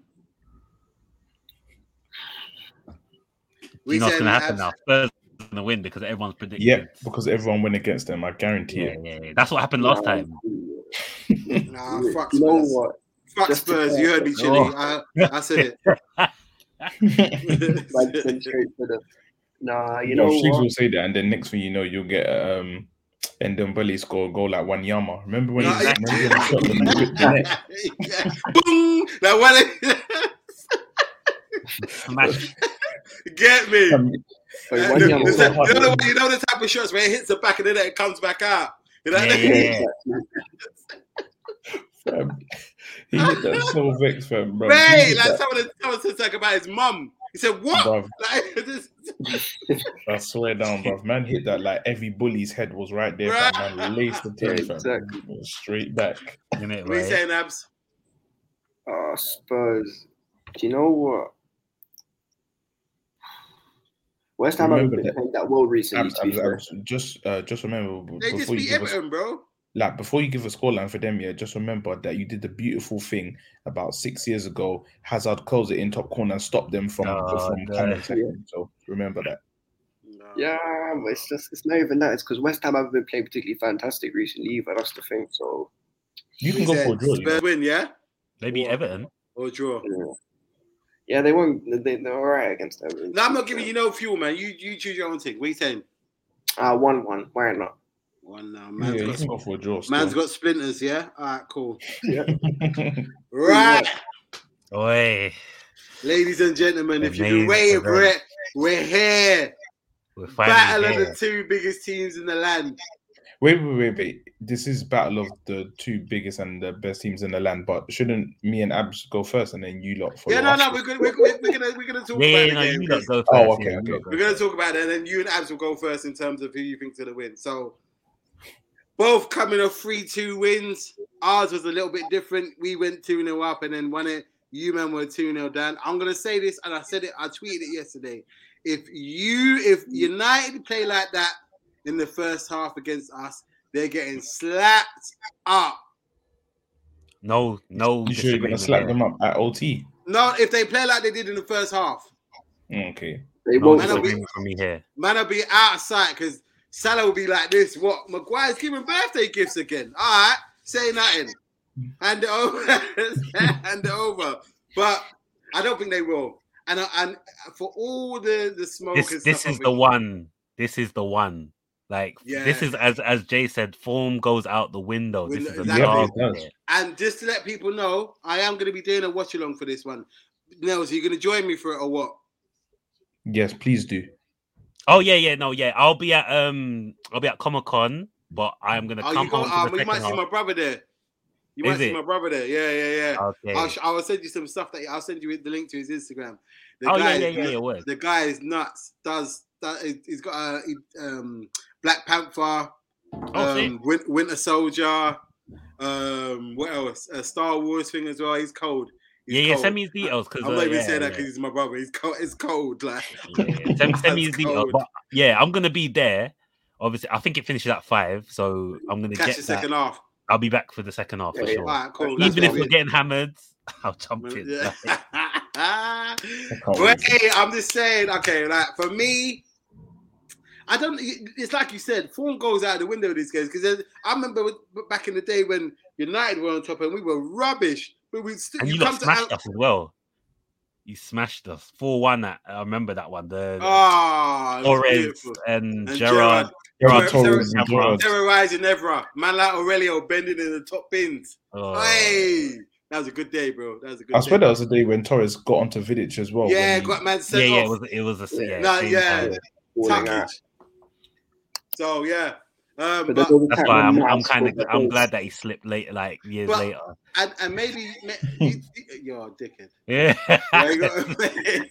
Speaker 6: you know what's
Speaker 2: saying
Speaker 6: gonna happen
Speaker 2: Habs-
Speaker 6: now. Spurs are gonna win because everyone's predicting.
Speaker 7: Yeah, because everyone went against them. I guarantee
Speaker 6: Yeah,
Speaker 7: it.
Speaker 6: yeah, yeah. That's what happened last
Speaker 8: Nah,
Speaker 6: time.
Speaker 2: Nah,
Speaker 8: you
Speaker 2: fuck
Speaker 8: know
Speaker 2: Spurs.
Speaker 8: what?
Speaker 2: Fuck
Speaker 8: Just to
Speaker 2: Spurs. You heard me, Chili. I, I said
Speaker 8: Like, then
Speaker 2: it.
Speaker 8: straight for them. Nah, you
Speaker 7: Bro,
Speaker 8: know
Speaker 7: Shiggs
Speaker 8: what?
Speaker 7: will say that, and then next thing you know, you'll get um, and Dembele score a goal like Wanyama. Remember when?
Speaker 2: No,
Speaker 7: he,
Speaker 2: I-
Speaker 7: remember when he shot them and whipped the net?
Speaker 2: yeah. Boom! Now what?
Speaker 6: Smash.
Speaker 2: Get me.
Speaker 7: Um,
Speaker 8: Wait,
Speaker 2: Uh,
Speaker 8: one
Speaker 2: the- the-
Speaker 8: young man-
Speaker 7: so hard,
Speaker 2: you, know,
Speaker 7: man.
Speaker 2: you know the type of shots where it hits the back of the net and comes back out. You know?
Speaker 6: Yeah, yeah, yeah.
Speaker 7: fam, he hit that so vexed, fam, bro. He
Speaker 2: Right,
Speaker 7: hit
Speaker 2: like
Speaker 7: that,
Speaker 2: someone, someone said something about his mum. He said, "What?"
Speaker 7: bruv,
Speaker 2: Like, this,
Speaker 7: I swear down, bro. Man hit that like every bully's head was right there. Fam. Man laced the
Speaker 8: Yeah,
Speaker 7: tin, fam.
Speaker 8: exactly.
Speaker 7: Straight back.
Speaker 6: Innit,
Speaker 2: what are you
Speaker 6: right?
Speaker 2: saying, Abs?
Speaker 8: Ah, Spurs. Do you know what? West Ham haven't
Speaker 7: Remember
Speaker 8: been
Speaker 7: that-
Speaker 8: playing that well recently.
Speaker 7: Abs-
Speaker 8: to be
Speaker 7: abs-
Speaker 8: fair.
Speaker 7: abs- just, uh, just remember b-
Speaker 2: They just
Speaker 7: before you
Speaker 2: beat
Speaker 7: give us
Speaker 2: Everton, bro.
Speaker 7: like before you give a scoreline for them, yeah, just remember that you did the beautiful thing about six years ago. Hazard curls it in top corner and stopped them from,
Speaker 6: Oh,
Speaker 7: from
Speaker 6: no.
Speaker 7: coming second. So remember that.
Speaker 8: Yeah, but it's just it's not even that. It's because West Ham haven't been playing particularly fantastic recently either. That's the thing. So
Speaker 7: You can
Speaker 2: He
Speaker 7: go
Speaker 2: said
Speaker 7: for a draw. you know.
Speaker 2: Spurs win, yeah,
Speaker 6: They beat Everton.
Speaker 2: or draw.
Speaker 8: yeah, yeah they won't. They, they're all right against Everton.
Speaker 2: No, I'm not giving you no fuel, man. You you choose your own thing. What are you saying?
Speaker 8: Ah, one one. Why not?
Speaker 2: One now,
Speaker 7: Yeah,
Speaker 2: man's
Speaker 7: you
Speaker 2: got
Speaker 7: can go for a draw. still.
Speaker 2: man's got splinters. Yeah, all right, cool.
Speaker 8: Yeah.
Speaker 2: Right,
Speaker 6: Oi,
Speaker 2: ladies and gentlemen, if you've been
Speaker 6: Amazing
Speaker 2: waiting for
Speaker 6: event.
Speaker 2: it, we're here.
Speaker 6: we're finally
Speaker 2: Battle of
Speaker 6: here.
Speaker 2: the two biggest teams in the land.
Speaker 7: Wait, wait, wait, wait. This is battle of the two biggest and the best teams in the land. But shouldn't me and Abs go first, and then you lot follow?
Speaker 2: Yeah, no, no,
Speaker 7: after?
Speaker 2: we're gonna we're, we're, we're gonna we're gonna talk
Speaker 6: Yeah,
Speaker 2: about
Speaker 6: yeah,
Speaker 2: it
Speaker 6: no,
Speaker 2: again.
Speaker 6: you lot go first.
Speaker 7: Oh,
Speaker 6: yeah,
Speaker 7: okay,
Speaker 6: you lot
Speaker 7: okay.
Speaker 6: go
Speaker 2: We're gonna talk about it, and then you and Abs will go first in terms of who you think's gonna win. So both coming off three two wins. Ours was a little bit different. We went 2 0 up and then won it. You men were 2 0 down. I'm gonna say this, and I said it, I tweeted it yesterday. If you if United play like that in the first half against us, they're getting slapped up.
Speaker 6: No, no.
Speaker 7: You sure you're gonna
Speaker 6: disagreement
Speaker 7: slap
Speaker 6: there.
Speaker 7: them up at OT?
Speaker 2: No, if they play like they did in the first half.
Speaker 7: Okay.
Speaker 8: They
Speaker 6: No
Speaker 8: won't.
Speaker 2: man, we-
Speaker 6: disagreement from me here.
Speaker 2: Man, I'll be out of sight because Salah will be like this. What? Maguire's giving birthday gifts again. All right, say nothing. Hand it over. Hand it over. But I don't think they will. And I- and for all the the smoke, and
Speaker 6: This this
Speaker 2: stuff, I
Speaker 6: is the
Speaker 2: think-
Speaker 6: one. This is the one. Like this
Speaker 2: Yeah.
Speaker 6: is as as Jay said, form goes out the window. This
Speaker 2: Window-
Speaker 6: is a
Speaker 2: exactly.
Speaker 6: dog
Speaker 7: Yeah, it does.
Speaker 6: here.
Speaker 2: And just to let people know, I am going to be doing a watch along for this one. Nels, are you going to join me for it or what?
Speaker 7: Yes, please do.
Speaker 6: Oh yeah, yeah, no, yeah. I'll be at um, I'll be at Comic Con, but I'm gonna
Speaker 2: Oh,
Speaker 6: come
Speaker 2: you go.
Speaker 6: home
Speaker 2: Um,
Speaker 6: for the
Speaker 2: you might
Speaker 6: second
Speaker 2: see
Speaker 6: half.
Speaker 2: my brother there. You
Speaker 6: Is
Speaker 2: might see
Speaker 6: it?
Speaker 2: my brother there. Yeah, yeah, yeah.
Speaker 6: Okay.
Speaker 2: I'll, sh- I'll send you some stuff that I'll send you the link to his Instagram. The
Speaker 6: Oh
Speaker 2: guy
Speaker 6: yeah,
Speaker 2: is
Speaker 6: yeah, yeah,
Speaker 2: nu-
Speaker 6: yeah. Word.
Speaker 2: The guy is nuts. Does that? he- He's got a he- um, Black Panther,
Speaker 6: Oh, see?
Speaker 2: um, Win- Winter Soldier. Um, what else? A Star Wars thing as well. He's cold. He's
Speaker 6: Yeah, yeah.
Speaker 2: cold.
Speaker 6: Send me his details because
Speaker 2: I'm not
Speaker 6: uh,
Speaker 2: even
Speaker 6: yeah,
Speaker 2: saying that
Speaker 6: yeah.
Speaker 2: because he's my brother. He's cold. It's cold. Like
Speaker 6: Yeah, yeah. Send, send me his
Speaker 2: That's
Speaker 6: details.
Speaker 2: cold.
Speaker 6: But yeah, I'm gonna be there. Obviously, I think it finishes at five, so I'm gonna
Speaker 2: catch
Speaker 6: get
Speaker 2: the
Speaker 6: that.
Speaker 2: second half.
Speaker 6: I'll be back for the second half for
Speaker 8: Yeah, yeah.
Speaker 6: sure.
Speaker 2: All right, cool. That's
Speaker 6: Even if
Speaker 2: what
Speaker 6: we're
Speaker 2: we-
Speaker 6: getting hammered, I'll jump in.
Speaker 2: Yeah.
Speaker 6: Like,
Speaker 7: can't
Speaker 2: but
Speaker 7: wait.
Speaker 2: hey, I'm just saying, okay, like for me, I don't. It's like you said, form goes out the window these days because I remember with- back in the day when United were on top and we were rubbish, but we still
Speaker 6: and you, lot smashed us as well. You smashed us four one. At I remember that one. The
Speaker 2: Ah, it was
Speaker 6: Torres
Speaker 2: beautiful.
Speaker 6: and,
Speaker 2: And
Speaker 6: Gerard.
Speaker 2: Gerrard.
Speaker 7: Gerard
Speaker 2: Gerard-
Speaker 7: Torres and
Speaker 6: Gerard-
Speaker 7: Gerard.
Speaker 2: terrorizing Evra, man like Aurelio bending in the top bins.
Speaker 6: Oh.
Speaker 2: Hey, that was a good day, bro. That was a good.
Speaker 7: I swear
Speaker 2: day.
Speaker 7: that was the day when Torres got onto Vidic as well.
Speaker 2: yeah,
Speaker 7: when he-
Speaker 2: got man
Speaker 6: Yeah,
Speaker 2: sent
Speaker 6: yeah,
Speaker 2: off.
Speaker 6: it was it was a yeah.
Speaker 2: No,
Speaker 6: same
Speaker 2: yeah.
Speaker 6: time.
Speaker 8: Falling out.
Speaker 2: Tuckage. So yeah, um, but-
Speaker 8: But the double
Speaker 6: That's
Speaker 8: tap
Speaker 6: why I'm,
Speaker 8: was
Speaker 6: I'm
Speaker 8: nice
Speaker 6: kind of
Speaker 8: for the
Speaker 6: I'm
Speaker 8: goals.
Speaker 6: glad that he slipped late, like years
Speaker 2: But-
Speaker 6: later.
Speaker 2: and, and maybe me- you, you're a dickhead.
Speaker 6: Yeah.
Speaker 2: Now you gotta-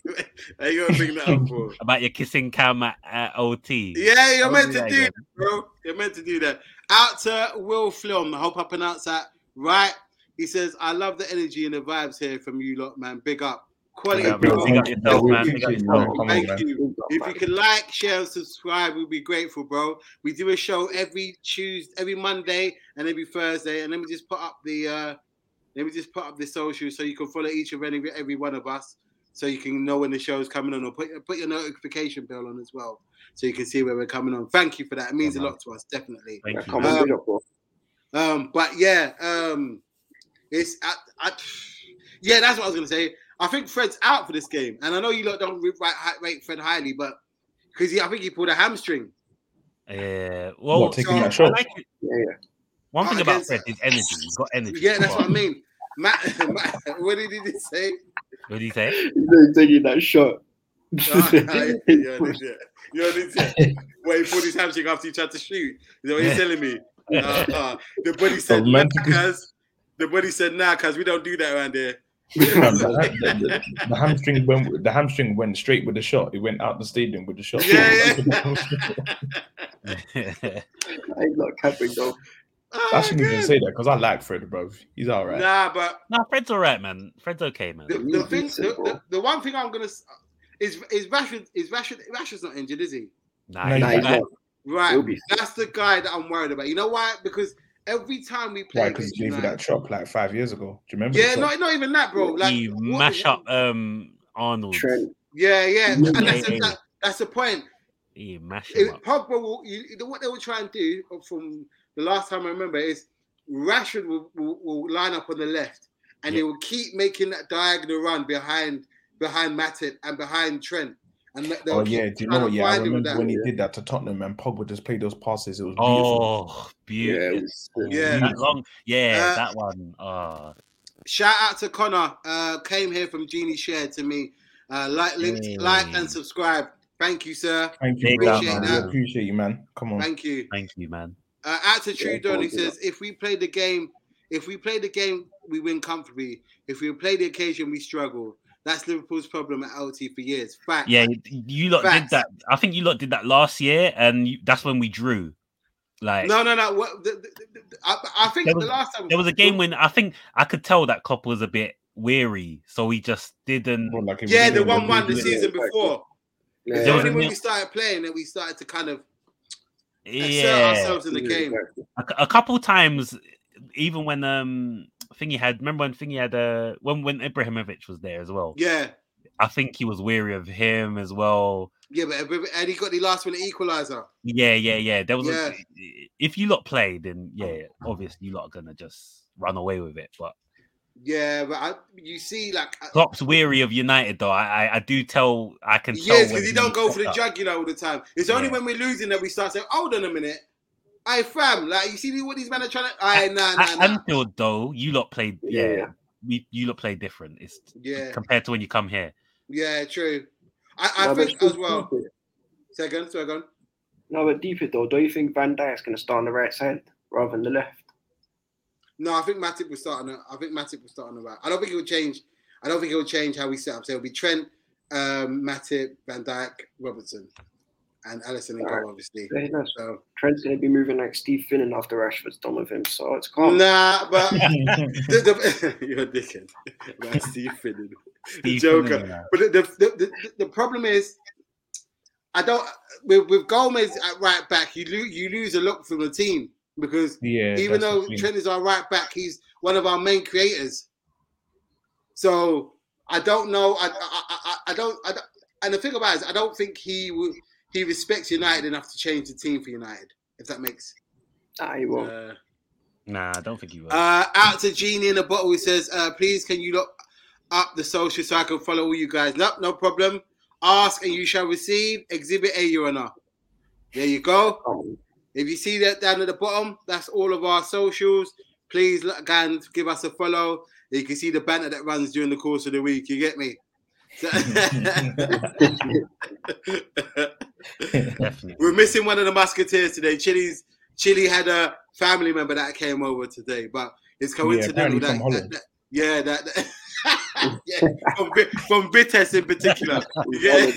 Speaker 2: now you gotta bring that up, bro.
Speaker 6: About your kissing cam at, at OT.
Speaker 2: Yeah, you're
Speaker 6: Don't
Speaker 2: meant
Speaker 6: do
Speaker 2: to
Speaker 6: that
Speaker 2: do
Speaker 6: again.
Speaker 2: that, bro. You're meant to do that. Out to Will Flum. I hope I pronounced that right. He says, I love the energy and the vibes here from you lot, man. Big up. Quality
Speaker 6: Yeah,
Speaker 2: big
Speaker 6: man.
Speaker 2: up.
Speaker 6: Big up yourself, man. Big up yourself.
Speaker 7: Come on,
Speaker 2: Thank
Speaker 7: man.
Speaker 2: you. If you could like, share, and subscribe, we'd be grateful, bro. We do a show every Tuesday, every Monday, and every Thursday. And let me just put up the uh let me just put up the socials so you can follow each of any every one of us, so you can know when the show's coming on, or put put your notification bell on as well, so you can see where we're coming on. Thank you for that. It means
Speaker 6: Yeah,
Speaker 2: a
Speaker 6: man.
Speaker 2: lot to us, definitely.
Speaker 8: Yeah,
Speaker 6: Thank you.
Speaker 8: come on,
Speaker 2: Um,
Speaker 8: big up, bro.
Speaker 2: Um, but yeah, um, it's I, I, yeah, that's what I was gonna say. I think Fred's out for this game, and I know you lot don't rate, rate Fred highly, but because I think he pulled a hamstring.
Speaker 6: Yeah. Well,
Speaker 7: What, taking
Speaker 2: so-
Speaker 7: that
Speaker 6: I
Speaker 7: shot?
Speaker 6: like it.
Speaker 8: Yeah, yeah.
Speaker 6: One thing about
Speaker 2: Against-
Speaker 6: Fred is energy. He's got energy.
Speaker 2: Yeah, that's what I
Speaker 6: But-
Speaker 2: mean. Matt, Matt what did he say?
Speaker 6: What do you say?
Speaker 8: He's not taking that shot.
Speaker 2: Oh, You're an idiot. You're an idiot. Well, he pulled his hamstring after he tried to shoot. Is that what you're telling me? Uh, uh, the buddy said, nah,
Speaker 7: romantic-
Speaker 2: cuz. The buddy said, nah, cuz we don't do that around there.
Speaker 7: Man, the, the- the- the hamstring went. The hamstring went straight with the shot. It went out the stadium with the shot.
Speaker 2: Yeah,
Speaker 8: I ain't not capping though.
Speaker 7: I
Speaker 2: Oh,
Speaker 7: shouldn't even
Speaker 2: good.
Speaker 7: say that because I like Fred, bro. He's all right.
Speaker 2: Nah, but
Speaker 6: no, Fred's all right, man. Fred's okay, man.
Speaker 2: the, the
Speaker 8: Yeah, he's
Speaker 2: thing, the,
Speaker 8: decent, bro.
Speaker 2: the, the one thing I'm gonna s- is is Rashford is Rashford Rashford's not injured, is he?
Speaker 6: Nah,
Speaker 7: No,
Speaker 6: he's
Speaker 8: Nah, he's
Speaker 6: all right.
Speaker 8: not. He'll
Speaker 2: Right,
Speaker 8: be.
Speaker 2: that's the guy that I'm worried about. You know why? Because every time we play,
Speaker 7: Why? Because
Speaker 2: against
Speaker 7: he gave you
Speaker 2: United-
Speaker 7: that chop like five years ago. Do you remember? the
Speaker 2: yeah,
Speaker 7: chop?
Speaker 2: not not even that, bro. Like
Speaker 6: he
Speaker 2: what-
Speaker 6: mash up um Arnold.
Speaker 8: Trent.
Speaker 2: Yeah, yeah, and that's,
Speaker 6: Yeah, yeah.
Speaker 2: that, that's the point.
Speaker 6: He mash him
Speaker 2: If
Speaker 6: up.
Speaker 2: Pogba will, you, the- what they will try and do uh, from the last time I remember is Rashford will, will, will line up on the left, and they
Speaker 6: Yeah.
Speaker 2: will keep making that diagonal run behind behind Matip and behind Trent. And that they'll
Speaker 7: Oh
Speaker 2: keep
Speaker 7: yeah, do you
Speaker 2: trying
Speaker 7: know?
Speaker 2: to
Speaker 7: Yeah, I
Speaker 2: find him with
Speaker 7: remember
Speaker 2: that.
Speaker 7: when he did that to Tottenham and Pogba just played those passes. It was beautiful.
Speaker 6: Oh,
Speaker 8: Yeah, it
Speaker 6: beautiful.
Speaker 8: was sick.
Speaker 2: Yeah.
Speaker 6: That long. Yeah,
Speaker 2: Uh,
Speaker 6: that one. Ah.
Speaker 2: Shout out to Connor. Uh, came here from Genie Share to me. Uh, like, linked,
Speaker 6: Hey.
Speaker 2: like, and subscribe. Thank you, sir.
Speaker 7: Thank you,
Speaker 6: Big
Speaker 7: bro,
Speaker 2: up,
Speaker 7: man.
Speaker 2: man.
Speaker 7: I appreciate you, man. Come on.
Speaker 2: Thank you.
Speaker 6: Thank you, man.
Speaker 2: Uh, at the True
Speaker 8: Yeah, go on,
Speaker 2: he
Speaker 8: do that.
Speaker 2: says, if we play the game, if we play the game, we win comfortably. If we play the occasion, we struggle. That's Liverpool's problem at LT for years. Fact.
Speaker 6: Yeah, you- you lot
Speaker 2: Facts.
Speaker 6: did that. I think you lot did that last year, and you, that's when we drew. Like
Speaker 2: No, no, no. What, the, the, the- the- I, I think
Speaker 6: There was-
Speaker 2: the last time
Speaker 6: there was a game when I think I could tell that Klopp was a bit weary, so he just didn't.
Speaker 7: Well, like, it
Speaker 2: Yeah,
Speaker 7: was-
Speaker 2: the
Speaker 7: it was-
Speaker 2: one one the
Speaker 7: yeah.
Speaker 2: season before. It's
Speaker 6: Yeah.
Speaker 2: only when we started playing that we started to kind of assert
Speaker 6: Yeah,
Speaker 2: ourselves in the game.
Speaker 6: a, a couple times, even when um Thingy had remember when Thingy had uh when when Ibrahimovic was there as well.
Speaker 2: Yeah,
Speaker 6: I think he was weary of him as well.
Speaker 2: yeah, but but- and he got the last one, the equalizer.
Speaker 6: Yeah, yeah, yeah. There was
Speaker 2: Yeah.
Speaker 6: a, if you lot play, then yeah, obviously you lot are gonna just run away with it. But
Speaker 2: Yeah, but I, you see, like uh, I-
Speaker 6: Klopp's weary of United though. I I, I do tell I can tell
Speaker 2: Yes,
Speaker 6: when
Speaker 2: because he don't go for the
Speaker 6: fucked up.
Speaker 2: jugular all the time. It's only
Speaker 6: Yeah.
Speaker 2: when we're losing that we start saying, "Hold on a minute, hey fam, like you see what these men are trying to." I nah
Speaker 6: At
Speaker 2: nah nah.
Speaker 6: Anfield though, you lot played yeah,
Speaker 8: Yeah.
Speaker 6: we you lot played different. It's
Speaker 2: Yeah,
Speaker 6: compared to when you come here.
Speaker 2: yeah, true. I, I think as well. Second, second.
Speaker 8: No, but deeper though, don't you think Van Dijk's going to start on the right side rather than the left?
Speaker 2: No, I think Matic will start on. The, I think Matic will start on the right. I don't think he'll change. I don't think he'll change how we set up. So it'll be Trent, um, Matic, Van Dijk, Robertson, and Allison in
Speaker 8: Alright.
Speaker 2: goal, obviously.
Speaker 8: Yeah, he does.
Speaker 2: So
Speaker 8: Trent's going to be moving like Steve Finnan after Rashford's done with him, so it's calm.
Speaker 2: nah, but the, the, you're a dickhead. Right, Steve Finnan. The
Speaker 6: Steve
Speaker 2: Joker.
Speaker 6: Finlay, man.
Speaker 2: But the, the, the, the, the problem is, I don't with, with Gomez at right back. You lose you lose a lot from the team because
Speaker 7: Yeah,
Speaker 2: even
Speaker 7: that's the
Speaker 2: though
Speaker 7: thing.
Speaker 2: Trent is our right back, he's one of our main creators. So I don't know. I I, I, I- I, don't, I don't. And the thing about it is, I don't think he would. He respects United enough to change the team for United, if that makes.
Speaker 8: Nah, he won't.
Speaker 2: Uh,
Speaker 6: Nah, I don't think you will.
Speaker 2: uh, out to Genie in the bottle. He says, uh, "Please, can you look up the social so I can follow all you guys?" Nope, no problem. Ask and you shall receive. Exhibit A, Your Honor. There you go.
Speaker 8: Calm.
Speaker 2: If you see that down at the bottom, that's all of our socials. Please look and give us a follow. You can see the banter that runs during the course of the week. You get me? So-
Speaker 6: Definitely.
Speaker 2: We're missing one of the musketeers today. Chili's Chili had a family member that came over today, but it's coincidental
Speaker 7: apparently
Speaker 2: that, that-
Speaker 7: from Holland.
Speaker 2: that- yeah, that, that- yeah, from, Vi- from Vitesse in particular. Yeah.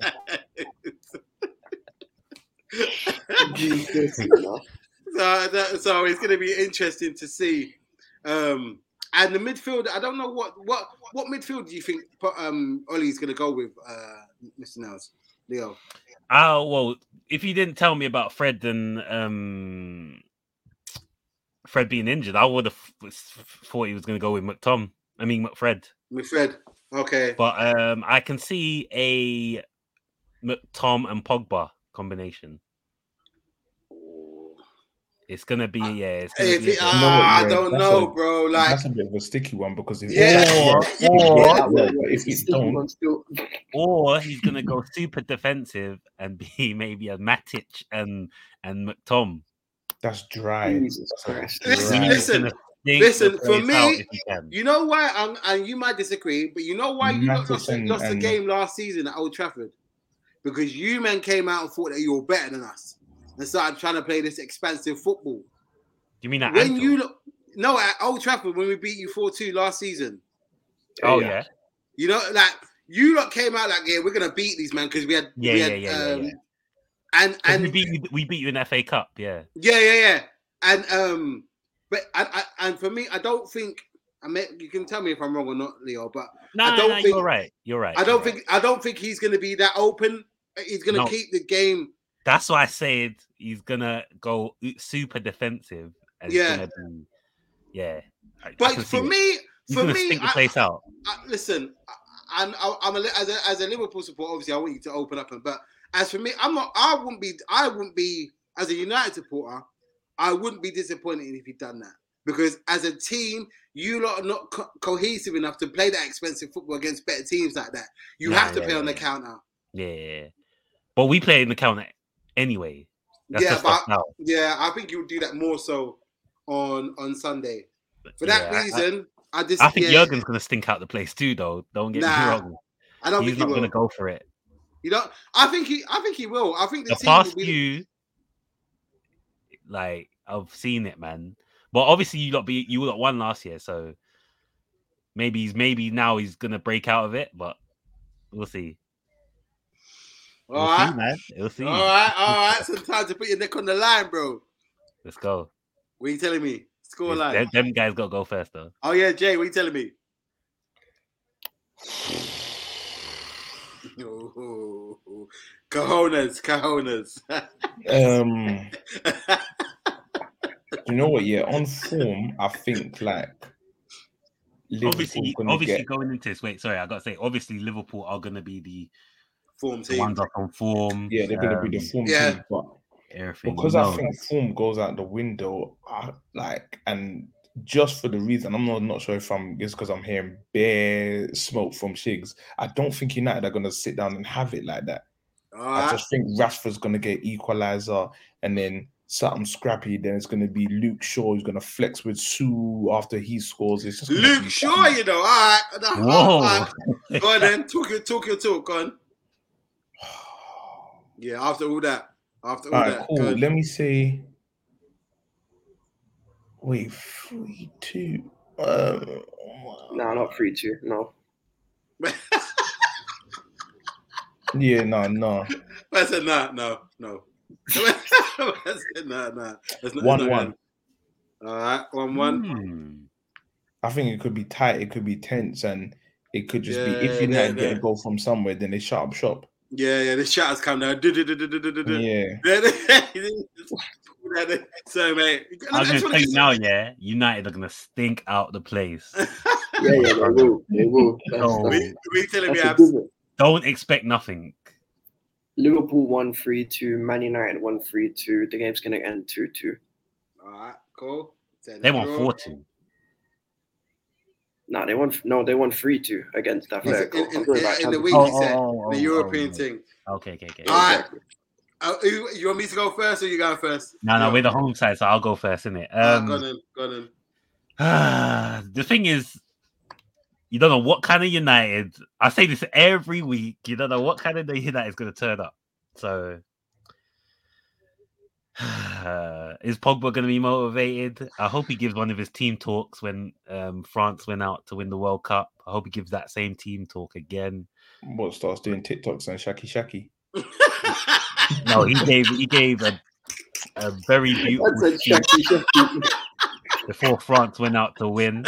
Speaker 8: Jesus, you know.
Speaker 2: So, that, so it's going to be interesting to see. Um, and the midfield, I don't know what what what midfield do you think um, Ollie's going to go with, uh, Mr. Nels, Leo?
Speaker 6: Oh well, if you didn't tell me about Fred and um Fred being injured, I would have thought he was going to go with McTom. I mean McFred,
Speaker 2: With Fred, okay,
Speaker 6: but um I can see a McTom and Pogba combination. It's gonna be yeah. It's gonna
Speaker 2: Uh, If
Speaker 6: be
Speaker 2: he,
Speaker 6: a bit-
Speaker 2: ah, I
Speaker 7: That's
Speaker 2: don't
Speaker 7: a-
Speaker 2: know, bro. Like,
Speaker 7: That's a bit of a sticky one because if
Speaker 2: uh, Yeah.
Speaker 7: or,
Speaker 8: That way,
Speaker 7: if you
Speaker 8: Steve
Speaker 7: don't,
Speaker 8: Finnan's still-
Speaker 6: or he's gonna go super defensive and be maybe a Matic and and McTom.
Speaker 7: that's dry.
Speaker 8: Jesus Christ.
Speaker 2: listen,
Speaker 7: Right.
Speaker 2: listen.
Speaker 6: Gonna stink
Speaker 2: Listen,
Speaker 6: the
Speaker 2: for
Speaker 6: place out
Speaker 2: me,
Speaker 6: if he can.
Speaker 2: You know why, um, and you might disagree, but you know why you lot
Speaker 7: Matic
Speaker 2: lost,
Speaker 7: and-
Speaker 2: lost the
Speaker 7: and-
Speaker 2: game last season at Old Trafford? Because you men came out and thought that you were better than us and started trying to play this expansive football.
Speaker 6: You mean that
Speaker 2: when you look, no, at Old Trafford, when we beat you 4 2 last season,
Speaker 6: Oh yeah.
Speaker 2: you know, like you lot came out like, yeah, we're going to beat these men because we had,
Speaker 6: Yeah,
Speaker 2: we
Speaker 6: yeah,
Speaker 2: had, um,
Speaker 6: yeah, yeah, yeah.
Speaker 2: and,
Speaker 6: And we
Speaker 2: and
Speaker 6: beat you, we beat you in FA Cup, yeah.
Speaker 2: Yeah, yeah, yeah. And um, but and, I- and for me, I don't think. I mean, you can tell me if I'm wrong or not, Leo. But
Speaker 6: No,
Speaker 2: don't
Speaker 6: no,
Speaker 2: think-
Speaker 6: you're right. You're right.
Speaker 2: I
Speaker 6: you're
Speaker 2: don't
Speaker 6: right.
Speaker 2: think I don't think he's going to be that open. He's going to
Speaker 6: No.
Speaker 2: keep the game.
Speaker 6: that's why I said he's gonna go u- super defensive and
Speaker 2: Yeah.
Speaker 6: yeah. gonna be yeah. I- I
Speaker 2: But
Speaker 6: can see
Speaker 2: for
Speaker 6: it.
Speaker 2: me,
Speaker 6: he's
Speaker 2: for
Speaker 6: gonna
Speaker 2: me,
Speaker 6: stink the
Speaker 2: I,
Speaker 6: place out.
Speaker 2: I, listen, I, I'm I'm a, li- as a as a Liverpool supporter. Obviously, I want you to open up. And but as for me, I'm not. I wouldn't be. I wouldn't be as a United supporter. I wouldn't be disappointed if he'd done that because as a team, you lot are not co- cohesive enough to play that expensive football against better teams like that. You
Speaker 6: Nah,
Speaker 2: have to
Speaker 6: yeah,
Speaker 2: play on the
Speaker 6: yeah.
Speaker 2: counter.
Speaker 6: Yeah, but we play in the counter anyway. That's
Speaker 2: yeah,
Speaker 6: just
Speaker 2: but
Speaker 6: us now.
Speaker 2: yeah, I think you'll do that more so on on Sunday. For that
Speaker 6: Yeah, I-
Speaker 2: reason, I, just
Speaker 6: I think
Speaker 2: yeah,
Speaker 6: Jurgen's gonna stink out the place too, though. Don't get
Speaker 2: Nah,
Speaker 6: me
Speaker 2: I
Speaker 6: wrong.
Speaker 2: don't
Speaker 6: He's
Speaker 2: think he
Speaker 6: not
Speaker 2: will.
Speaker 6: gonna go for it.
Speaker 2: You know, I think he. I think he will. I think the,
Speaker 6: The
Speaker 2: team will
Speaker 6: past
Speaker 2: be.
Speaker 6: few, Like I've seen it, man. But obviously you lot be you lot won last year, so maybe he's maybe now he's gonna break out of it, but we'll see. We'll
Speaker 2: All
Speaker 6: see,
Speaker 2: right.
Speaker 6: man. We'll see.
Speaker 2: All right, all right. Sometimes to put your neck on the line, bro.
Speaker 6: Let's go.
Speaker 2: What are you telling me? Score line.
Speaker 6: Them, them guys gotta go first though.
Speaker 2: Oh yeah, Jay, what are you telling me? Oh, Cojones, cojones.
Speaker 7: Um, you know what? Yeah, on form, I think like
Speaker 6: Obviously,
Speaker 7: Liverpool gonna
Speaker 6: obviously
Speaker 7: get-
Speaker 6: going into this. Wait, sorry, I gotta say, obviously Liverpool are gonna be the,
Speaker 2: Form
Speaker 6: the
Speaker 2: team.
Speaker 6: ones up on form.
Speaker 7: yeah, they're gonna be the
Speaker 6: um,
Speaker 7: form
Speaker 2: yeah.
Speaker 7: team, but
Speaker 6: everything.
Speaker 7: because
Speaker 6: you
Speaker 7: I
Speaker 6: know.
Speaker 7: think form goes out the window, I, like, and just for the reason, I'm not not sure if I'm it's because I'm hearing bare smoke from Shigs. I don't think United are gonna sit down and have it like that.
Speaker 2: All
Speaker 7: I
Speaker 2: right.
Speaker 7: just think Rashford's gonna get equalizer, and then something scrappy. Then it's gonna be Luke Shaw who's gonna flex with Sue after he scores. It's just gonna
Speaker 2: Luke
Speaker 7: be
Speaker 2: Shaw, you know. All right. All
Speaker 6: Whoa.
Speaker 2: right. Go on then. Talk your talk your talk on. Yeah, after all that. After all
Speaker 7: All right,
Speaker 2: that.
Speaker 7: cool.
Speaker 2: good.
Speaker 7: Let me say. Wait, three, two. Um,
Speaker 8: No, not three two. No.
Speaker 7: yeah, no, no.
Speaker 2: I said nah, no, no. I said nah, nah. That's not-
Speaker 7: One,
Speaker 2: that's not
Speaker 7: one.
Speaker 2: good. All right, one one.
Speaker 6: Hmm.
Speaker 7: I think it could be tight. It could be tense, and it could just be
Speaker 2: Yeah,
Speaker 7: if United
Speaker 2: yeah,
Speaker 7: get
Speaker 2: yeah.
Speaker 7: a goal from somewhere, then they shut up shop.
Speaker 2: Yeah, yeah. The shots come down. Do, do, do, do, do, do, do, do.
Speaker 7: Yeah,
Speaker 2: so mate,
Speaker 6: I was
Speaker 2: I
Speaker 6: gonna
Speaker 2: just
Speaker 6: tell
Speaker 2: wanna-
Speaker 6: you now, yeah. United are gonna stink out the place.
Speaker 8: Yeah, yeah, they will. They will. That's,
Speaker 6: No.
Speaker 8: that's,
Speaker 2: we, we telling me
Speaker 8: that's a
Speaker 2: abs.
Speaker 8: given.
Speaker 6: Don't expect nothing.
Speaker 8: Liverpool won three two. Man United won three two. The game's gonna end two two.
Speaker 2: All right, cool. Send
Speaker 6: They
Speaker 2: it
Speaker 6: want
Speaker 2: through.
Speaker 6: forty.
Speaker 8: No, they won. No, they won three two against that.
Speaker 2: He
Speaker 8: player.
Speaker 2: said In,
Speaker 8: I'm
Speaker 2: in,
Speaker 8: talking
Speaker 2: in-
Speaker 8: about
Speaker 2: in the
Speaker 8: Champions
Speaker 2: week,
Speaker 8: League.
Speaker 2: he said the European Ah,
Speaker 6: oh.
Speaker 2: thing.
Speaker 6: Okay, okay, okay.
Speaker 2: All right.
Speaker 8: Exactly.
Speaker 2: Uh, you, you want me to go first, or you going first?
Speaker 6: No, no,
Speaker 2: Yeah.
Speaker 6: we're the home side, so I'll go first, innit?
Speaker 2: Ah,
Speaker 6: Um,
Speaker 2: go on, then, go on. then.
Speaker 6: the thing is, you don't know what kind of United. I say this every week. You don't know what kind of United is going to turn up. So, is Pogba going to be motivated? I hope he gives one of his team talks when um, France went out to win the World Cup. I hope he gives that same team talk again.
Speaker 7: what starts doing TikToks and shaky shaky.
Speaker 6: No, he gave he gave a a very beautiful
Speaker 8: That's a
Speaker 6: speech
Speaker 8: shaky, shaky.
Speaker 6: before France went out to win.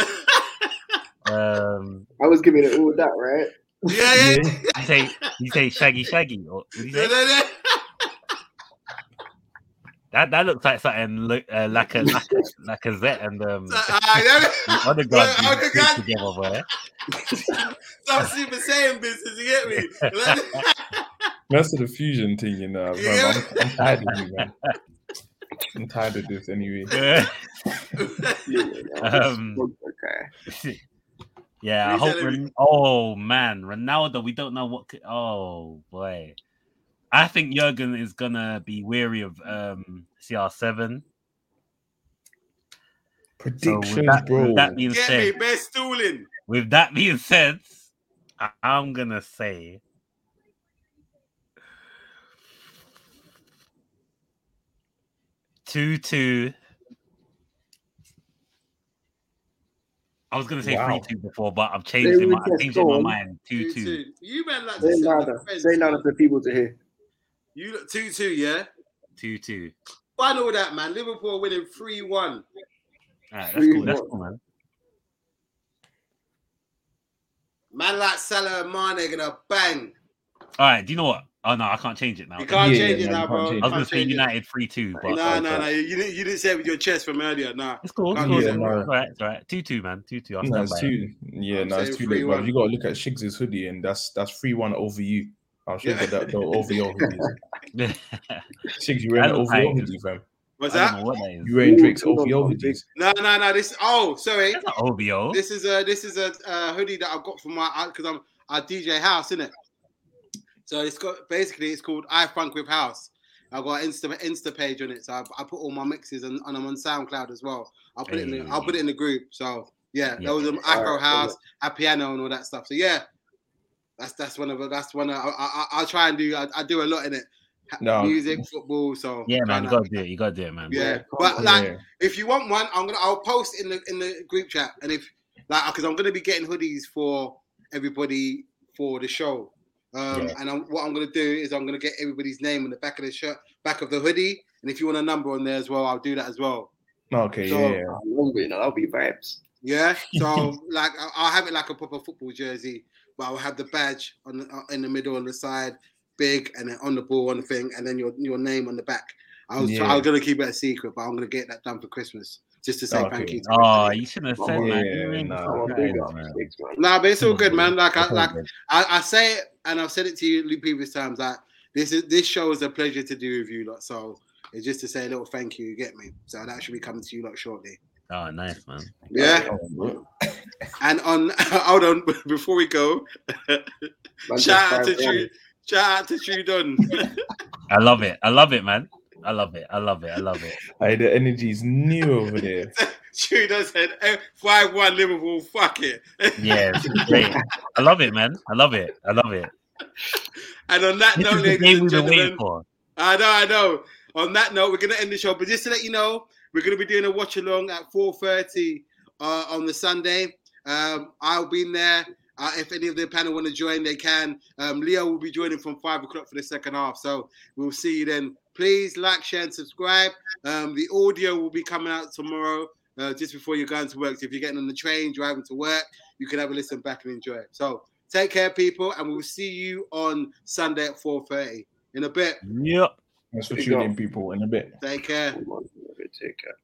Speaker 6: Um,
Speaker 8: I was giving it all that, right?
Speaker 2: yeah, yeah.
Speaker 6: You say you say shaggy shaggy or what did he
Speaker 2: yeah,
Speaker 6: say?
Speaker 2: yeah, yeah.
Speaker 6: that that looks like something like uh, like a like a Zet and um
Speaker 2: So, ah, yeah,
Speaker 6: the
Speaker 2: yeah.
Speaker 6: other guys
Speaker 2: Yeah, other guy.
Speaker 6: together, boy.
Speaker 2: Some super saiyan business. You get me?
Speaker 7: That's the fusion thing, you know. man,
Speaker 2: Yeah.
Speaker 7: I'm, I'm tired of you, man. I'm tired of this anyway.
Speaker 6: Yeah.
Speaker 8: Yeah, yeah, yeah.
Speaker 6: Um,
Speaker 8: okay.
Speaker 6: yeah, I
Speaker 2: Who's
Speaker 6: hope.
Speaker 2: telling
Speaker 6: Ren- oh man, Ronaldo, we don't know what. Could- oh boy, I think Jurgen is gonna be weary of um CR7. So
Speaker 7: Predictions,
Speaker 6: with that,
Speaker 7: bro.
Speaker 6: with that being
Speaker 2: Get
Speaker 6: said,
Speaker 2: me? Best stooling.
Speaker 6: With that being said, I- I'm gonna say two two. I was gonna say
Speaker 7: Wow.
Speaker 6: three two before, but I've
Speaker 8: They
Speaker 6: changed in
Speaker 8: were
Speaker 6: my I've
Speaker 8: just
Speaker 6: changed in my
Speaker 8: gone.
Speaker 6: mind.
Speaker 2: Two
Speaker 6: Two two.
Speaker 2: two. You man like
Speaker 8: Say
Speaker 2: to sit on
Speaker 8: louder.
Speaker 2: the fence.
Speaker 8: Say louder for people to hear.
Speaker 2: You look two two. Yeah.
Speaker 6: Two two.
Speaker 2: Fun all that, man. Liverpool winning three one.
Speaker 6: Alright, that's cool. That's
Speaker 8: 3-1.
Speaker 6: cool, man.
Speaker 2: Man like Salah and Mane gonna bang.
Speaker 6: Alright, do you know what? Oh no, I can't change it now.
Speaker 2: You can't
Speaker 7: Yeah,
Speaker 2: change it
Speaker 7: man,
Speaker 2: now,
Speaker 7: you can't
Speaker 2: bro.
Speaker 7: change
Speaker 2: You
Speaker 7: it.
Speaker 6: I was gonna
Speaker 2: can't
Speaker 6: say
Speaker 2: change it.
Speaker 6: United three two, but
Speaker 2: No,
Speaker 6: uh,
Speaker 2: no, no. You didn't. You didn't say it with your chest from earlier. Nah.
Speaker 6: It's cool. It's
Speaker 2: Can't
Speaker 6: cool.
Speaker 2: do
Speaker 6: It's
Speaker 2: that,
Speaker 6: cool.
Speaker 7: man.
Speaker 6: It's alright, it's alright. Two two, man. Two two. I
Speaker 7: No,
Speaker 6: stand
Speaker 7: it's
Speaker 6: by. it.
Speaker 7: too. Yeah,
Speaker 2: I'm
Speaker 7: no, it's
Speaker 2: saying
Speaker 7: too late, bro.
Speaker 2: 3-1.
Speaker 7: You gotta look at Shigs' hoodie, and that's that's free one over you. I'm sure
Speaker 2: Yeah.
Speaker 7: that that though, over your hoodie. Shigs, you
Speaker 6: I
Speaker 7: wearing an
Speaker 6: don't
Speaker 7: over your
Speaker 6: like-
Speaker 7: hoodie, fam.
Speaker 2: What's
Speaker 6: I don't
Speaker 2: that?
Speaker 6: know what that is.
Speaker 7: You wearing
Speaker 8: Ooh,
Speaker 7: Drake's
Speaker 8: hold
Speaker 7: over
Speaker 8: on,
Speaker 7: your
Speaker 8: hold on,
Speaker 7: hoodies.
Speaker 2: No, no, no. This. Oh, sorry.
Speaker 6: That's not OVO.
Speaker 2: This is a this is a uh, hoodie that I've got from my because I'm I DJ house, innit? So it's got basically it's called I Funk with House. I've got an Insta Insta page on it, so I, I put all my mixes and, and I'm on SoundCloud as well. I'll put it in the, I'll put it in the group. So yeah,
Speaker 6: Yeah.
Speaker 2: that was an Afro
Speaker 8: Alright,
Speaker 2: house, a piano and all that stuff. So yeah, that's that's one of the- that's one of, I, I I- I'll try and do I, I do a lot in it.
Speaker 7: No.
Speaker 2: music, football. So
Speaker 6: Oh. Yeah, man, you
Speaker 2: try
Speaker 6: gotta do it. You gotta do it, man.
Speaker 2: Yeah, but like, if you want one, I'm gonna I'll post in the in the group chat, and if like because I'm gonna be getting hoodies for everybody for the show. Um,
Speaker 7: Yeah.
Speaker 2: And I'm, what I'm gonna do is I'm gonna get everybody's name on the back of the shirt, back of the hoodie, and if you want a number on there as well, I'll do that as well.
Speaker 7: Okay,
Speaker 2: So-
Speaker 7: yeah, yeah.
Speaker 8: I'm hungry now. That'll be vibes.
Speaker 2: Yeah. So like I- I'll have it like a proper football jersey, but I'll have the badge on the, uh, in the middle on the side, big, and then on the ball on the thing, and then your your name on the back. I was I
Speaker 7: Yeah.
Speaker 2: was gonna keep it a secret, but I'm gonna get that done for Christmas just to say thank
Speaker 7: Okay.
Speaker 2: you. To
Speaker 6: Oh, you shouldn't have said
Speaker 8: Yeah,
Speaker 6: that. You really
Speaker 7: nah.
Speaker 8: I'm
Speaker 6: fucked
Speaker 8: a
Speaker 6: up.
Speaker 8: big
Speaker 7: Vibes,
Speaker 8: up
Speaker 7: man.
Speaker 8: six, man.
Speaker 2: Nah, but it's all good, man. Like I
Speaker 7: That's all
Speaker 2: like
Speaker 7: good.
Speaker 2: I, I say it, and I've said it to you previous times. Like this is this show is a pleasure to do with you lot. So it's just to say a little thank you. You get me? So that should be coming to you lot shortly.
Speaker 6: Oh, nice, man.
Speaker 2: Yeah.
Speaker 7: Come on, bro.
Speaker 2: And on hold on before we go,
Speaker 8: Man, just
Speaker 2: shout out to
Speaker 8: five one.
Speaker 2: Tru, shout out to Trudon.
Speaker 6: I love it. I love it, man. I love it. I love it. I love it.
Speaker 7: Hey, the energy is new over there.
Speaker 2: Trudon said five one Liverpool. Fuck it.
Speaker 6: Yeah, it's great. I love it, man. I love it. I love it.
Speaker 2: And on that
Speaker 6: This
Speaker 2: note,
Speaker 6: is the
Speaker 2: ladies
Speaker 6: game
Speaker 2: and
Speaker 6: we've been waiting
Speaker 2: gentlemen,
Speaker 6: for.
Speaker 2: I know, I know. On that note, we're gonna end the show. But just to let you know, we're gonna be doing a watch along at 4:30 uh, on the Sunday. Um, I'll be in there. Uh, if any of the panel want to join, they can. Um, Leo will be joining from five o'clock for the second half. So we'll see you then. Please like, share, and subscribe. Um, the audio will be coming out tomorrow, uh, just before you're going to work. So if you're getting on the train, driving to work, you can have a listen back and enjoy it. So take care, people, and we'll see you on Sunday at 4:30 in a bit.
Speaker 6: Yep.
Speaker 7: Thanks for
Speaker 8: There you go.
Speaker 7: tuning in, people, in a bit.
Speaker 2: Take care.
Speaker 8: Come on, take care.